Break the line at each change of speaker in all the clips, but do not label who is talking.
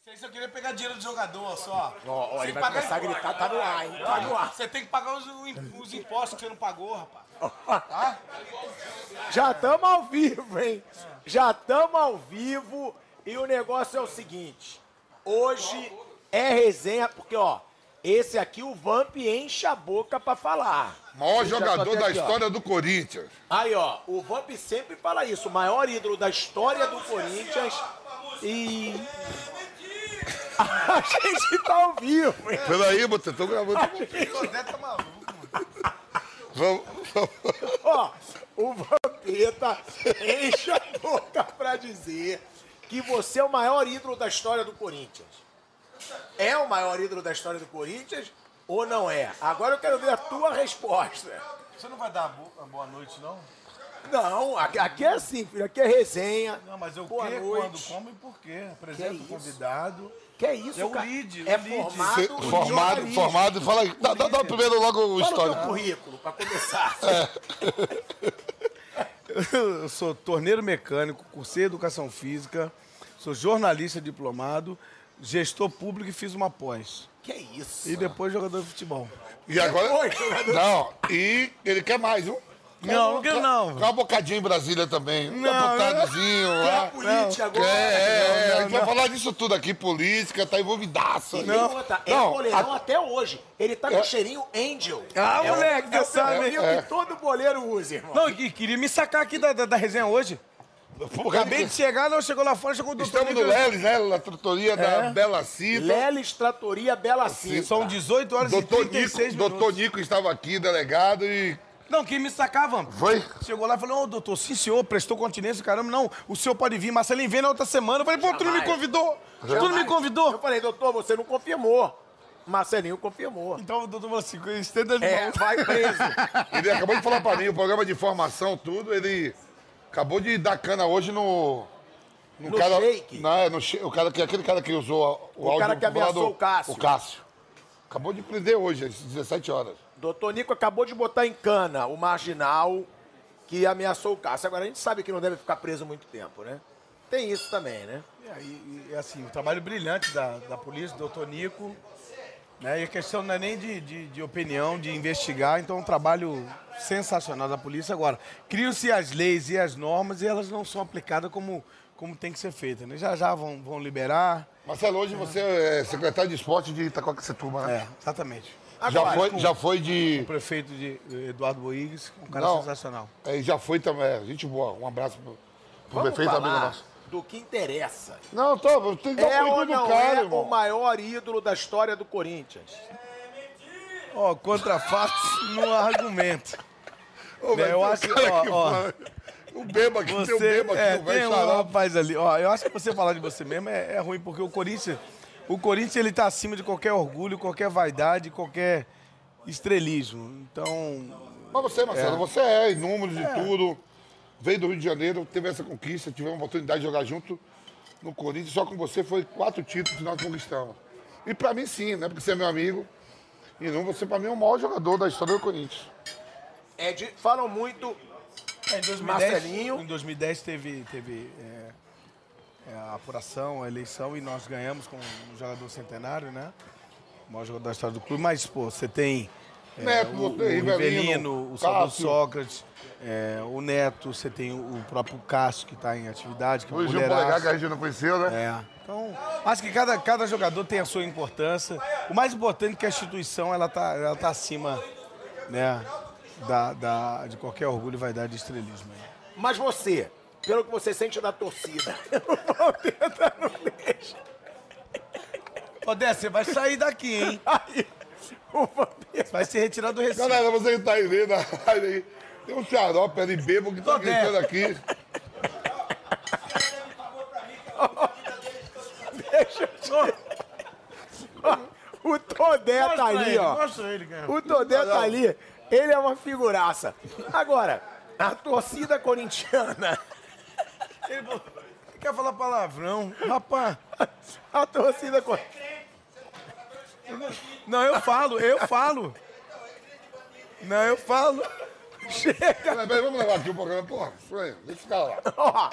Vocês só queriam pegar dinheiro do jogador só.
Ó, ó,
Você
ele vai
paga
começar a
imposto.
gritar, tá no ar, hein? Tá no ar.
Você tem que pagar os, os impostos que você não pagou, rapaz.
Já estamos ao vivo, hein? Já estamos ao vivo e o negócio é o seguinte. Hoje é resenha, porque, ó, esse aqui o Vamp enche a boca pra falar.
Maior
Deixa eu
jogador
até
da
aqui, ó.
história do Corinthians.
Aí, ó, o Vamp sempre fala isso, o maior ídolo da história do Corinthians e... A gente tá ao vivo, hein?
Peraí, você tô gravando.
O Zé tá maluco, mano.
Vamos, vamos.
Ó, o Vampeta enche a boca pra dizer que você é o maior ídolo da história do Corinthians. É o maior ídolo da história do Corinthians ou não é? Agora eu quero ver a tua resposta.
Você não vai dar bo- uma boa noite, não?
Não, aqui aqui é assim, filho. Aqui é resenha.
Não, mas eu
Boa
que,
noite.
quando, como e por quê. Apresento
Que
o
isso?
convidado.
Que é isso,
É o
cara?
lead,
é
o lead.
formado, em
Formado,
jornalismo.
formado. Fala aí. Dá, dá, dá primeiro logo o
Fala o teu
história.
currículo, pra começar.
É.
Eu sou torneiro mecânico, cursei educação física, sou jornalista diplomado, gestor público e fiz uma pós.
Que é isso?
E depois jogador de futebol.
E agora.
Oi, jogador.
Não, e ele quer mais, viu?
Não, não quero não.
Quer um bocadinho em Brasília também. Um
Não,
deputadozinho
É a
lá.
política agora.
É, é, é. A gente vai
não.
falar disso tudo aqui, política, tá envolvidaço.
E
né?
tem outra, é
Não,
goleirão até hoje. Ele tá com cheirinho Angel.
É. Ah,
é o-
moleque,
é
você sabe.
o perfil que todo goleiro usa, irmão.
Não, e queria me sacar aqui da, da, da resenha hoje.
Pô,
Acabei de chegar, não chegou lá fora, chegou o doutor.
Estamos no Leles, né? Na tratoria da Bela
então-
Cita.
Lelis Tratoria Bela Cinta.
São 18 horas e
Doutor
36
Nico,
minutos.
doutor Nico estava aqui, delegado, e.
Não, quem me sacava.
Foi?
Chegou lá e falou, ô doutor, sim senhor, prestou continência, caramba, não, o senhor pode vir, Marcelinho vem na outra semana. Eu falei, pô, tu não me
Jamais.
convidou, tu não me
Eu
convidou.
falei, doutor, você não confirmou. Marcelinho confirmou.
Então o doutor falou assim, estenda as
É,
mãos.
vai preso.
Ele acabou de falar pra mim, o programa de formação, tudo, ele acabou de dar cana hoje no.
No
cara,
shake?
Não, é no shake. O cara que, aquele cara que usou a- o, áudio.
cara que ameaçou
falador,
o Cássio.
O Cássio. Acabou de prender hoje, às 17 horas.
doutor Nico acabou de botar em cana o marginal que ameaçou o Cássio. Agora, a gente sabe que não deve ficar preso muito tempo, né? Tem isso também, né?
É, e, e, assim, o trabalho brilhante da, da polícia, do doutor Nico. Né, e a questão não é nem de, de, de opinião, de investigar, então é um trabalho sensacional da polícia. Agora, criam-se as leis e as normas e elas não são aplicadas como, como tem que ser feita. Né? Já já vão, vão liberar.
Marcelo, hoje você é secretário de esporte de Itacoaquecetuba, né?
É, exatamente.
Já,
É. Agora,
foi, já foi de.
O prefeito de eh, Eduardo Boigues, um cara
Não.
sensacional.
É, já foi também. é, Gente boa. Um abraço pro, pro
Vamos
prefeito amigo
falar
nosso.
do que interessa.
Não, tô, tem que dar
É
um
ou
currículo do
não
cara,
é
irmão.
o maior ídolo da história do Corinthians?
Ó, contra fatos no argumento.
Ô, velho,
Né, Eu
tem um
acho-
cara
ó,
que
ó.
fala- O Beba aqui, tem um
Você,
Beba
é,
aqui, o
tem
velho
um
xarope.
rapaz ali. Ó, eu acho que você falar de você mesmo é, é ruim, porque o Corinthians, o Corinthians ele tá acima de qualquer orgulho, qualquer vaidade, qualquer estrelismo. Então,
Mas você, Marcelo, você é em números e tudo. Veio do Rio de Janeiro, teve essa conquista, tivemos a oportunidade de jogar junto no Corinthians. Só com você foi quatro títulos que nós conquistamos. E pra mim, sim, né? Porque você é meu amigo. E não, você pra mim é o maior jogador da história do Corinthians.
É de, falam muito
em 2010,
Marcelinho.
em 2010 teve, teve é, é, a apuração, a eleição, e nós ganhamos com um jogador centenário, né? O maior jogador da história do clube. Mas, pô, você tem é,
Neto,
o, o
você, Rivelino,
Rivelino, o Salvador
Cássio.
Sócrates, é, o Neto, você tem o próprio Cássio, que está em atividade, que é um
Hoje o
mulheraço.
Polegar que a gente não conheceu, né?
É. Então, acho que cada, cada jogador tem a sua importância. O mais importante é que a instituição ela tá, ela tá acima né, da, da- de qualquer orgulho e vaidade de estrelismo. aí.
Mas você, pelo que você sente da torcida, o Vampeta não deixa.
Ô, Décio, você vai sair daqui, hein?
Aí, o Vampeta.
Vai se retirar do recinto.
Galera, você que tá aí vendo a live aí, tem um xarope ali, bebo, que tá
Tô
gritando aqui.
O Todé tá ali, ó.
Mostra ele, cara.
O Todé tá ali. Ele é uma figuraça. Agora, a torcida corintiana.
Ele falou, "Ele quer falar palavrão. Rapaz,
A torcida corintiana.
não, eu falo, eu falo. Não, eu falo.
Chega,
Peraí, peraí, vamos levar aqui o programa. Porra, Fran, deixa eu ficar lá.
ó.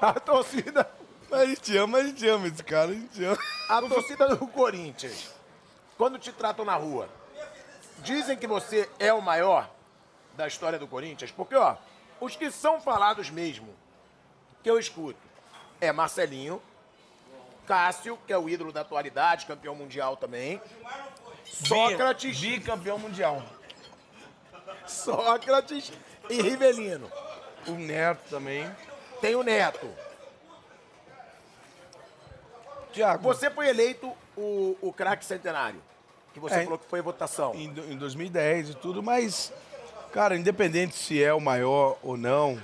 A torcida
Mas a gente ama, a gente ama esse cara, a gente ama.
A torcida do Corinthians, quando te tratam na rua, dizem que você é o maior da história do Corinthians? Porque, ó, os que são falados mesmo, que eu escuto, é Marcelinho, Cássio, que é o ídolo da atualidade, campeão mundial também, Sócrates,
Bicampeão mundial.
Sócrates e Rivelino.
O Neto também.
Tem o Neto.
Tiago,
Você foi eleito o, o craque centenário, que você
É.
falou que foi a votação.
em, do- em 2010 e tudo, mas, cara, independente se é o maior ou não,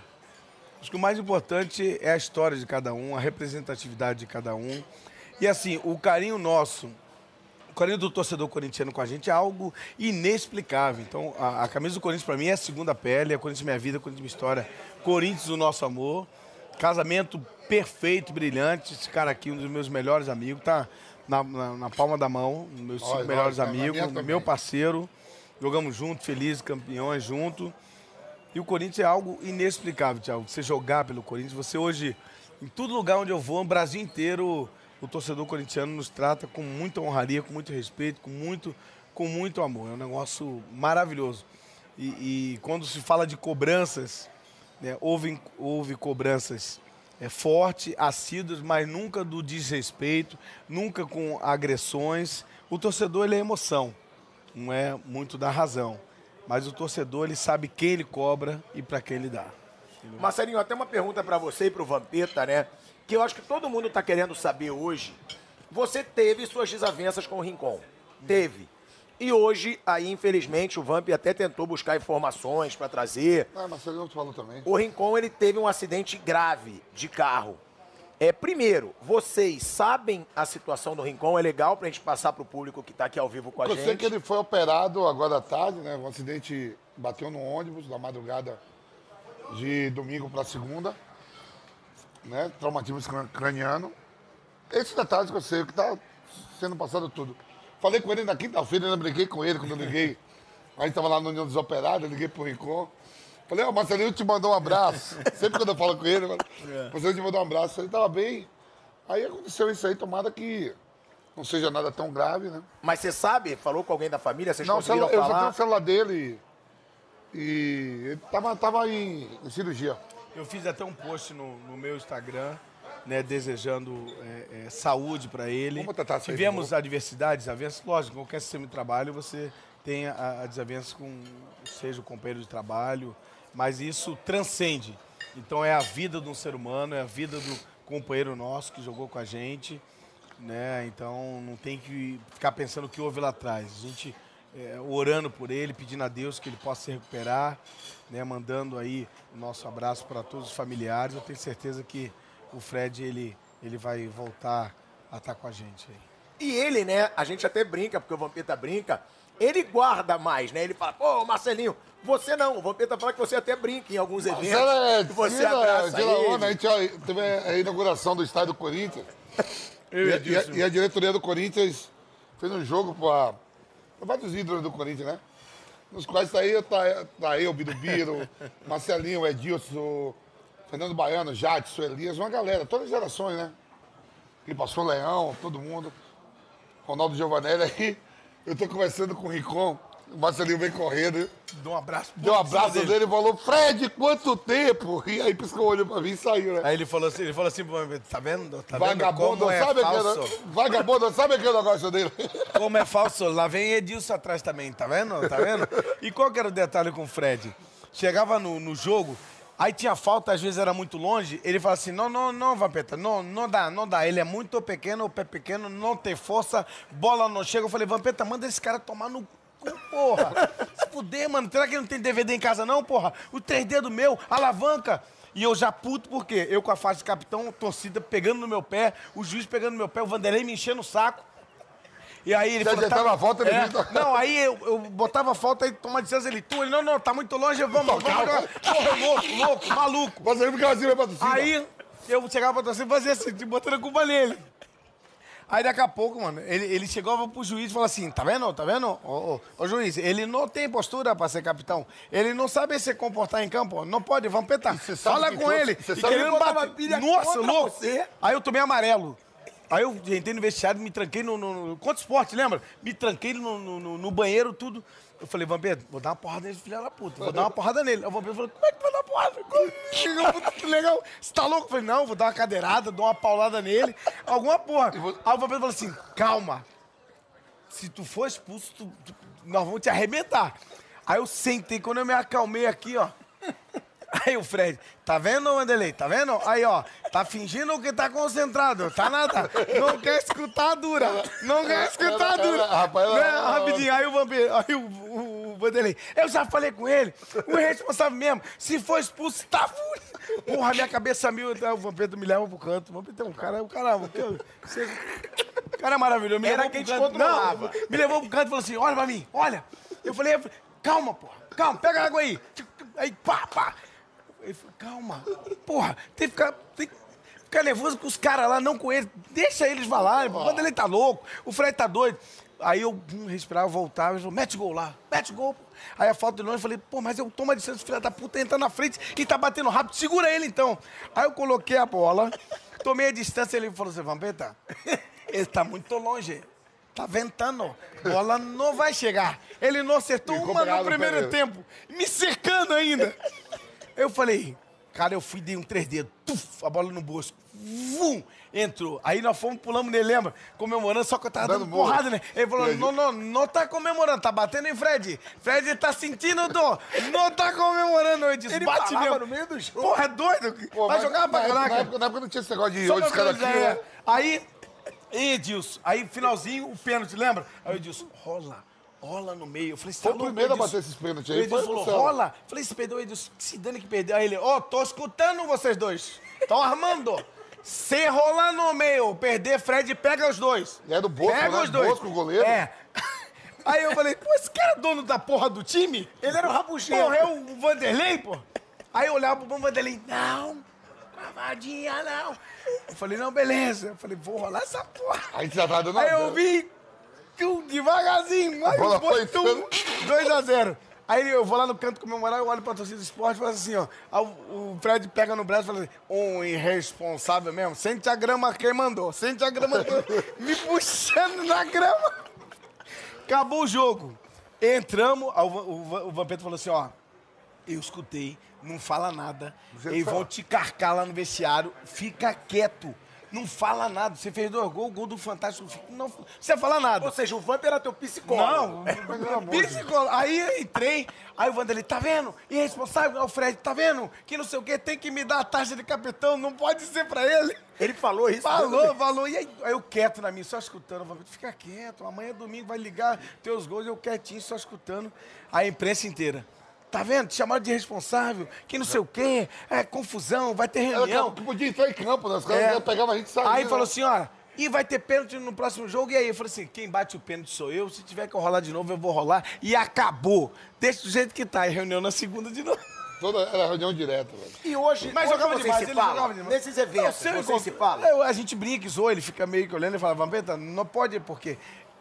acho que o mais importante é a história de cada um, a representatividade de cada um. E assim, o carinho nosso, o carinho do torcedor corintiano com a gente é algo inexplicável. Então, a, a camisa do Corinthians pra mim é a segunda pele, é Corinthians minha vida, Corinthians minha história, Corinthians o nosso amor. Casamento perfeito, brilhante. Esse cara aqui, um dos meus melhores amigos, tá na, na- na palma da mão, um dos meus cinco
Olha,
melhores
olha, tá na minha
amigos,
também.
meu parceiro. Jogamos junto, felizes, campeões junto. E o Corinthians é algo inexplicável, Thiago. Você jogar pelo Corinthians, você hoje, em todo lugar onde eu vou, no Brasil inteiro, o torcedor corintiano nos trata com muita honraria, com muito respeito, com muito, com muito amor. É um negócio maravilhoso. E, e quando se fala de cobranças, né, houve, houve cobranças é, fortes, assíduas, mas nunca do desrespeito, nunca com agressões. O torcedor ele é emoção não é muito da razão. Mas o torcedor, ele sabe quem ele cobra e pra quem ele dá.
Marcelinho, até uma pergunta pra você e pro Vampeta, né? Que eu acho que todo mundo tá querendo saber hoje. Você teve suas desavenças com o Rincon. Teve. E hoje, aí, infelizmente, o Vamp até tentou buscar informações pra trazer.
Ah, Marcelinho, tu falou também.
O Rincon, ele teve um acidente grave de carro. É, primeiro, vocês sabem a situação do Rincon? É legal pra gente passar pro público que tá aqui ao vivo com a
Eu sei
gente?
que ele foi operado agora à tarde, né? Um acidente bateu no ônibus na madrugada de domingo para segunda, né? Traumatismo cra- craniano. Esses detalhes que eu sei que tá sendo passado tudo. Falei com ele na quinta-feira, eu brinquei com ele quando eu liguei. A gente tava lá na União dos Operários, eu liguei pro Rincon. Falei, ó, Marcelinho te mandou um abraço. Sempre quando eu falo com ele, eu
É.
falo, Marcelinho te mandou um abraço. Ele tava bem. Aí aconteceu isso aí, tomara que não seja nada tão grave, né?
Mas você sabe? Falou com alguém da família? Vocês
Não, o
conseguiram
celular, eu já
falar?
tenho o celular dele e ele tava, tava em, em cirurgia.
Eu fiz até um post no, no meu Instagram, né, desejando é, é, saúde pra ele.
Vamos tratar isso aí de
Tivemos adversidades, desavenças. Lógico, em qualquer sistema de trabalho você tem a, a desavença com, seja o companheiro de trabalho, mas isso transcende. Então é a vida de um ser humano, é a vida do companheiro nosso que jogou com a gente, né? Então não tem que ficar pensando o que houve lá atrás. A gente é, orando por ele, pedindo a Deus que ele possa se recuperar, né? Mandando aí o nosso abraço para todos os familiares. Eu tenho certeza que o Fred ele ele vai voltar a estar com a gente aí.
E ele, né, a gente até brinca, porque o Vampeta brinca, ele guarda mais, né? Ele fala, pô, Marcelinho, você não. O Vampeta fala que você até brinca em alguns eventos.
Marcelo, é,
que você
tira-
abraça
tira
ele.
onda, a gente ó, teve a inauguração do estádio do Corinthians. E, a- e a, e a diretoria do Corinthians fez um jogo para vários ídolos do Corinthians, né? Nos quais tá aí, tá, tá eu, Biro Biro, Marcelinho, Edilson, Fernando Baiano, Jadson, Elias, uma galera, todas as gerações, né? Que passou Leão, todo mundo. Ronaldo Giovanelli aí. Eu tô conversando com o Ricon, o Marcelinho vem correndo.
Dou um abraço.
Deu um abraço dele e falou, Fred, quanto tempo? E aí piscou o olho pra mim e saiu, né?
Aí ele falou assim, ele falou assim, pro meu, tá vendo? Tá vendo
Vagabundo,
como é
sabe
falso?
aquele. Vagabundo, sabe aquele negócio dele?
Como é falso, lá vem Edilson atrás também, tá vendo? Tá vendo? E qual que era o detalhe com o Fred? Chegava no, no jogo, aí tinha falta, às vezes era muito longe, ele falava assim, não, não, não, Vampeta, não, não dá, não dá, ele é muito pequeno, o pé pequeno, não tem força, bola não chega. Eu falei, Vampeta, manda esse cara tomar no cu, porra. Se fuder, mano, será que ele não tem DVD em casa não, porra? O três dedos meu, alavanca. E eu já puto porque eu com a faixa de capitão, torcida pegando no meu pé, o juiz pegando no meu pé, o Vanderlei me enchendo o saco. E aí ele
Já
falou,
adiantava a falta, ele
é.
viu-
Não, aí eu, eu botava a falta, aí toma distância, ele tu, ele, não, não, tá muito longe, vamos, vamos. agora." Porra, louco, louco, maluco.
né, Mas ele ficava assim, vai pra cima.
Aí eu chegava pra torcida e fazia assim, botando a culpa nele. Aí daqui a pouco, mano, ele, ele chegava pro juiz e falava assim: tá vendo, tá vendo? Ô, ô, ô, juiz, ele não tem postura pra ser capitão. Ele não sabe se comportar em campo. Não pode, vamos petar.
você sabe
Fala
que
com
trouxe-
ele.
você
E
sabe-
querendo
Ele
botava
bater.
pilha
Nossa,
contra
louco.
você.
Aí eu tomei amarelo. Aí eu entrei no vestiário, me tranquei no. no, no contra esporte, lembra? Me tranquei no, no- no- no banheiro, tudo. Eu falei, Vampeta, vou dar uma porrada nele, filha da puta. Vou dar uma porrada nele. Aí o Vampeta falou, como é que tu vai dar uma porrada? Como? Chegou, um puta, que legal. Você tá louco? Eu falei, não, vou dar uma cadeirada, dou uma paulada nele, alguma porra. Aí o Vampeta falou assim, calma. Se tu for expulso, tu- tu- nós vamos te arrebentar. Aí eu sentei, quando eu me acalmei aqui, ó. Aí o Fred, tá vendo, Wanderlei? Tá vendo? Aí, ó, tá fingindo que tá concentrado, tá nada. Não quer escutar a dura. Não quer escutar a dura.
Rapaz,
Né?
ela-
Rapidinho, aí o Vampiro, aí o, o, o Wanderlei, eu já falei com ele, o responsável mesmo, se for expulso, tá fudido. Porra, minha cabeça mil, então, o Vampiro me leva pro canto. O Vampiro tem um cara, o cara... o que eu- você- o cara é maravilhoso. Me
Era
levou
quem
pro
te
canto.
controlava.
Não, me levou pro canto e falou assim: olha pra mim, olha. Eu falei, eu falei, calma, porra, calma, pega a água aí. Aí, pá, pá. Ele falou, calma, porra, tem que ficar. Tem que ficar nervoso com os caras lá, não com eles. Deixa eles falarem, pô. quando ele tá louco, o Fred tá doido. Aí eu hum, respirava, voltava, ele falou, mete gol lá, mete gol. pô. Aí a falta de longe, eu falei, pô, mas eu tomo a distância, filha da puta, entra na frente e tá batendo rápido, segura ele então. Aí eu coloquei a bola, tomei a distância, ele falou assim, Vampeta, ele tá muito longe. Tá ventando. Bola não vai chegar. Ele não acertou
Ficou
uma no
bravo,
primeiro
Pereira.
tempo. Me cercando ainda. Eu falei, cara, eu fui, dei um três dedos. Tuf, a bola no bosco. Vum, entrou. Aí nós fomos, pulamos nele, lembra? Comemorando, só que eu tava
Dando
dando,
murro.
porrada, né? Ele falou,
Fred.
não, não, não tá comemorando. Tá batendo em Fred. Fred tá sentindo dor. Não tá comemorando. Eu disse,
Ele
bate
falava
mesmo.
no meio do jogo.
Porra, é doido.
Pô,
vai
mas
jogar pra
na época-
caraca.
Na época, na época não tinha esse negócio de
Só
hoje os
pra
caras aqui.
finalizar,
né?
é. Aí, Edilson, aí finalzinho, o pênalti, lembra? Aí o Edilson, rola, rola no meio. Eu falei, você tá
Foi o
louco,
primeiro a
Edilson?
bater esses pênaltis aí,
O Edilson
foi o
falou,
Marcelo.
rola. Eu falei, se perdeu o Edilson, que se dane que perdeu. Aí ele, ó, tô escutando vocês dois. Tão armando. Se rolar no meio, perder, Fred pega os dois.
E era o Bosco,
Pega
né?
os dois.
Bosco, o goleiro.
É. Aí eu falei, pô, esse cara é dono da porra do time?
Ele era o rabugento.
Porra, é o Vanderlei, pô. Aí eu olhava pro bom Vanderlei, não, cavadinha não. Eu falei, não, beleza. Eu falei, vou rolar essa porra.
A gente já tava dando
Aí eu vi, tum, devagarzinho, aí
bola
o
foi
botum,
entrando.
2 a 0 Aí eu vou lá no canto comemorar, eu olho pra torcida do esporte e falo assim, ó. aí o o Fred pega no braço e fala assim, um irresponsável mesmo, sente a grama quem mandou, sente a grama quem me puxando na grama. Acabou o jogo. Entramos, aí o, Va- o, Va- o Vampeta falou assim, ó. Eu escutei, não fala nada.
precisa
Eles vão
falar.
te carcar lá no vestiário, fica quieto. Não fala nada. Você fez dois gols, o gol do Fantástico. fica- Não, não precisa falar nada.
Ou seja, o Vamp era teu psicólogo.
Não,
pelo amor de Deus.
psicólogo. Aí eu entrei, aí o Vanderlei, tá vendo? Irresponsável, o Fred, tá vendo? Que não sei o quê, tem que me dar a taxa de capitão, não pode ser pra ele.
Ele falou isso.
Falou, falou. E aí, aí eu quieto na minha, só escutando. Eu falei, Fica quieto, amanhã é domingo, vai ligar teus gols, eu quietinho, só escutando a imprensa inteira. Tá vendo? Te chamaram de irresponsável, que não sei o quê, é confusão, vai ter reunião.
Era que podia entrar em campo, né? Os
É.
caras pegavam a gente e saía.
Aí
né?
falou assim, ó, e vai ter pênalti no próximo jogo, e aí? Eu falei assim, quem bate o pênalti sou eu, se tiver que eu rolar de novo, eu vou rolar. E acabou. Deixa do jeito que tá, e reunião na segunda de novo.
Toda era reunião direta, velho.
E hoje,
Mas
hoje
jogava
é vocês
demais,
se
ele
falam?
jogava demais.
Nesses
Não,
eventos,
se eu
vocês se
encontro-
falam?
Eu- a gente brinca e zoa, ele fica meio que olhando e fala, Vampeta, não pode porque...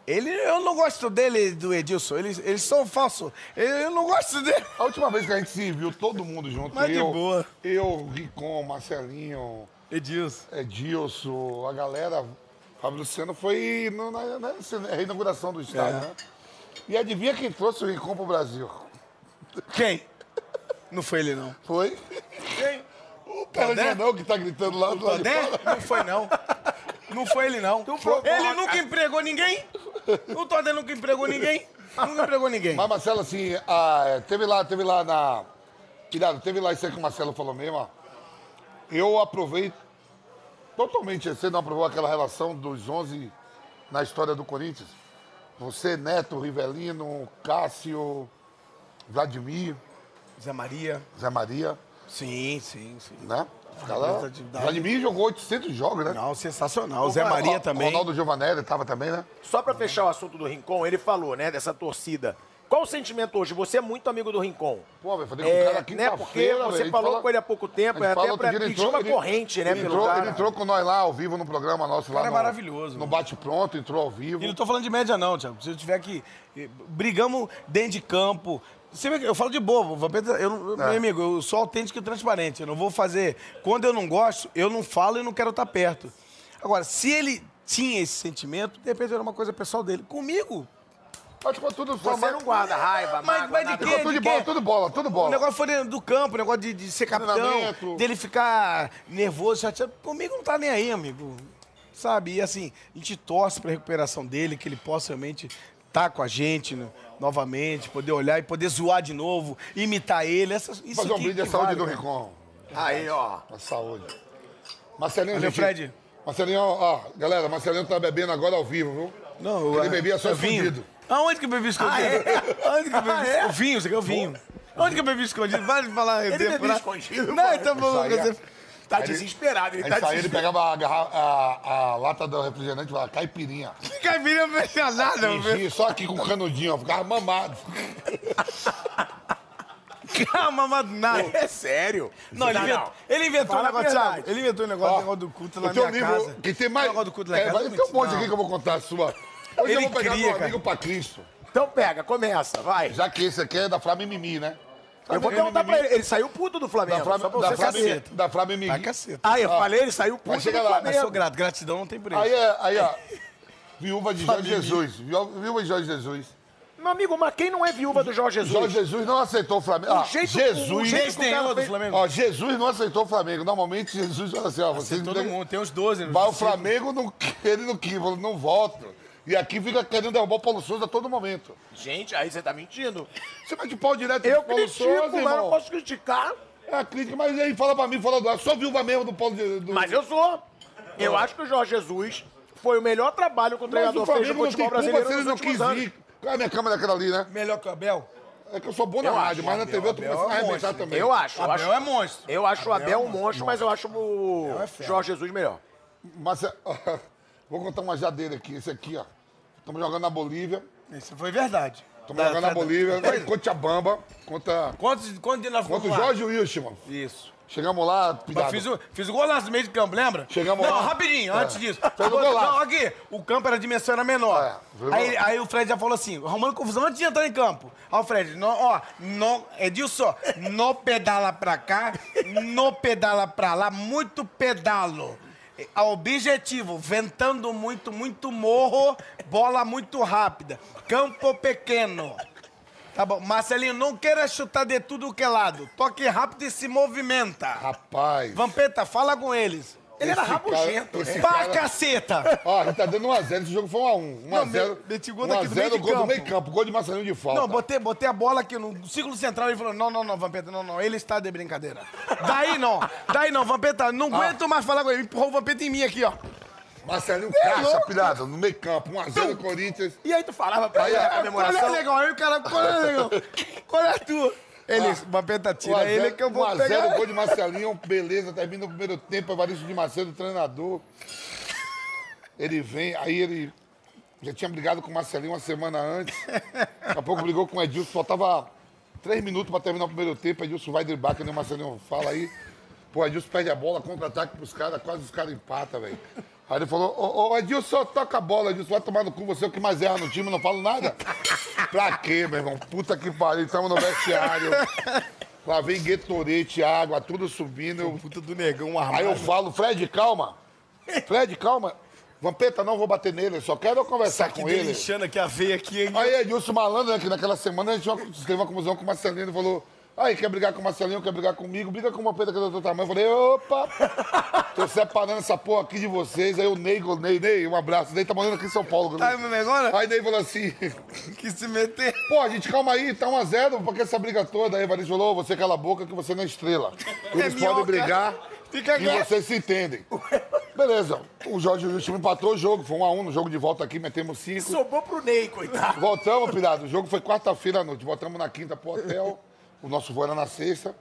Ele, eu não gosto dele, do Edilson. Eles, eles são falsos. Eu, eu não gosto dele.
A última vez que a gente se viu, todo mundo junto.
Mas de
eu,
boa.
Eu, Ricom, Marcelinho,
Edilson.
Edilson, É, a galera, Fábio Luciano, foi no- na, na- na reinauguração do estádio, né? E adivinha quem trouxe o Ricom pro Brasil?
Quem? Não foi ele, não.
Foi?
Quem?
O Peranjanão que tá gritando lá do lado de
Todé?
fora.
Não foi, não. Não foi ele, não.
provoca.
Ele nunca empregou ninguém. O Todé nunca empregou ninguém. Nunca empregou ninguém.
Mas, Marcelo, assim, ah, teve lá, teve lá na. Cuidado, teve lá isso aí que o Marcelo falou mesmo, ó. Eu aprovei totalmente. Você não aprovou aquela relação dos 11 na história do Corinthians? Você, Neto, Rivelino, Cássio, Vladimir,
Zé Maria.
Zé Maria,
Sim, sim, sim.
né? Os caras- Vladimir jogou 800 jogos, né?
Não, sensacional. Zé Maria também.
Ronaldo Giovanelli estava também, né?
Só pra fechar o assunto do Rincon, ele falou, né, dessa torcida Qual o sentimento hoje? Você é muito amigo do Rincon.
Pô, velho, falei com o
É,
cara
né,
quinta-feira,
porque
velho,
você
ele
falou
fala-
com ele há pouco tempo,
ele
é
fala
até
outro
pra
dia, ele
pedir
entrou-
uma
ele-
corrente, né,
ele
pelo
entrou,
cara.
Ele entrou com nós lá, ao vivo, no programa nosso lá.
cara é
no-
maravilhoso,
No
mano.
bate-pronto, entrou ao vivo.
E não tô falando de média, não, Thiago. Se eu tiver que. eh, Brigamos dentro de campo. Você vê que eu falo de bobo, Vampeta, eu, não- eu-
É.
meu amigo, eu sou autêntico e transparente. Eu não vou fazer. Quando eu não gosto, eu não falo e não quero estar perto. Agora, se ele tinha esse sentimento, de repente era uma coisa pessoal dele. Comigo.
Mas ficou tudo... foi
Você
mais-
não guarda raiva,
Mas-
mágoa,
mas de
nada.
quê?
Ficou tudo de bola, tudo bola, tudo
O
bola.
negócio foi dentro do campo, o negócio de, de ser capitão,
Treinamento.
dele ficar nervoso, chateado. Comigo não tá nem aí, amigo. Sabe? E assim, a gente torce pra recuperação dele, que ele possa realmente estar com a gente né, novamente, poder olhar e poder zoar de novo, imitar ele. Essas, isso
Fazer um
que-
brinde à
que
saúde
vale, né?
do
cara.
Ricom.
Aí, ó.
A saúde. Marcelinho,
Valeu,
gente.
Fred.
Marcelinho, ó, ó, galera, Marcelinho tá bebendo agora ao vivo, viu?
Não,
Ele
é-
bebia só
é vinho.
escondido. Ah,
Aonde que eu bebi escondido? Aonde que eu bebi
Ah, é?
O vinho, você quer o vinho. Onde que eu bebi escondido? Vai falar.
Ele
exemplo,
bebia
né?
escondido,
Não,
mano.
então vamos.
Isso aí é-
você-
Tá desesperado, ele
Aí
tá
saía, ele
desesperado.
pegava a, garra- a- a lata do refrigerante e falava, caipirinha.
Caipirinha não tinha nada, meu.
Fingia, só aqui com canudinho, ó, ficava mamado.
Calma, mas nada.
É sério.
Não, ele, inventa- ele inventou um
Fala a
negócio,
verdade.
Thiago. Ele inventou um negócio, um negócio do culto lá
o
na
teu
minha
livro,
casa.
Que tem mais...
O negócio do culto lá em
é,
casa.
vai ter um monte
Não.
aqui que eu vou contar a sua. Hoje eu
Ele
vou pegar
cria,
meu
cara.
amigo pra Cristo.
Então pega, começa, vai.
Já que esse aqui é da Flá Mimimi, né?
Tá
Eu
um
vou perguntar pra ele. Ele saiu puto do Flamengo.
É,
Da Flá,
só pra
da
você
Flá,
saber.
caceta.
da Flá Mimimi.
Tá caceta.
Ah, eu falei, ele saiu puto do
chega lá,
Mas sou
Flamengo.
grato, gratidão não tem preço.
Aí, é- aí, ó. Viúva de Jorge
Mimimi.
Jesus. Viúva viúva de Jorge Jesus.
Meu amigo, mas quem não é viúva do Jorge Jesus?
Jorge Jesus não aceitou o Flamengo.
Um
O
Ah,
jeito- o jeito que
Jesus.
o cara
Desdenhou do
fez-
Flamengo.
Ó, Jesus não aceitou o Flamengo. Normalmente Jesus fala assim, ó, vocês
Todo mundo, tem uns 12. né?
Mas o Flamengo não, ele não quis, falou, não volta. E aqui fica querendo derrubar o Paulo Souza a todo momento.
Gente, aí você tá mentindo.
Você vai de pau direto
Eu
pro Paulo Souza,
critico, mas
irmão.
não posso criticar.
É a crítica, mas aí fala pra mim, fala do lado. Sou viúva mesmo do Paulo de- do...
Mas eu sou. Eu acho que o Jorge Jesus foi o melhor trabalho que o
Mas o
treinador fez
Flamengo
no
não tem
futebol
culpa se
brasileiro
ele
nos
não quis
últimos anos.
ir. Qual é a minha câmera aquela ali, né?
Melhor que o Abel?
É que eu sou bom na
Eu
rádio,
acho,
mas na TV eu tô
Abel é
começando a
um
arrebentar
monstro.
também.
Eu acho, eu
Abel
acho.
é monstro.
Eu acho o Abel um
monstro.
monstro, mas eu acho o
é fera.
Jorge Jesus melhor.
Mas, é- vou contar uma jadeira aqui, esse aqui, ó. Estamos jogando na Bolívia.
Isso foi verdade.
Estamos
Da-
jogando na
da-
Bolívia. Lá em Cochabamba, contra,
Quantos, quantos de nós
contra o
fomos tá. lá?
Jorge Wilson, mano.
Isso.
Chegamos lá,
Mas
pirado.
fiz, o, fiz o golaço no meio de campo, lembra?
Chegamos
não,
lá.
rapidinho,
É.
antes disso.
Fez o golaço.
Não, aqui, o campo era a dimensão era menor.
É, fez o
aí,
golaço.
aí o Fred já falou assim, arrumando confusão antes de entrar em campo. Aí o Fred, não, ó, não, Edilson, não pedala pra cá, não pedala pra lá, muito pedalo. A Objetivo, ventando muito, muito morro, bola muito rápida, campo pequeno. Tá bom, Marcelinho, não queira chutar de tudo que é lado. Toque rápido e se movimenta.
Rapaz.
Vampeta, fala com eles.
Ele era
Esse
rabugento.
cara- esse
Pá,
cara-
caceta!
Ó, a gente tá dando 1x0, esse jogo foi 1x1.
Não,
1x0.
me- meti gol daqui do meio de
gol do
campo.
meio campo, gol de Marcelinho de falta.
Não, botei, botei a bola aqui no círculo central e falou: não, não, não, Vampeta, não, não, ele está de brincadeira. Daí não, daí não, Vampeta, não
Ah.
aguento mais falar com ele. Empurrou o Vampeta em mim aqui, ó.
Marcelinho
é louco.
caixa, pirada, no meio campo. 1x0 Corinthians.
E aí tu falava pra
Aí,
ele
ó,
na
Qual é,
comemoração.
legal? Aí o cara, qual é, legal? Qual é a tua? Ele,
Ah. Um
Vampeta, tira ele que eu vou
1 a 0,
pegar.
gol de Marcelinho, beleza, termina o primeiro tempo, Evaristo de Macedo, treinador. Ele vem, aí ele já tinha brigado com o Marcelinho uma semana antes. Daqui a pouco brigou com o Edilson, faltava três minutos pra terminar o primeiro tempo, Edilson vai driblar, que nem o Marcelinho fala aí. Pô, Edilson perde a bola, contra-ataque pros caras, quase os caras empatam, velho. Aí ele falou, ô, ô Edilson, toca a bola, Edilson, vai tomar no cu, você é o que mais erra no time, eu não falo nada. pra quê, meu irmão? Puta que pariu, estamos no vestiário. Lá vem guetorete, água, tudo subindo. eu-
Puta do negão armado.
Aí eu falo, Fred, calma. Fred, calma. Vampeta, não vou bater nele, só quero conversar com ele.
Destrinchando Tá aqui a veia aqui, hein?
Aí Edilson Malandro, né, que naquela semana a gente uma- teve uma confusão com o Marcelinho, ele falou, aí quer brigar com o Marcelinho, quer brigar comigo, briga com o Vampeta que é do teu tamanho. Eu falei, opa, tô separando essa porra aqui de vocês. Aí o Ney, o Ney, Ney, um abraço. Ney tá morando aqui em São Paulo.
Tá me agora?
Aí Ney falou assim,
Que se meter.
Pô, gente, calma aí, tá 1 a 0 porque essa briga toda aí, Evaristo falou, "Ô, você cala a boca que você não é estrela. Eles
minhoca.
podem brigar
Fica
e
quieto.
vocês se entendem. Beleza, o Jorge Justo empatou o jogo, foi 1 a 1 no jogo de volta aqui, metemos 5.
Sobrou pro Ney, coitado.
Voltamos, pirado, o jogo foi quarta-feira à noite, voltamos na quinta pro hotel, o nosso voo era na sexta.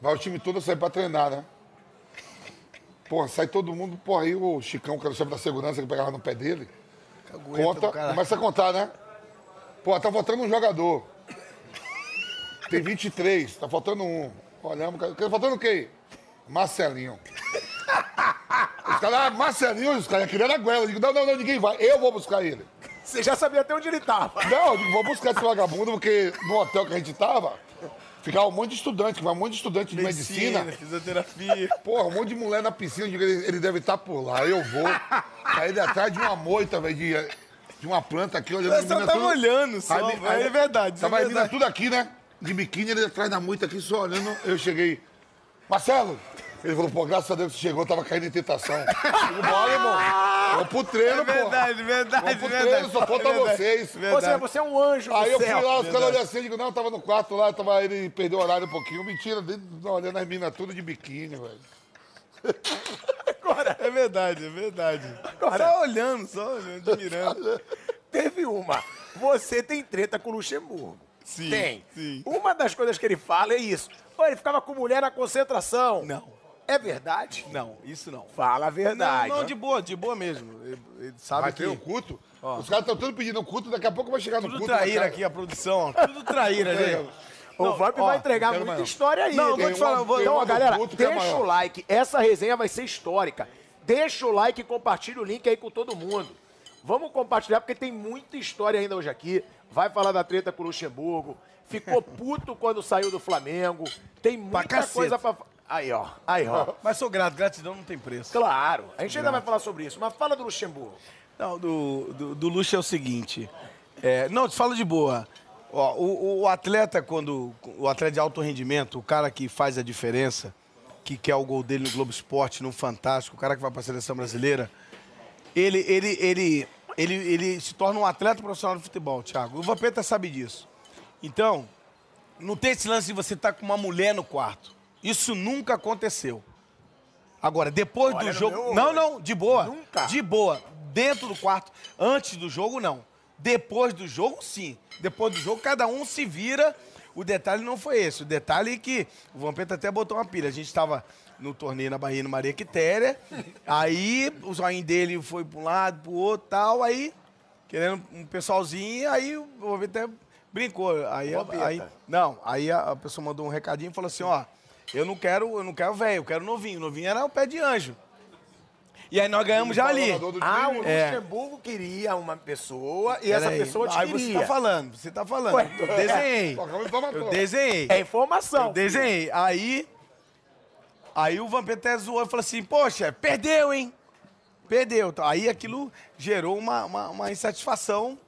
Vai o time todo sair pra treinar, né? Porra, sai todo mundo, porra, aí o Chicão, que era o chefe da segurança, que pegava no pé dele,
Aguenta do
conta,
caralho.
começa a contar, né? Pô, tá faltando um jogador. Tem 23, tá faltando um. Olhamos, cara, tá faltando quem? Marcelinho. Os caras, ah, Marcelinho, os caras querendo a goela. Eu digo, não, não, não, ninguém vai. Eu vou buscar ele.
Você já sabia até onde ele tava.
Não, eu digo, vou buscar esse vagabundo, porque no hotel que a gente tava, ficava um monte de estudante, vai um monte de estudante de medicina.
fisioterapia.
Porra, um monte de mulher na piscina, eu digo, ele, ele deve estar por lá, eu vou. Caí atrás de uma moita, velho, de, de uma planta aqui, olhando
Você só
menina
tava
toda-
olhando tá só,
Aí, tá
velho, é verdade. isso
Tava
é
a mina
verdade.
tudo aqui, né? De biquíni, ele atrás da moita aqui, só olhando. Eu cheguei. Marcelo! Ele falou, pô, graças a Deus que você chegou, eu tava caindo em tentação. Eu digo, bora, irmão. Vamos pro treino,
É verdade, verdade,
Vamos pro
verdade. É
treino, só falta
Verdade,
vocês.
Ou seja,
Verdade.
você é um anjo
porra. Aí
do
eu fui
céu.
lá, os caras olham assim, eu digo, não, tava no quarto lá, tava, ele perdeu o horário um pouquinho. Mentira, dentro- olhando as minas tudo de biquíni, velho.
É verdade, é verdade.
Agora-
Só olhando, só olhando, admirando.
Teve uma. Você tem treta com o Luxemburgo.
Sim,
Tem.
sim.
Uma das coisas que ele fala é isso. Pô, ele ficava com mulher na concentração.
Não.
É verdade?
Não, isso não.
Fala a verdade.
Não, não, de boa, de boa mesmo. Ele, ele sabe
Vai
que...
ter um o culto? Os caras estão tudo pedindo o culto, daqui a pouco vai chegar no
Tudo
culto.
traíra
cara.
aqui, a produção. Tudo traíra, gente.
um-
O
Não,
Vamp
ó,
vai entregar
não quero
muita
mais não.
história aí.
Não, eu vou
Tem
te falar, eu vou- um
Então,
eu
ó,
vou-
galera,
outro que é
deixa
maior.
o like. Essa resenha vai ser histórica. Deixa o like e compartilha o link aí com todo mundo. Vamos compartilhar, porque tem muita história ainda hoje aqui. Vai falar da treta com o Luxemburgo. Ficou puto quando saiu do Flamengo. Tem muita
caceta.
coisa pra... fa- Aí, ó. Aí, ó.
Mas sou grato, gratidão não tem preço.
Claro. A gente ainda vai falar sobre isso. Mas fala do Luxemburgo.
Não, do, do, do Luxo é o seguinte. é, não, te falo de boa. Ó, o, o atleta, quando. O atleta de alto rendimento, o cara que faz a diferença, que quer o gol dele no Globo Esporte, no Fantástico, o cara que vai pra seleção brasileira, ele, ele, ele, ele, ele se torna um atleta profissional de futebol, Thiago. O Vampeta sabe disso. Então, não tem esse lance de você estar com uma mulher no quarto. Isso nunca aconteceu. Agora, depois
Olha
do
no
jogo.
meu
Não, não, de boa.
Nunca.
De boa. Dentro do quarto. Antes do jogo, não. Depois do jogo, sim. Depois do jogo, cada um se vira. O detalhe não foi esse. O detalhe é que o Vampeta até botou uma pilha. A gente estava no torneio na Bahia, no Maria Quitéria. Aí o zoinho dele foi para um lado, para o outro tal. Aí, querendo um pessoalzinho, aí o Vampeta brincou. Aí,
Vampeta.
aí não, aí a, a pessoa mandou um recadinho e falou assim, ó, eu não quero, eu não quero velho, eu quero novinho. Novinho era o pé de anjo. E aí nós ganhamos já ali.
Jogador do
Ah, o
time,
É.
Luxemburgo queria uma pessoa e essa
Peraí.
pessoa te
Aí
queria.
você tá falando, você tá falando.
Ué.
eu desenhei.
Tocava e toma,
Eu
toma.
desenhei.
É informação.
Eu desenhei. Aí. Aí o Vampeta zoou e falou assim: Poxa, perdeu, hein? Perdeu. Então, Aí aquilo gerou uma, uma, uma insatisfação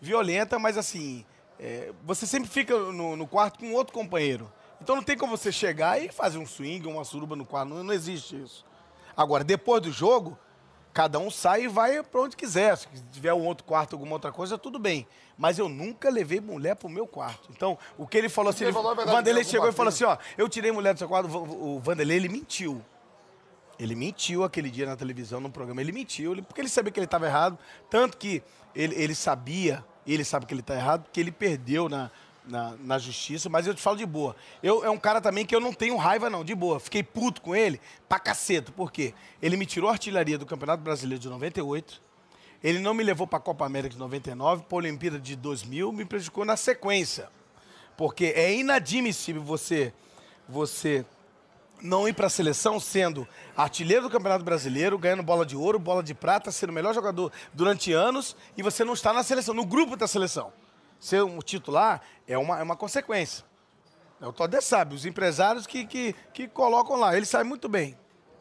violenta, mas assim. é, você sempre fica no, no quarto com outro companheiro. Então não tem como você chegar e fazer um swing, uma suruba no quarto. Não, não existe isso. Agora, depois do jogo, cada um sai e vai pra onde quiser. Se tiver um outro quarto, alguma outra coisa, tudo bem. Mas eu nunca levei mulher pro meu quarto. Então, o que ele falou assim,
Ele
ele,
falou a
o
verdade,
Vanderlei
tem
chegou e
alguma
falou assim, ó, eu tirei mulher do seu quarto, o o Vanderlei, ele mentiu. Ele mentiu aquele dia na televisão, no programa. Ele mentiu, ele- porque ele sabia que ele estava errado. Tanto que ele, ele sabia, ele sabe que ele está errado, porque ele perdeu na, na, na justiça. Mas eu te falo de boa. Eu, é um cara também que eu não tenho raiva, não, de boa. Fiquei puto com ele pra caceta. Por quê? Ele me tirou a artilharia do Campeonato Brasileiro de 98. Ele não me levou pra Copa América de 99, pra Olimpíada de 2000, me prejudicou na sequência. Porque é inadmissível você, você não ir para a seleção sendo artilheiro do Campeonato Brasileiro, ganhando bola de ouro, bola de prata, sendo o melhor jogador durante anos e você não está na seleção, no grupo da seleção. Ser um titular é uma, é uma consequência. É O Todé sabe, os empresários que, que, que colocam lá. Ele sabe muito bem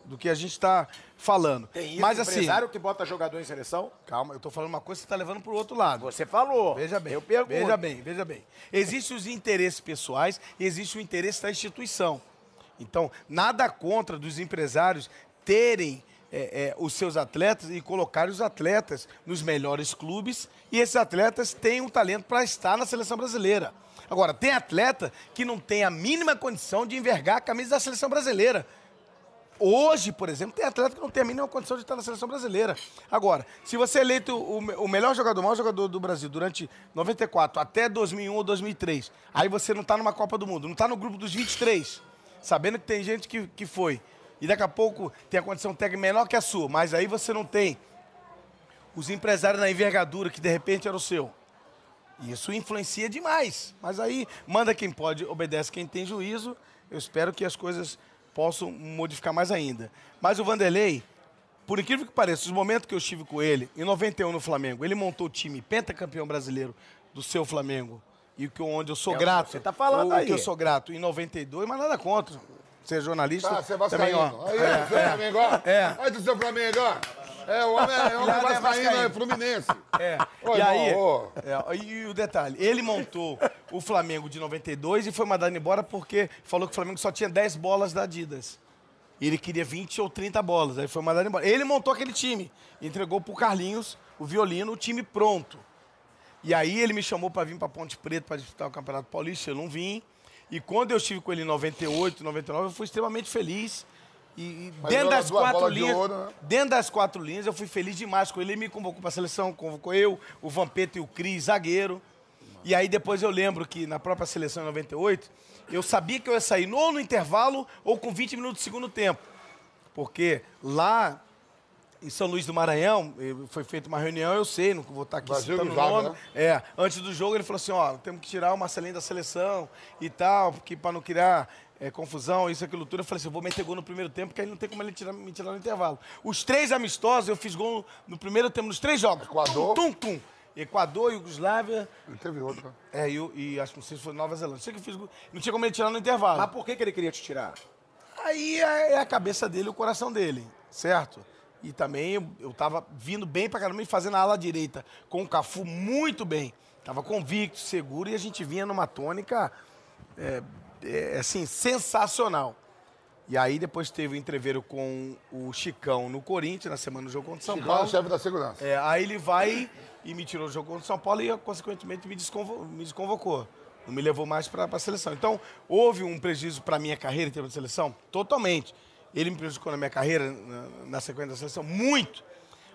do que a gente está falando.
Tem isso, um
Mas assim,
empresário que bota jogador em seleção?
calma, eu estou falando uma coisa que você está levando para o outro lado.
Você falou.
Veja bem,
Eu pergunto.
veja bem, veja bem. Existem os interesses pessoais e existe o interesse da instituição. Então, nada contra dos empresários terem é, é, os seus atletas e colocarem os atletas nos melhores clubes e esses atletas têm um talento para estar na seleção brasileira. Agora, tem atleta que não tem a mínima condição de envergar a camisa da seleção brasileira. Hoje, por exemplo, tem atleta que não tem a mínima condição de estar na seleção brasileira. Agora, se você é eleito o, me- o melhor jogador, o maior jogador do Brasil durante 94 até 2001 ou 2003, aí você não está numa Copa do Mundo, não está no grupo dos 23, sabendo que tem gente que, que foi, e daqui a pouco tem a condição técnica menor que a sua, mas aí você não tem os empresários na envergadura que de repente era o seu. Isso influencia demais. Mas aí, manda quem pode, obedece quem tem juízo. Eu espero que as coisas possam modificar mais ainda. Mas o Vanderlei, por incrível que pareça, os momentos que eu estive com ele, em 91 no Flamengo, ele montou o time pentacampeão brasileiro do seu Flamengo. E o que onde eu sou
É o que
grato.
você tá falando
o, o
aí.
que eu sou grato em 92, mas nada contra. Ser jornalista.
Ah, você é
também, ó.
vascaíno. Aí, é, seu Flamengo, ó.
é.
Aí do seu Flamengo, ó. É, o homem é, o homem
Lá é
vascaíno,
vascaíno.
é fluminense.
É.
Ô,
e
irmão,
aí,
ô.
é, e o detalhe, ele montou o Flamengo de 92 e foi mandado embora porque falou que o Flamengo só tinha 10 bolas da Adidas. E ele queria 20 ou 30 bolas, aí foi mandado embora. Ele montou aquele time, entregou pro Carlinhos, o violino, o time pronto. E aí ele me chamou para vir para Ponte Preta para disputar o Campeonato Paulista, eu não vim. E quando eu estive com ele em 98, 99, eu fui extremamente feliz. E, e
Mas
dentro
joga
das
duas
quatro
bolas de
linhas,
ouro, né?
dentro das quatro linhas, eu fui feliz demais com ele. Ele me convocou para a seleção, convocou eu, o Vampeta e o Cris, zagueiro. E aí depois eu lembro que na própria seleção em 98, eu sabia que eu ia sair ou no intervalo ou com 20 minutos do segundo tempo. Porque lá em São Luís do Maranhão, eh, foi feita uma reunião, eu sei, não vou estar aqui
Brasil e
citando o
Java,
nome.
né?
É, antes do jogo ele falou assim, ó, temos que tirar o Marcelinho da seleção e tal, porque para não criar eh, confusão, isso, aquilo, tudo. Eu falei assim, eu vou meter gol no primeiro tempo, porque aí não tem como ele tirar- me tirar no intervalo. Os três amistosos, eu fiz gol no primeiro tempo, nos três jogos.
Equador.
Tum, tum, tum. Equador, Iugoslávia,
Não teve outro. né?
é, e, o- e acho que não sei se foi Nova Zelândia. Sei que eu fiz gol, não tinha como ele tirar no intervalo.
Mas por que, que ele queria te tirar?
Aí é é a cabeça dele, o coração dele, certo? E também eu- eu tava vindo bem pra caramba e fazendo a ala direita com o Cafu muito bem. Tava convicto, seguro e a gente vinha numa tônica, é, é, assim, sensacional. E aí depois teve o entreveiro com o Chicão no Corinthians, na semana do jogo contra o São
Igual o
Paulo.
chefe da segurança.
É, aí ele vai e me tirou do jogo contra o São Paulo e, consequentemente, me, desconvo- me desconvocou. Não me levou mais para a seleção. Então, houve um prejuízo para minha carreira em termos de seleção? Totalmente. Ele me prejudicou na minha carreira, na, na sequência da seleção, muito.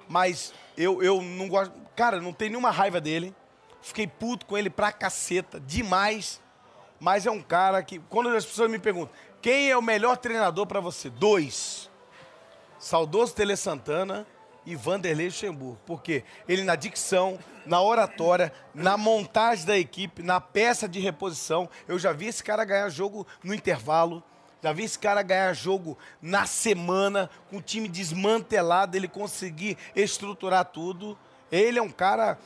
Mas eu, eu não gosto. Cara, não tenho nenhuma raiva dele. Fiquei puto com ele pra caceta, demais. Mas é um cara que. Quando as pessoas me perguntam, quem é o melhor treinador para você? Dois saudoso Tele Santana e Vanderlei Luxemburgo. Porque ele na dicção, na oratória, na montagem da equipe, na peça de reposição, eu já vi esse cara ganhar jogo no intervalo. Já vi esse cara ganhar jogo na semana, com o time desmantelado, ele conseguir estruturar tudo. Ele é um cara,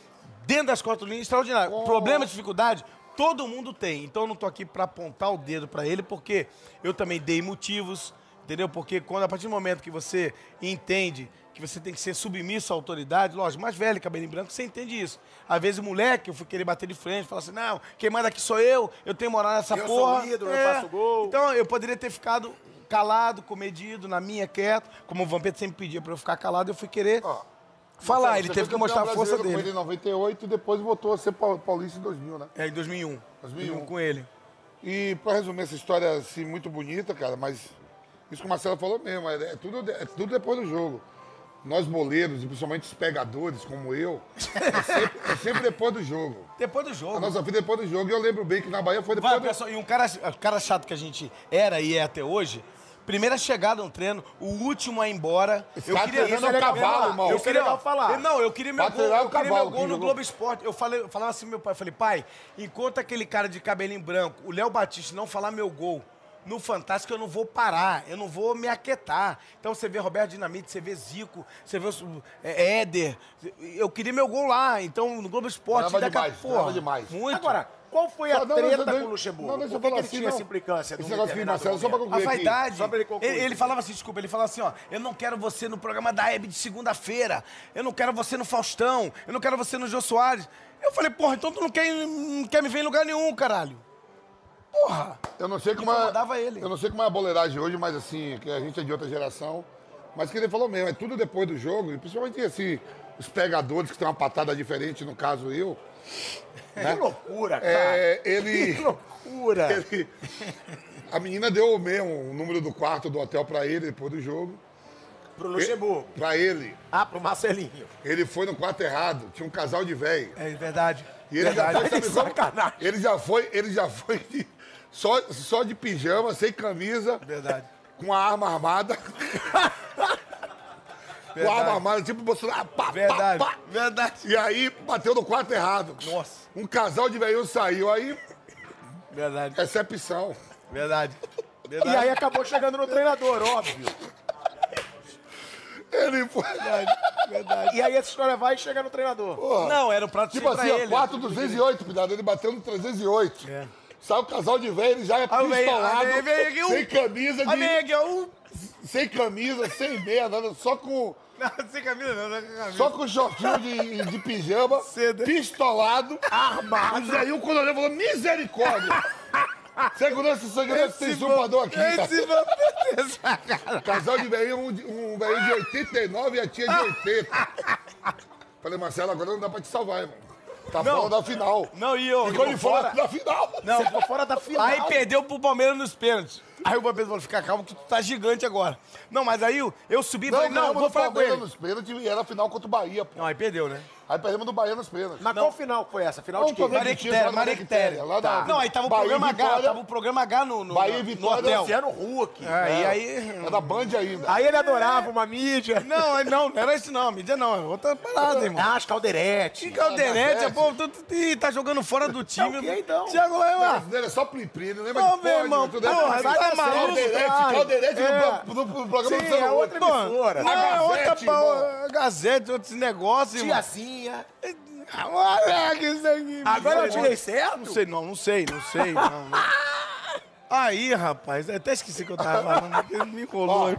dentro das quatro linhas, extraordinário. Problema, dificuldade, todo mundo tem. Então eu não tô aqui para apontar o dedo para ele, porque eu também dei motivos, Entendeu? Porque quando, a partir do momento que você entende que você tem que ser submisso à autoridade, lógico, mais velho, cabelinho branco, você entende isso. Às vezes o moleque, eu fui querer bater de frente, falar assim, não, quem manda aqui sou eu, eu tenho moral nessa
Eu
porra.
sou o ídolo, eu faço gol.
Então, eu poderia ter ficado calado, comedido, na minha, quieto. Como o Vampeta sempre pedia pra eu ficar calado, eu fui querer
Ó,
falar.
você-
Ele
você
teve
foi
que mostrar a
campeão
força
brasileiro com ele
dele.
em 98 e depois voltou a ser pau- paulista em 2000, né?
É, em 2001.
2001.
Com ele.
E pra resumir essa história assim, muito bonita, cara, mas isso que o Marcelo falou mesmo, é, é tudo, de- é tudo depois do jogo. Nós boleiros, e principalmente os pegadores, como eu, é sempre, é sempre depois do jogo.
Depois do
A
jogo.
nossa vida é depois do jogo. E eu lembro bem que na Bahia foi depois
Vai,
do
pessoal, e um cara, o cara chato que a gente era e é até hoje, primeira chegada no treino, o último a ir embora.
Esse cara treinando é cavalo, irmão.
Eu
Isso é
queria
legal falar.
Eu- Não, eu queria meu
Pra
gol,
treinar é
eu
o
queria
cavalo
meu
que
gol no
jogou.
Globo Esporte. Eu, falei, eu falava assim pro meu pai, eu falei, pai, enquanto aquele cara de cabelinho branco, o Léo Batista, não falar meu gol. No Fantástico eu não vou parar, eu não vou me aquietar. Então você vê Roberto Dinamite, você vê Zico, você vê os- é, Éder. Eu queria meu gol lá, então no Globo Esporte.
Treinava
daqui a-
demais,
porra,
treinava demais.
Muito.
Agora, qual foi a
Não, não,
treta
não, não,
com o Luxemburgo?
não, deixa eu
por que, que ele
falar assim,
tinha
não.
essa implicância?
Esse
num
negócio aqui,
determinado
Marcelo, só pra
momento?
A
aqui.
vaidade.
Só pra ele concluir
Ele, ele
aqui.
falava assim, desculpa, ele falava assim, ó, eu não quero você no programa da Hebe de segunda-feira, eu não quero você no Faustão, eu não quero você no Jô Soares. Eu falei, porra, então tu não quer, não quer me ver em lugar nenhum, caralho. Porra!
Eu não sei como
Incomodava
é,
ele.
Eu não sei como é a boleiragem hoje, mas assim, que a gente é de outra geração. Mas que ele falou mesmo, é tudo depois do jogo, e principalmente assim, os pegadores que tem uma patada diferente, no caso eu.
Que loucura, cara.
É,
Tá.
Que
ele,
loucura.
ele- A menina deu mesmo o número do quarto do hotel pra ele depois do jogo.
Pro Luxemburgo.
Pra ele.
Ah, pro Marcelinho.
Ele foi no quarto errado, tinha um casal de velho.
É verdade.
E ele já tá foi,
Verdade,
sabe como?
sacanagem.
Ele já foi, ele já foi de- só, só de pijama, sem camisa,
Verdade.
com a arma armada. Com a arma armada, tipo o Bolsonaro. Pá, pá,
Verdade.
pá.
Verdade.
E aí bateu no quarto errado.
Nossa.
Um casal de velhinho saiu, aí
Verdade.
recepção.
Verdade. É.
E aí acabou chegando no treinador, óbvio.
Ele foi.
E aí essa história vai e chega no treinador.
Não, era um prato
Tipo
cheio pra
assim, ó,
ele.
4, 208, cuidado, ele bateu no 308.
É.
Sai o casal de velho, ele já é
Aí o velho-
pistolado,
aí vem aqui um-
sem camisa, de-
Amigão!
sem camisa, sem meia, nada, só com,
Não, sem camisa não, sem camisa.
só com shortinho de, de pijama,
Cedo.
pistolado, armado. E aí o coronel falou, misericórdia! Segurança, segurança, tem chupador aqui.
Esse meu
Casal de velhinho, um, de- um velhinho de 89 e a tia de 80. Falei, Marcelo, agora não dá pra te salvar, irmão. Tá fora da final.
Não, e eu.
Ficou de fora da final.
Não,
Ficou fora da final.
Aí perdeu pro Palmeiras nos pênaltis. Aí o Palmeiras falou, fica calmo que tu tá gigante agora. Não, mas aí eu, eu subi e falei, não,
ganhamos
vou
do
falar com
Palmeiras
ele.
nos pênaltis e era a final contra o Bahia, pô.
Não, aí perdeu, né?
Aí perdemos do Bahia nos pênaltis.
Mas qual final foi essa? Final de
Vamos
quê?
tomar-
Marictéria,
lá na
Marictéria.
Marictéria, lá na-
Tá. Não, aí tava o
Bahia e
programa H,
Vitória.
tava o programa H no, no,
Bahia e
no
Vitória,
hotel.
Luciano Huck.
É, e aí...
Era Band ainda.
Aí ele adorava uma mídia.
Não, aí não, não era isso não, mídia não, é outra parada, irmão.
Ah, as caldeirete.
Que calderete,
Calderete.
é, pô, tu, tu- ih, tá jogando fora do time.
É o quê, então?
Thiago vai lá.
Brasileiro é só plim-plim, não lembra
Ô,
de
meu irmão,
tudo é
porra,
plim-plim.
tá maluco,
Calderete,
caralho.
Calderete
É.
no, pro- pro- pro programa
Sim,
tá do Luciano
é
Huck.
outra
Pô,
emissora.
não,
A
é
Gazete,
outra
irmão.
pa- Gazete, outros negócios, irmão.
Tiazinha.
Ah, Moleque, isso aqui.
Agora eu
Não,
tirei certo?
Não sei, não, não sei, não sei. Não, não. Aí, rapaz, eu até esqueci que eu tava falando, porque me
Ó,
enrolou.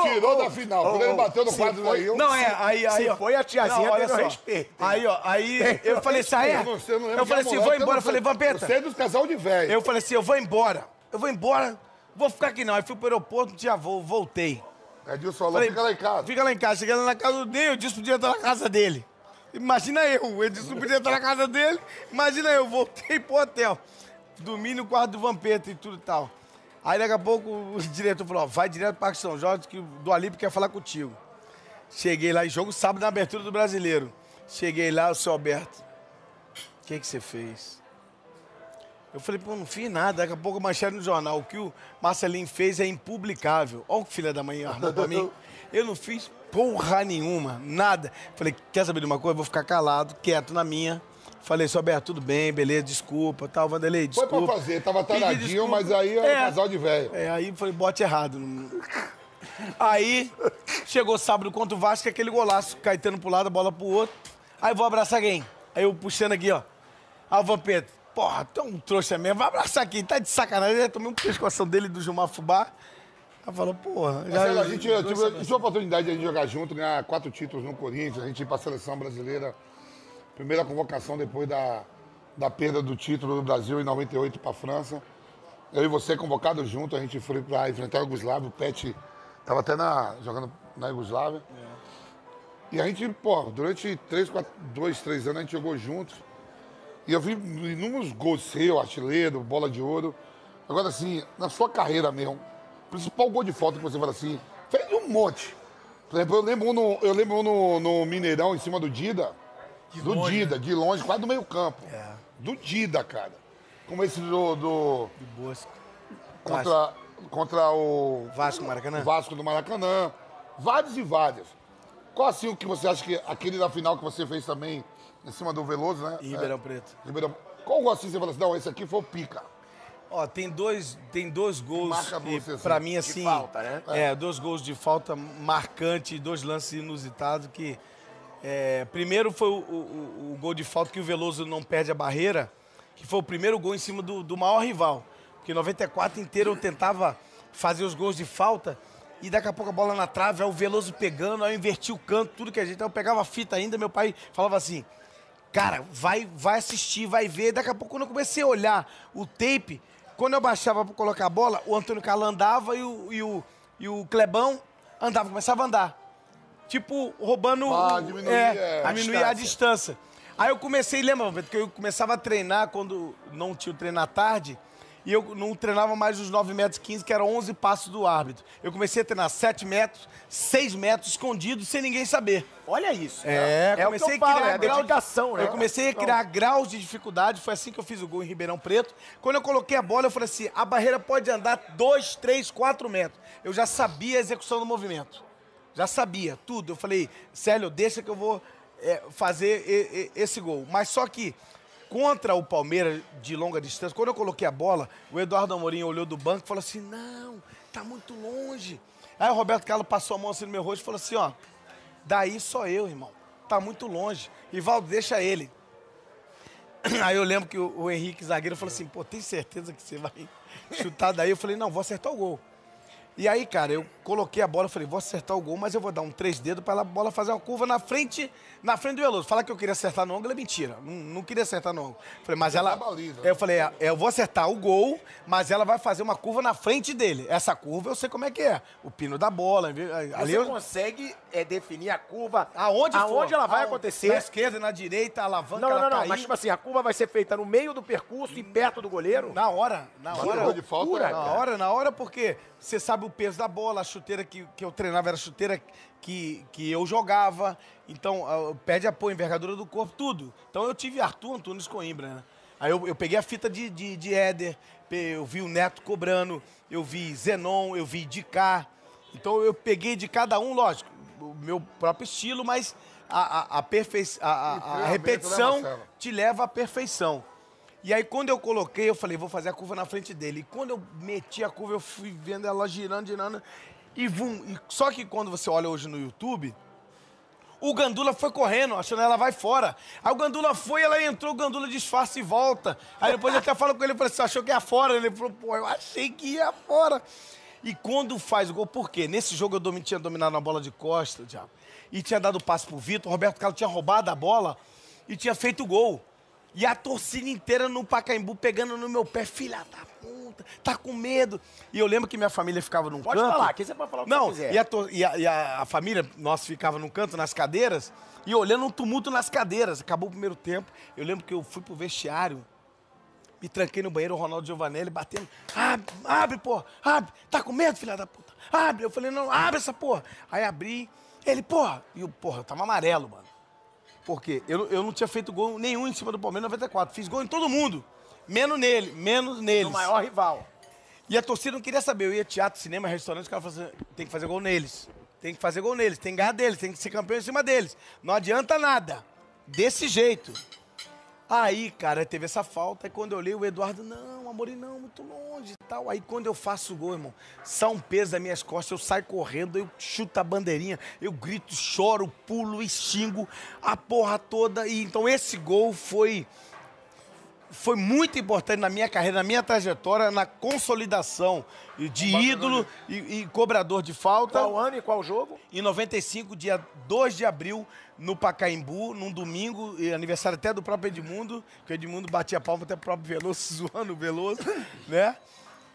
Tirou da final. Quando ele bateu no quadro do Bahia,
Não, é, aí, aí.
se
ó.
foi a tiazinha,
Não, olha
teve o
só.
respeito, hein?
Aí, ó, aí eu falei assim, ah, é?
eu não sei, eu não lembro
Eu falei
quem é
assim,
moleque,
vou embora. Eu falei,
não sei.
Vampeta.
Você é dos casal de velho.
Eu falei assim, eu vou embora. Eu vou embora, vou ficar aqui não. Aí fui pro aeroporto, não tinha voo, voltei.
Edilson falou, É fica lá em casa.
Fica lá em casa. Chegando na casa do Dei, o Edilson podia entrar na casa dele. Imagina eu, o Edilson podia entrar na casa dele. Imagina eu, voltei pro hotel. Dormi no quarto do Vampeta e tudo e tal. Aí daqui a pouco o diretor falou, ó, vai direto pro Parque São Jorge que o do Alipe quer falar contigo. Cheguei lá, e jogo sábado na abertura do Brasileiro. Cheguei lá, o seu Alberto, o que que você fez? Eu falei, pô, não fiz nada. Daqui a pouco mancharam no jornal. O que o Marcelinho fez é impublicável. Olha o que filha da mãe armou pra mim. Eu não fiz porra nenhuma, nada. Falei, quer saber de uma coisa? Vou ficar calado, quieto na minha. Falei, só Alberto, tudo bem, beleza, desculpa, tal, Vanderlei,
Foi
desculpa.
pra fazer, tava
Pedi
taradinho,
desculpa.
mas aí era
É.
um casal de velho.
É, aí foi bote errado. Aí chegou sábado contra o Vasco, aquele golaço, Caetano pro lado, a bola pro outro. Aí vou abraçar quem? Aí eu puxando aqui, ó. Aí o Vampeta, porra, tu é um trouxa mesmo, vai abraçar quem? Tá de sacanagem. Aí tomei um pescoção dele do Gilmar Fubá. Aí falou, porra. já-
Marcelo, a gente tive, tive a oportunidade de a gente jogar junto, ganhar quatro títulos no Corinthians, a gente ir para a seleção brasileira. Primeira convocação depois da, da perda do título do Brasil em 98 para a França. Eu e você convocado junto, a gente foi para enfrentar a Yugoslávia, o Pet estava até na, jogando na Yugoslávia. E a gente, pô, durante três, quatro, dois, três anos a gente jogou junto. E eu vi inúmeros gols seu, artilheiro, bola de ouro. Agora, assim, na sua carreira mesmo, o principal gol de falta que você fala assim, fez um monte. Por exemplo, eu lembro um no, eu lembro um no, no Mineirão, em cima do Dida. do Dida, de longe, quase do meio campo. Do Dida, cara. Como esse do... do
Bosco.
contra, contra o
Vasco, né? Maracanã?
Vasco do Maracanã. Vários e várias. Qual assim o que você acha que aquele da final que você fez também em cima do Veloso, né?
Em Ribeirão Preto.
É, Ribeirão. Qual gol assim você fala assim, não, esse aqui foi o pica.
Ó, tem dois, tem dois gols
Marca
que,
você, assim,
pra mim, assim.
falta, né?
É, dois gols de falta marcante, dois lances inusitados que. é, primeiro foi o, o- o- o gol de falta que o Veloso não perde a barreira, que foi o primeiro gol em cima do, do maior rival. Porque 94 inteiro eu tentava fazer os gols de falta e daqui a pouco a bola na trave, aí o Veloso pegando, aí eu inverti o canto, tudo que a gente. Aí eu pegava a fita ainda, meu pai falava assim: Cara, vai, vai assistir, vai ver. Daqui a pouco, quando eu comecei a olhar o tape, quando eu baixava pra colocar a bola, o Antônio Carlos andava e o, e o, e o Clebão andava, começava a andar. Tipo, roubando.
Ah,
o-
diminuía, é,
a
a
diminuir a distância. Aí eu comecei, lembra, Beto, que eu começava a treinar quando não tinha o treino à tarde, e eu não treinava mais os 9 metros e 15, que era 11 passos do árbitro. Eu comecei a treinar 7 metros, 6 metros, escondido, sem ninguém saber.
Olha isso.
É,
é
comecei
o que eu
a
falo,
criar
é a
grau de-
dedicação, né?
Eu comecei a criar graus de dificuldade, foi assim que eu fiz o gol em Ribeirão Preto. Quando eu coloquei a bola, eu falei assim: a barreira pode andar 2, 3, 4 metros. Eu já sabia a execução do movimento. Já sabia tudo. Eu falei, Célio, deixa que eu vou é, fazer e- e- esse gol. Mas só que contra o Palmeiras de longa distância, quando eu coloquei a bola, o Eduardo Amorim olhou do banco e falou assim: não, tá muito longe. Aí o Roberto Carlos passou a mão assim no meu rosto e falou assim: ó, daí só eu, irmão. Tá muito longe. Ivaldo, deixa ele. Aí eu lembro que o, o Henrique, zagueiro, falou assim: pô, tem certeza que você vai chutar daí? Eu falei: não, vou acertar o gol. E aí, cara, eu coloquei a bola, falei, vou acertar o gol, mas eu vou dar um três dedos pra ela- a bola fazer uma curva na frente, na frente do Veloso. Falar que eu queria acertar no ângulo é mentira. Não, não queria acertar no ângulo. Falei, mas ela.
na baliza.
Eu falei, é, eu vou acertar o gol, mas ela vai fazer uma curva na frente dele. Essa curva eu sei como é que é. O pino da bola. Ali
Você
eu,
consegue é, definir a curva
aonde, for.
aonde ela vai
Aonde?
acontecer.
Na esquerda, na direita, a alavanca,
Não, não,
ela
não, não.
cair.
Mas, tipo assim, a curva vai ser feita no meio do percurso e perto do goleiro?
Na hora, na
Mas
hora.
gol de falta,
na
cara.
hora, na hora, porque você sabe o peso da bola, a chuteira que, que eu treinava era a chuteira que, que eu jogava. Então, ah, pede apoio, envergadura do corpo, tudo. Então eu tive Arthur Antunes Coimbra, né? Aí eu, eu peguei a fita de, de, de Éder, pe- eu vi o Neto cobrando, eu vi Zenon, eu vi Dicá. Então eu peguei de cada um, lógico, o meu próprio estilo, mas a, a, a, perfei- a, a-
E
a
treinamento, né,
repetição
Marcelo?
te leva à perfeição. E aí, quando eu coloquei, eu falei, vou fazer a curva na frente dele. E quando eu meti a curva, eu fui vendo ela girando, girando. E vum. E só que quando você olha hoje no YouTube, o Gandula foi correndo, achando ela vai fora. Aí o Gandula foi, ela entrou, o Gandula disfarça e volta. Aí depois eu até falo com ele, eu falei, assim, você achou que ia fora? Ele falou, pô, eu achei que ia fora. E quando faz o gol, por quê? Nesse jogo eu domi- tinha dominado a bola de costa, diabo. E tinha dado o passe pro Vitor, o Roberto Carlos tinha roubado a bola e tinha feito o gol. E a torcida inteira no Pacaembu pegando no meu pé, filha da puta, tá com medo. E eu lembro que minha família ficava num
Pode
canto.
falar, aqui você pode falar o que
Não,
você quiser.
e a, to- e a- e a- a família, nós ficava num canto, nas cadeiras, e olhando um tumulto nas cadeiras. Acabou o primeiro tempo. Eu lembro que eu fui pro vestiário, me tranquei no banheiro, o Ronaldo Giovanelli batendo. Abre, abre, porra, abre. Tá com medo, filha da puta? Abre. Eu falei, não, abre essa porra. Aí abri, ele, porra. E o porra, eu tava amarelo, mano. Porque eu, eu não tinha feito gol nenhum em cima do Palmeiras em 94. Fiz gol em todo mundo. Menos nele, menos neles.
O maior rival.
E a torcida não queria saber. Eu ia teatro, cinema, restaurante, os caras falavam assim, tem que fazer gol neles. Tem que fazer gol neles, tem que ganhar deles, tem que ser campeão em cima deles. Não adianta nada. Desse jeito. Aí, cara, teve essa falta. E quando eu olhei, o Eduardo, não, Amorim, não, muito longe e tal. Aí quando eu faço o gol, irmão, sai um peso das minhas costas, eu saio correndo, eu chuto a bandeirinha, eu grito, choro, pulo e xingo a porra toda. E então esse gol foi foi muito importante na minha carreira, na minha trajetória, na consolidação de ídolo e, e cobrador de falta.
Qual ano e qual jogo?
Em 95, dia 2 de abril, no Pacaembu, num domingo, e aniversário até do próprio Edmundo, que o Edmundo batia palma até o próprio Veloso, zoando o Veloso, né?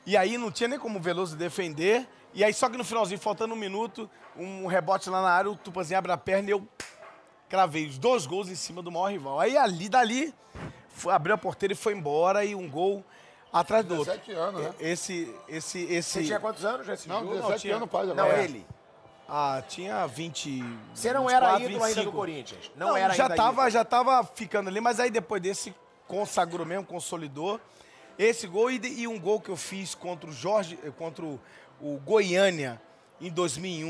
E aí não tinha nem como o Veloso defender. E aí, só que no finalzinho, faltando um minuto, um rebote lá na área, o Tupazinho abre a perna e eu cravei os dois gols em cima do maior rival. Aí ali dali, foi, abriu a porteira e foi embora, e um gol atrás do outro.
17 anos, né?
Esse, esse, esse.
Você tinha quantos anos nesse
Não,
jogo?
17
tinha-
anos faz
Não,
agora. É.
ele.
Ah, tinha 20.
Você não era
24,
ídolo ainda do
25.
Corinthians. Não,
Não,
era
já
ainda
tava,
ídolo.
já tava ficando ali, mas aí depois desse consagrou mesmo, consolidou esse gol e, de- e um gol que eu fiz contra o Jorge, eh, contra o, o Goiânia em 2001.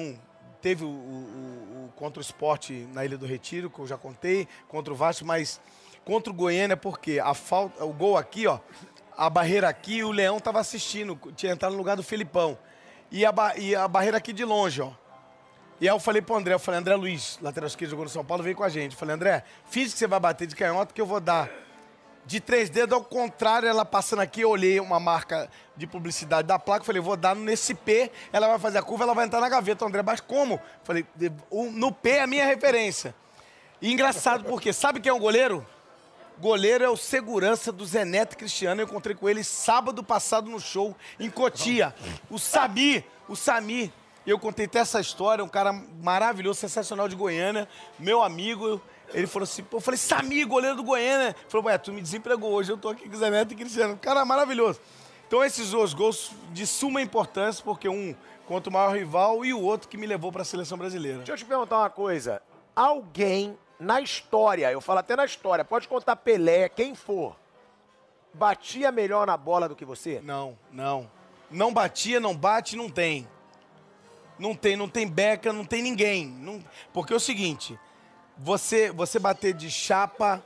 Teve o, o- o- o- contra o esporte na Ilha do Retiro, que eu já contei, contra o Vasco, mas contra o Goiânia porque a falta, o gol aqui, ó, a barreira aqui, e o Leão tava assistindo, tinha entrado no lugar do Felipão. E a, ba- e a barreira aqui de longe, ó. E aí eu falei pro André, eu falei, André Luiz, lateral esquerdo, jogou no São Paulo, vem com a gente. Eu falei, André, finge que você vai bater de canhota que eu vou dar. De três dedos ao contrário, ela passando aqui, eu olhei uma marca de publicidade da placa, falei, vou dar nesse P, ela vai fazer a curva, ela vai entrar na gaveta. André, mas como? Falei, "De- o- no P é a minha referência. E engraçado, porque sabe quem é o goleiro? Goleiro é o segurança do Zenete Cristiano. Eu encontrei com ele sábado passado no show em Cotia. O Sami, o Sami. Eu contei até essa história, um cara maravilhoso, sensacional de Goiânia, meu amigo. Ele falou assim, pô, eu falei, Sami, goleiro do Goiânia. Ele falou, ué, tu me desempregou hoje, eu tô aqui com o Zenete e Cristiano. Um Cara maravilhoso. Então esses dois gols de suma importância, porque um contra o maior rival e o outro que me levou pra seleção brasileira.
Deixa eu te perguntar uma coisa. Alguém na história, eu falo até na história, pode contar Pelé, quem for, batia melhor na bola do que você?
Não, não. Não batia, não bate, não tem. Não tem, não tem beca, não tem ninguém. Não- Porque é o seguinte, você, você bater de chapa,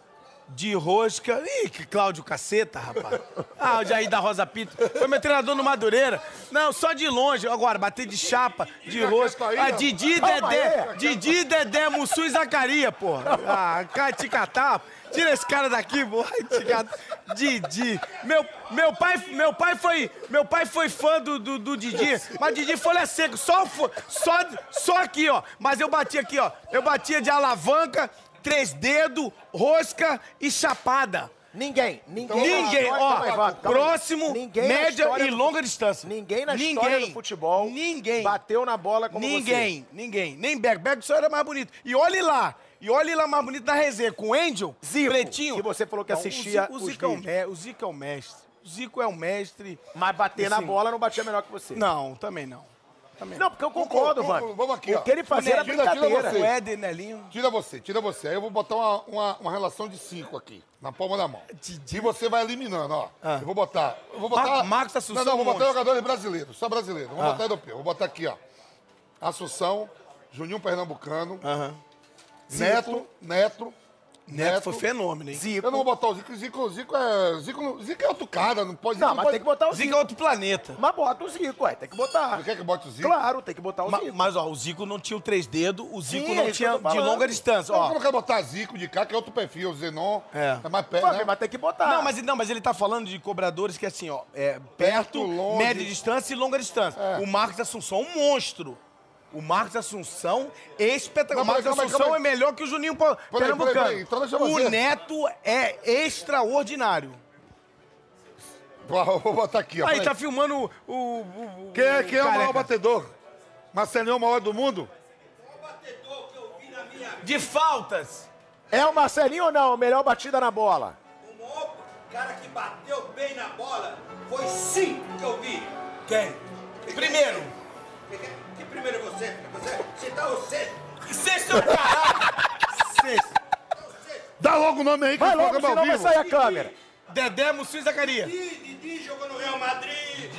de rosca... Ih, que Cláudio caceta, rapaz. Ah, o Jair da Rosa Pinto. Foi meu treinador no Madureira. Não, só de longe. Agora, bater de chapa, de rosca... Ah, Didi,
Calma
Dedé,
aí.
Didi, Dedé, Mussu e Zacaria, porra. Ah, cara, Ticatá. Tira esse cara daqui, porra. Ticatá. Didi. Meu, meu, pai, meu, pai foi, meu pai foi fã do, do, do Didi, mas Didi folha é seco. Só, fo- só, só aqui, ó. Mas eu bati aqui, ó. Eu batia de alavanca, três dedos, rosca e chapada.
Ninguém, ninguém.
Ninguém,
na história-
ó,
calma aí, Vaco, calma aí.
próximo,
Ninguém na
média
história
e
do-
longa distância.
Ninguém na história do futebol
ninguém.
bateu na bola como
ninguém, ninguém. Nem Beck. Beck só era mais bonito. E olhe lá. E olhe lá mais bonito na resenha, com o Angel,
Zico,
Pretinho.
que você falou que
Não, o
assistia
Zico- o
os
Zico, é o
vídeos.
me- o Zico é o mestre. O Zico é o mestre.
você. Mas bater na
Assim,
bola não batia melhor que você.
Não, também não. Também
Não, porque eu concordo,
Vamos,
Vano.
vamos aqui,
O
ó.
que ele fazia era
Tira, tira
brincadeira.
você.
O Éder, Nelinho.
Tira você, tira você. Aí eu vou botar uma, uma, uma relação de cinco aqui, na palma da mão. E você vai eliminando, ó.
Ah.
Eu vou botar. Eu vou botar.
Mar- Marcos Assunção
Não, não, vou botar
Montes.
jogadores brasileiros, só brasileiro. Vou botar europeu. Vou botar aqui, ó. Assunção, Juninho Pernambucano, Neto, Neto.
Neto, foi um fenômeno, hein?
Eu não vou botar o Zico, Zico, Zico é. Zico, Zico é outro cara, não pode.
Não,
Zico
mas
pode-
tem que botar o Zico.
Zico é outro planeta.
Mas bota o Zico, ué. Tem que botar.
Você quer que bote o Zico?
Claro, tem que botar é o
Ma-
Zico.
mas, ó, o Zico não tinha o três dedos, o Zico
Sim, é
não
isso que eu
tinha
tô
de
falando.
longa distância,
Não,
ó.
como que eu vou botar Zico de cá, que é outro perfil, o Zenon.
É.
É mais perto.
Pô,
Né?
mas tem que botar.
Não, mas, não, mas ele tá falando de cobradores que assim, ó, é
Perto,
perto,
longe.
média distância e longa distância. O Marcos Assunção é um monstro. O Marcos Assunção é espetacular.
Não,
O
mas
Marcos
calma aí,
Assunção
calma aí.
é melhor que o Juninho Pa-
peraí,
Pernambucano.
peraí, então deixa eu fazer.
o Neto é extraordinário.
Vou botar aqui, ó.
Aí
peraí.
tá filmando o. o- o-
Quem é, quem é o maior
careca.
batedor? Marcelinho é o maior do mundo?
é.
De faltas.
É o Marcelinho ou não? Melhor batida na bola.
O maior cara que bateu bem na bola foi cinco que eu vi.
Quem? Primeiro.
Que primeiro é você? É Você, você tá o sexto.
Sexto é o caralho. Sexto.
Dá logo o nome aí que
Vai
o
logo,
programa é ao
senão vai
vivo.
sair a câmera.
Dedé, Mussu e Zacarias.
Didi, Didi jogou no Real Madrid.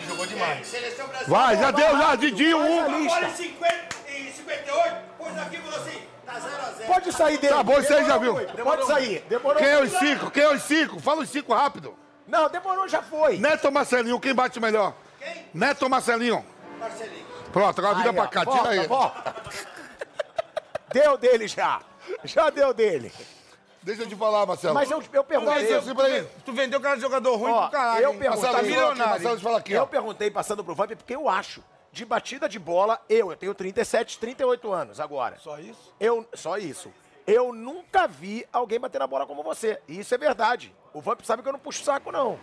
jogou demais.
É, seleção brasileira.
Vai, já deu, já, Didi, um.
Agora em, 50, em 58, pôs aqui e falou assim: tá 0x0.
Pode sair dele.
Tá bom, isso aí já viu.
Demorou muito, Pode sair. Demorou.
Quem é os cinco? Quem é os cinco? Fala os cinco rápido.
Não, demorou, já foi.
Neto ou Marcelinho, quem bate melhor?
Quem?
Neto ou Marcelinho?
Marcelinho.
Pronto, agora vira
Aí,
pra
ó,
cá,
volta,
tira aí.
volta. Deu dele já. Já deu dele.
Deixa eu te falar, Marcelo.
Mas eu, eu
Mas
perguntei.
eu- peraí.
Tu vendeu cara de jogador ruim
Ó,
pro caralho.
eu
hein?
pergunto-
Tá
Marcelo, fala aqui,
milionário.
Marcelo, fala aqui,
Eu
ó.
perguntei passando pro Vamp porque eu acho. De batida de bola, eu, eu tenho 37, 38 anos agora.
Só isso?
Eu, só isso. Eu nunca vi alguém bater na bola como você. E isso é verdade. O Vamp sabe que eu não puxo saco, não.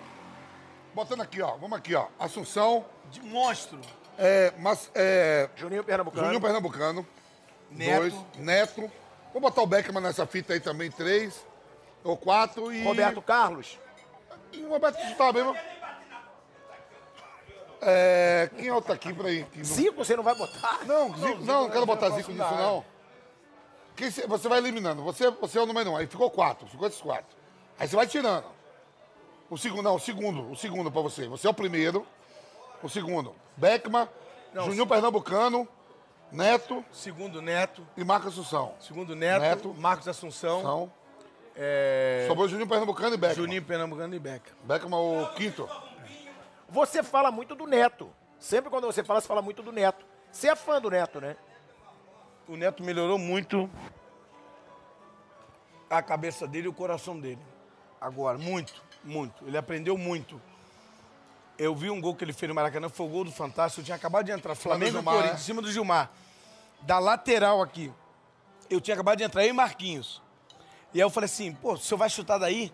Botando aqui, ó. Vamos aqui, ó. Assunção,
De monstro.
é, mas, é,
Juninho Pernambucano.
Juninho Pernambucano.
Neto.
Dois. Neto. Vou botar o Beckman nessa fita aí também, três. Ou quatro e...
Roberto Carlos.
E o Roberto tá bem, mas... É, quem é o tá aqui pra ir? Que não-
Cinco você não vai botar.
Não, Zico, não, é não quero botar Zico nisso, não. Quem cê- você vai eliminando. Você, você é o número um. Aí ficou quatro, ficou esses quatro. Aí você vai tirando. O segundo, não, o segundo, o segundo pra você. Você é o primeiro. O segundo, Beckman, Juninho Pernambucano, Neto
Segundo Neto.
e Marcos Assunção.
Segundo Neto.
Neto.
Marcos Assunção.
Então,
É,
sobrou Juninho Pernambucano e Beckman.
Juninho Pernambucano e Beca.
Beckman o quinto.
Você fala muito do Neto. Sempre quando você fala, você fala muito do Neto. Você é fã do Neto, né?
O Neto melhorou muito a cabeça dele e o coração dele. Agora, muito, muito. Ele aprendeu muito. Eu vi um gol que ele fez no Maracanã, foi o gol do Fantástico. Eu tinha acabado de entrar. Flamengo e
Gilmar,
Corinthians,
né?
em cima do Gilmar. Da lateral aqui. Eu tinha acabado de entrar, eu e Marquinhos. E aí eu falei assim, pô, o senhor vai chutar daí?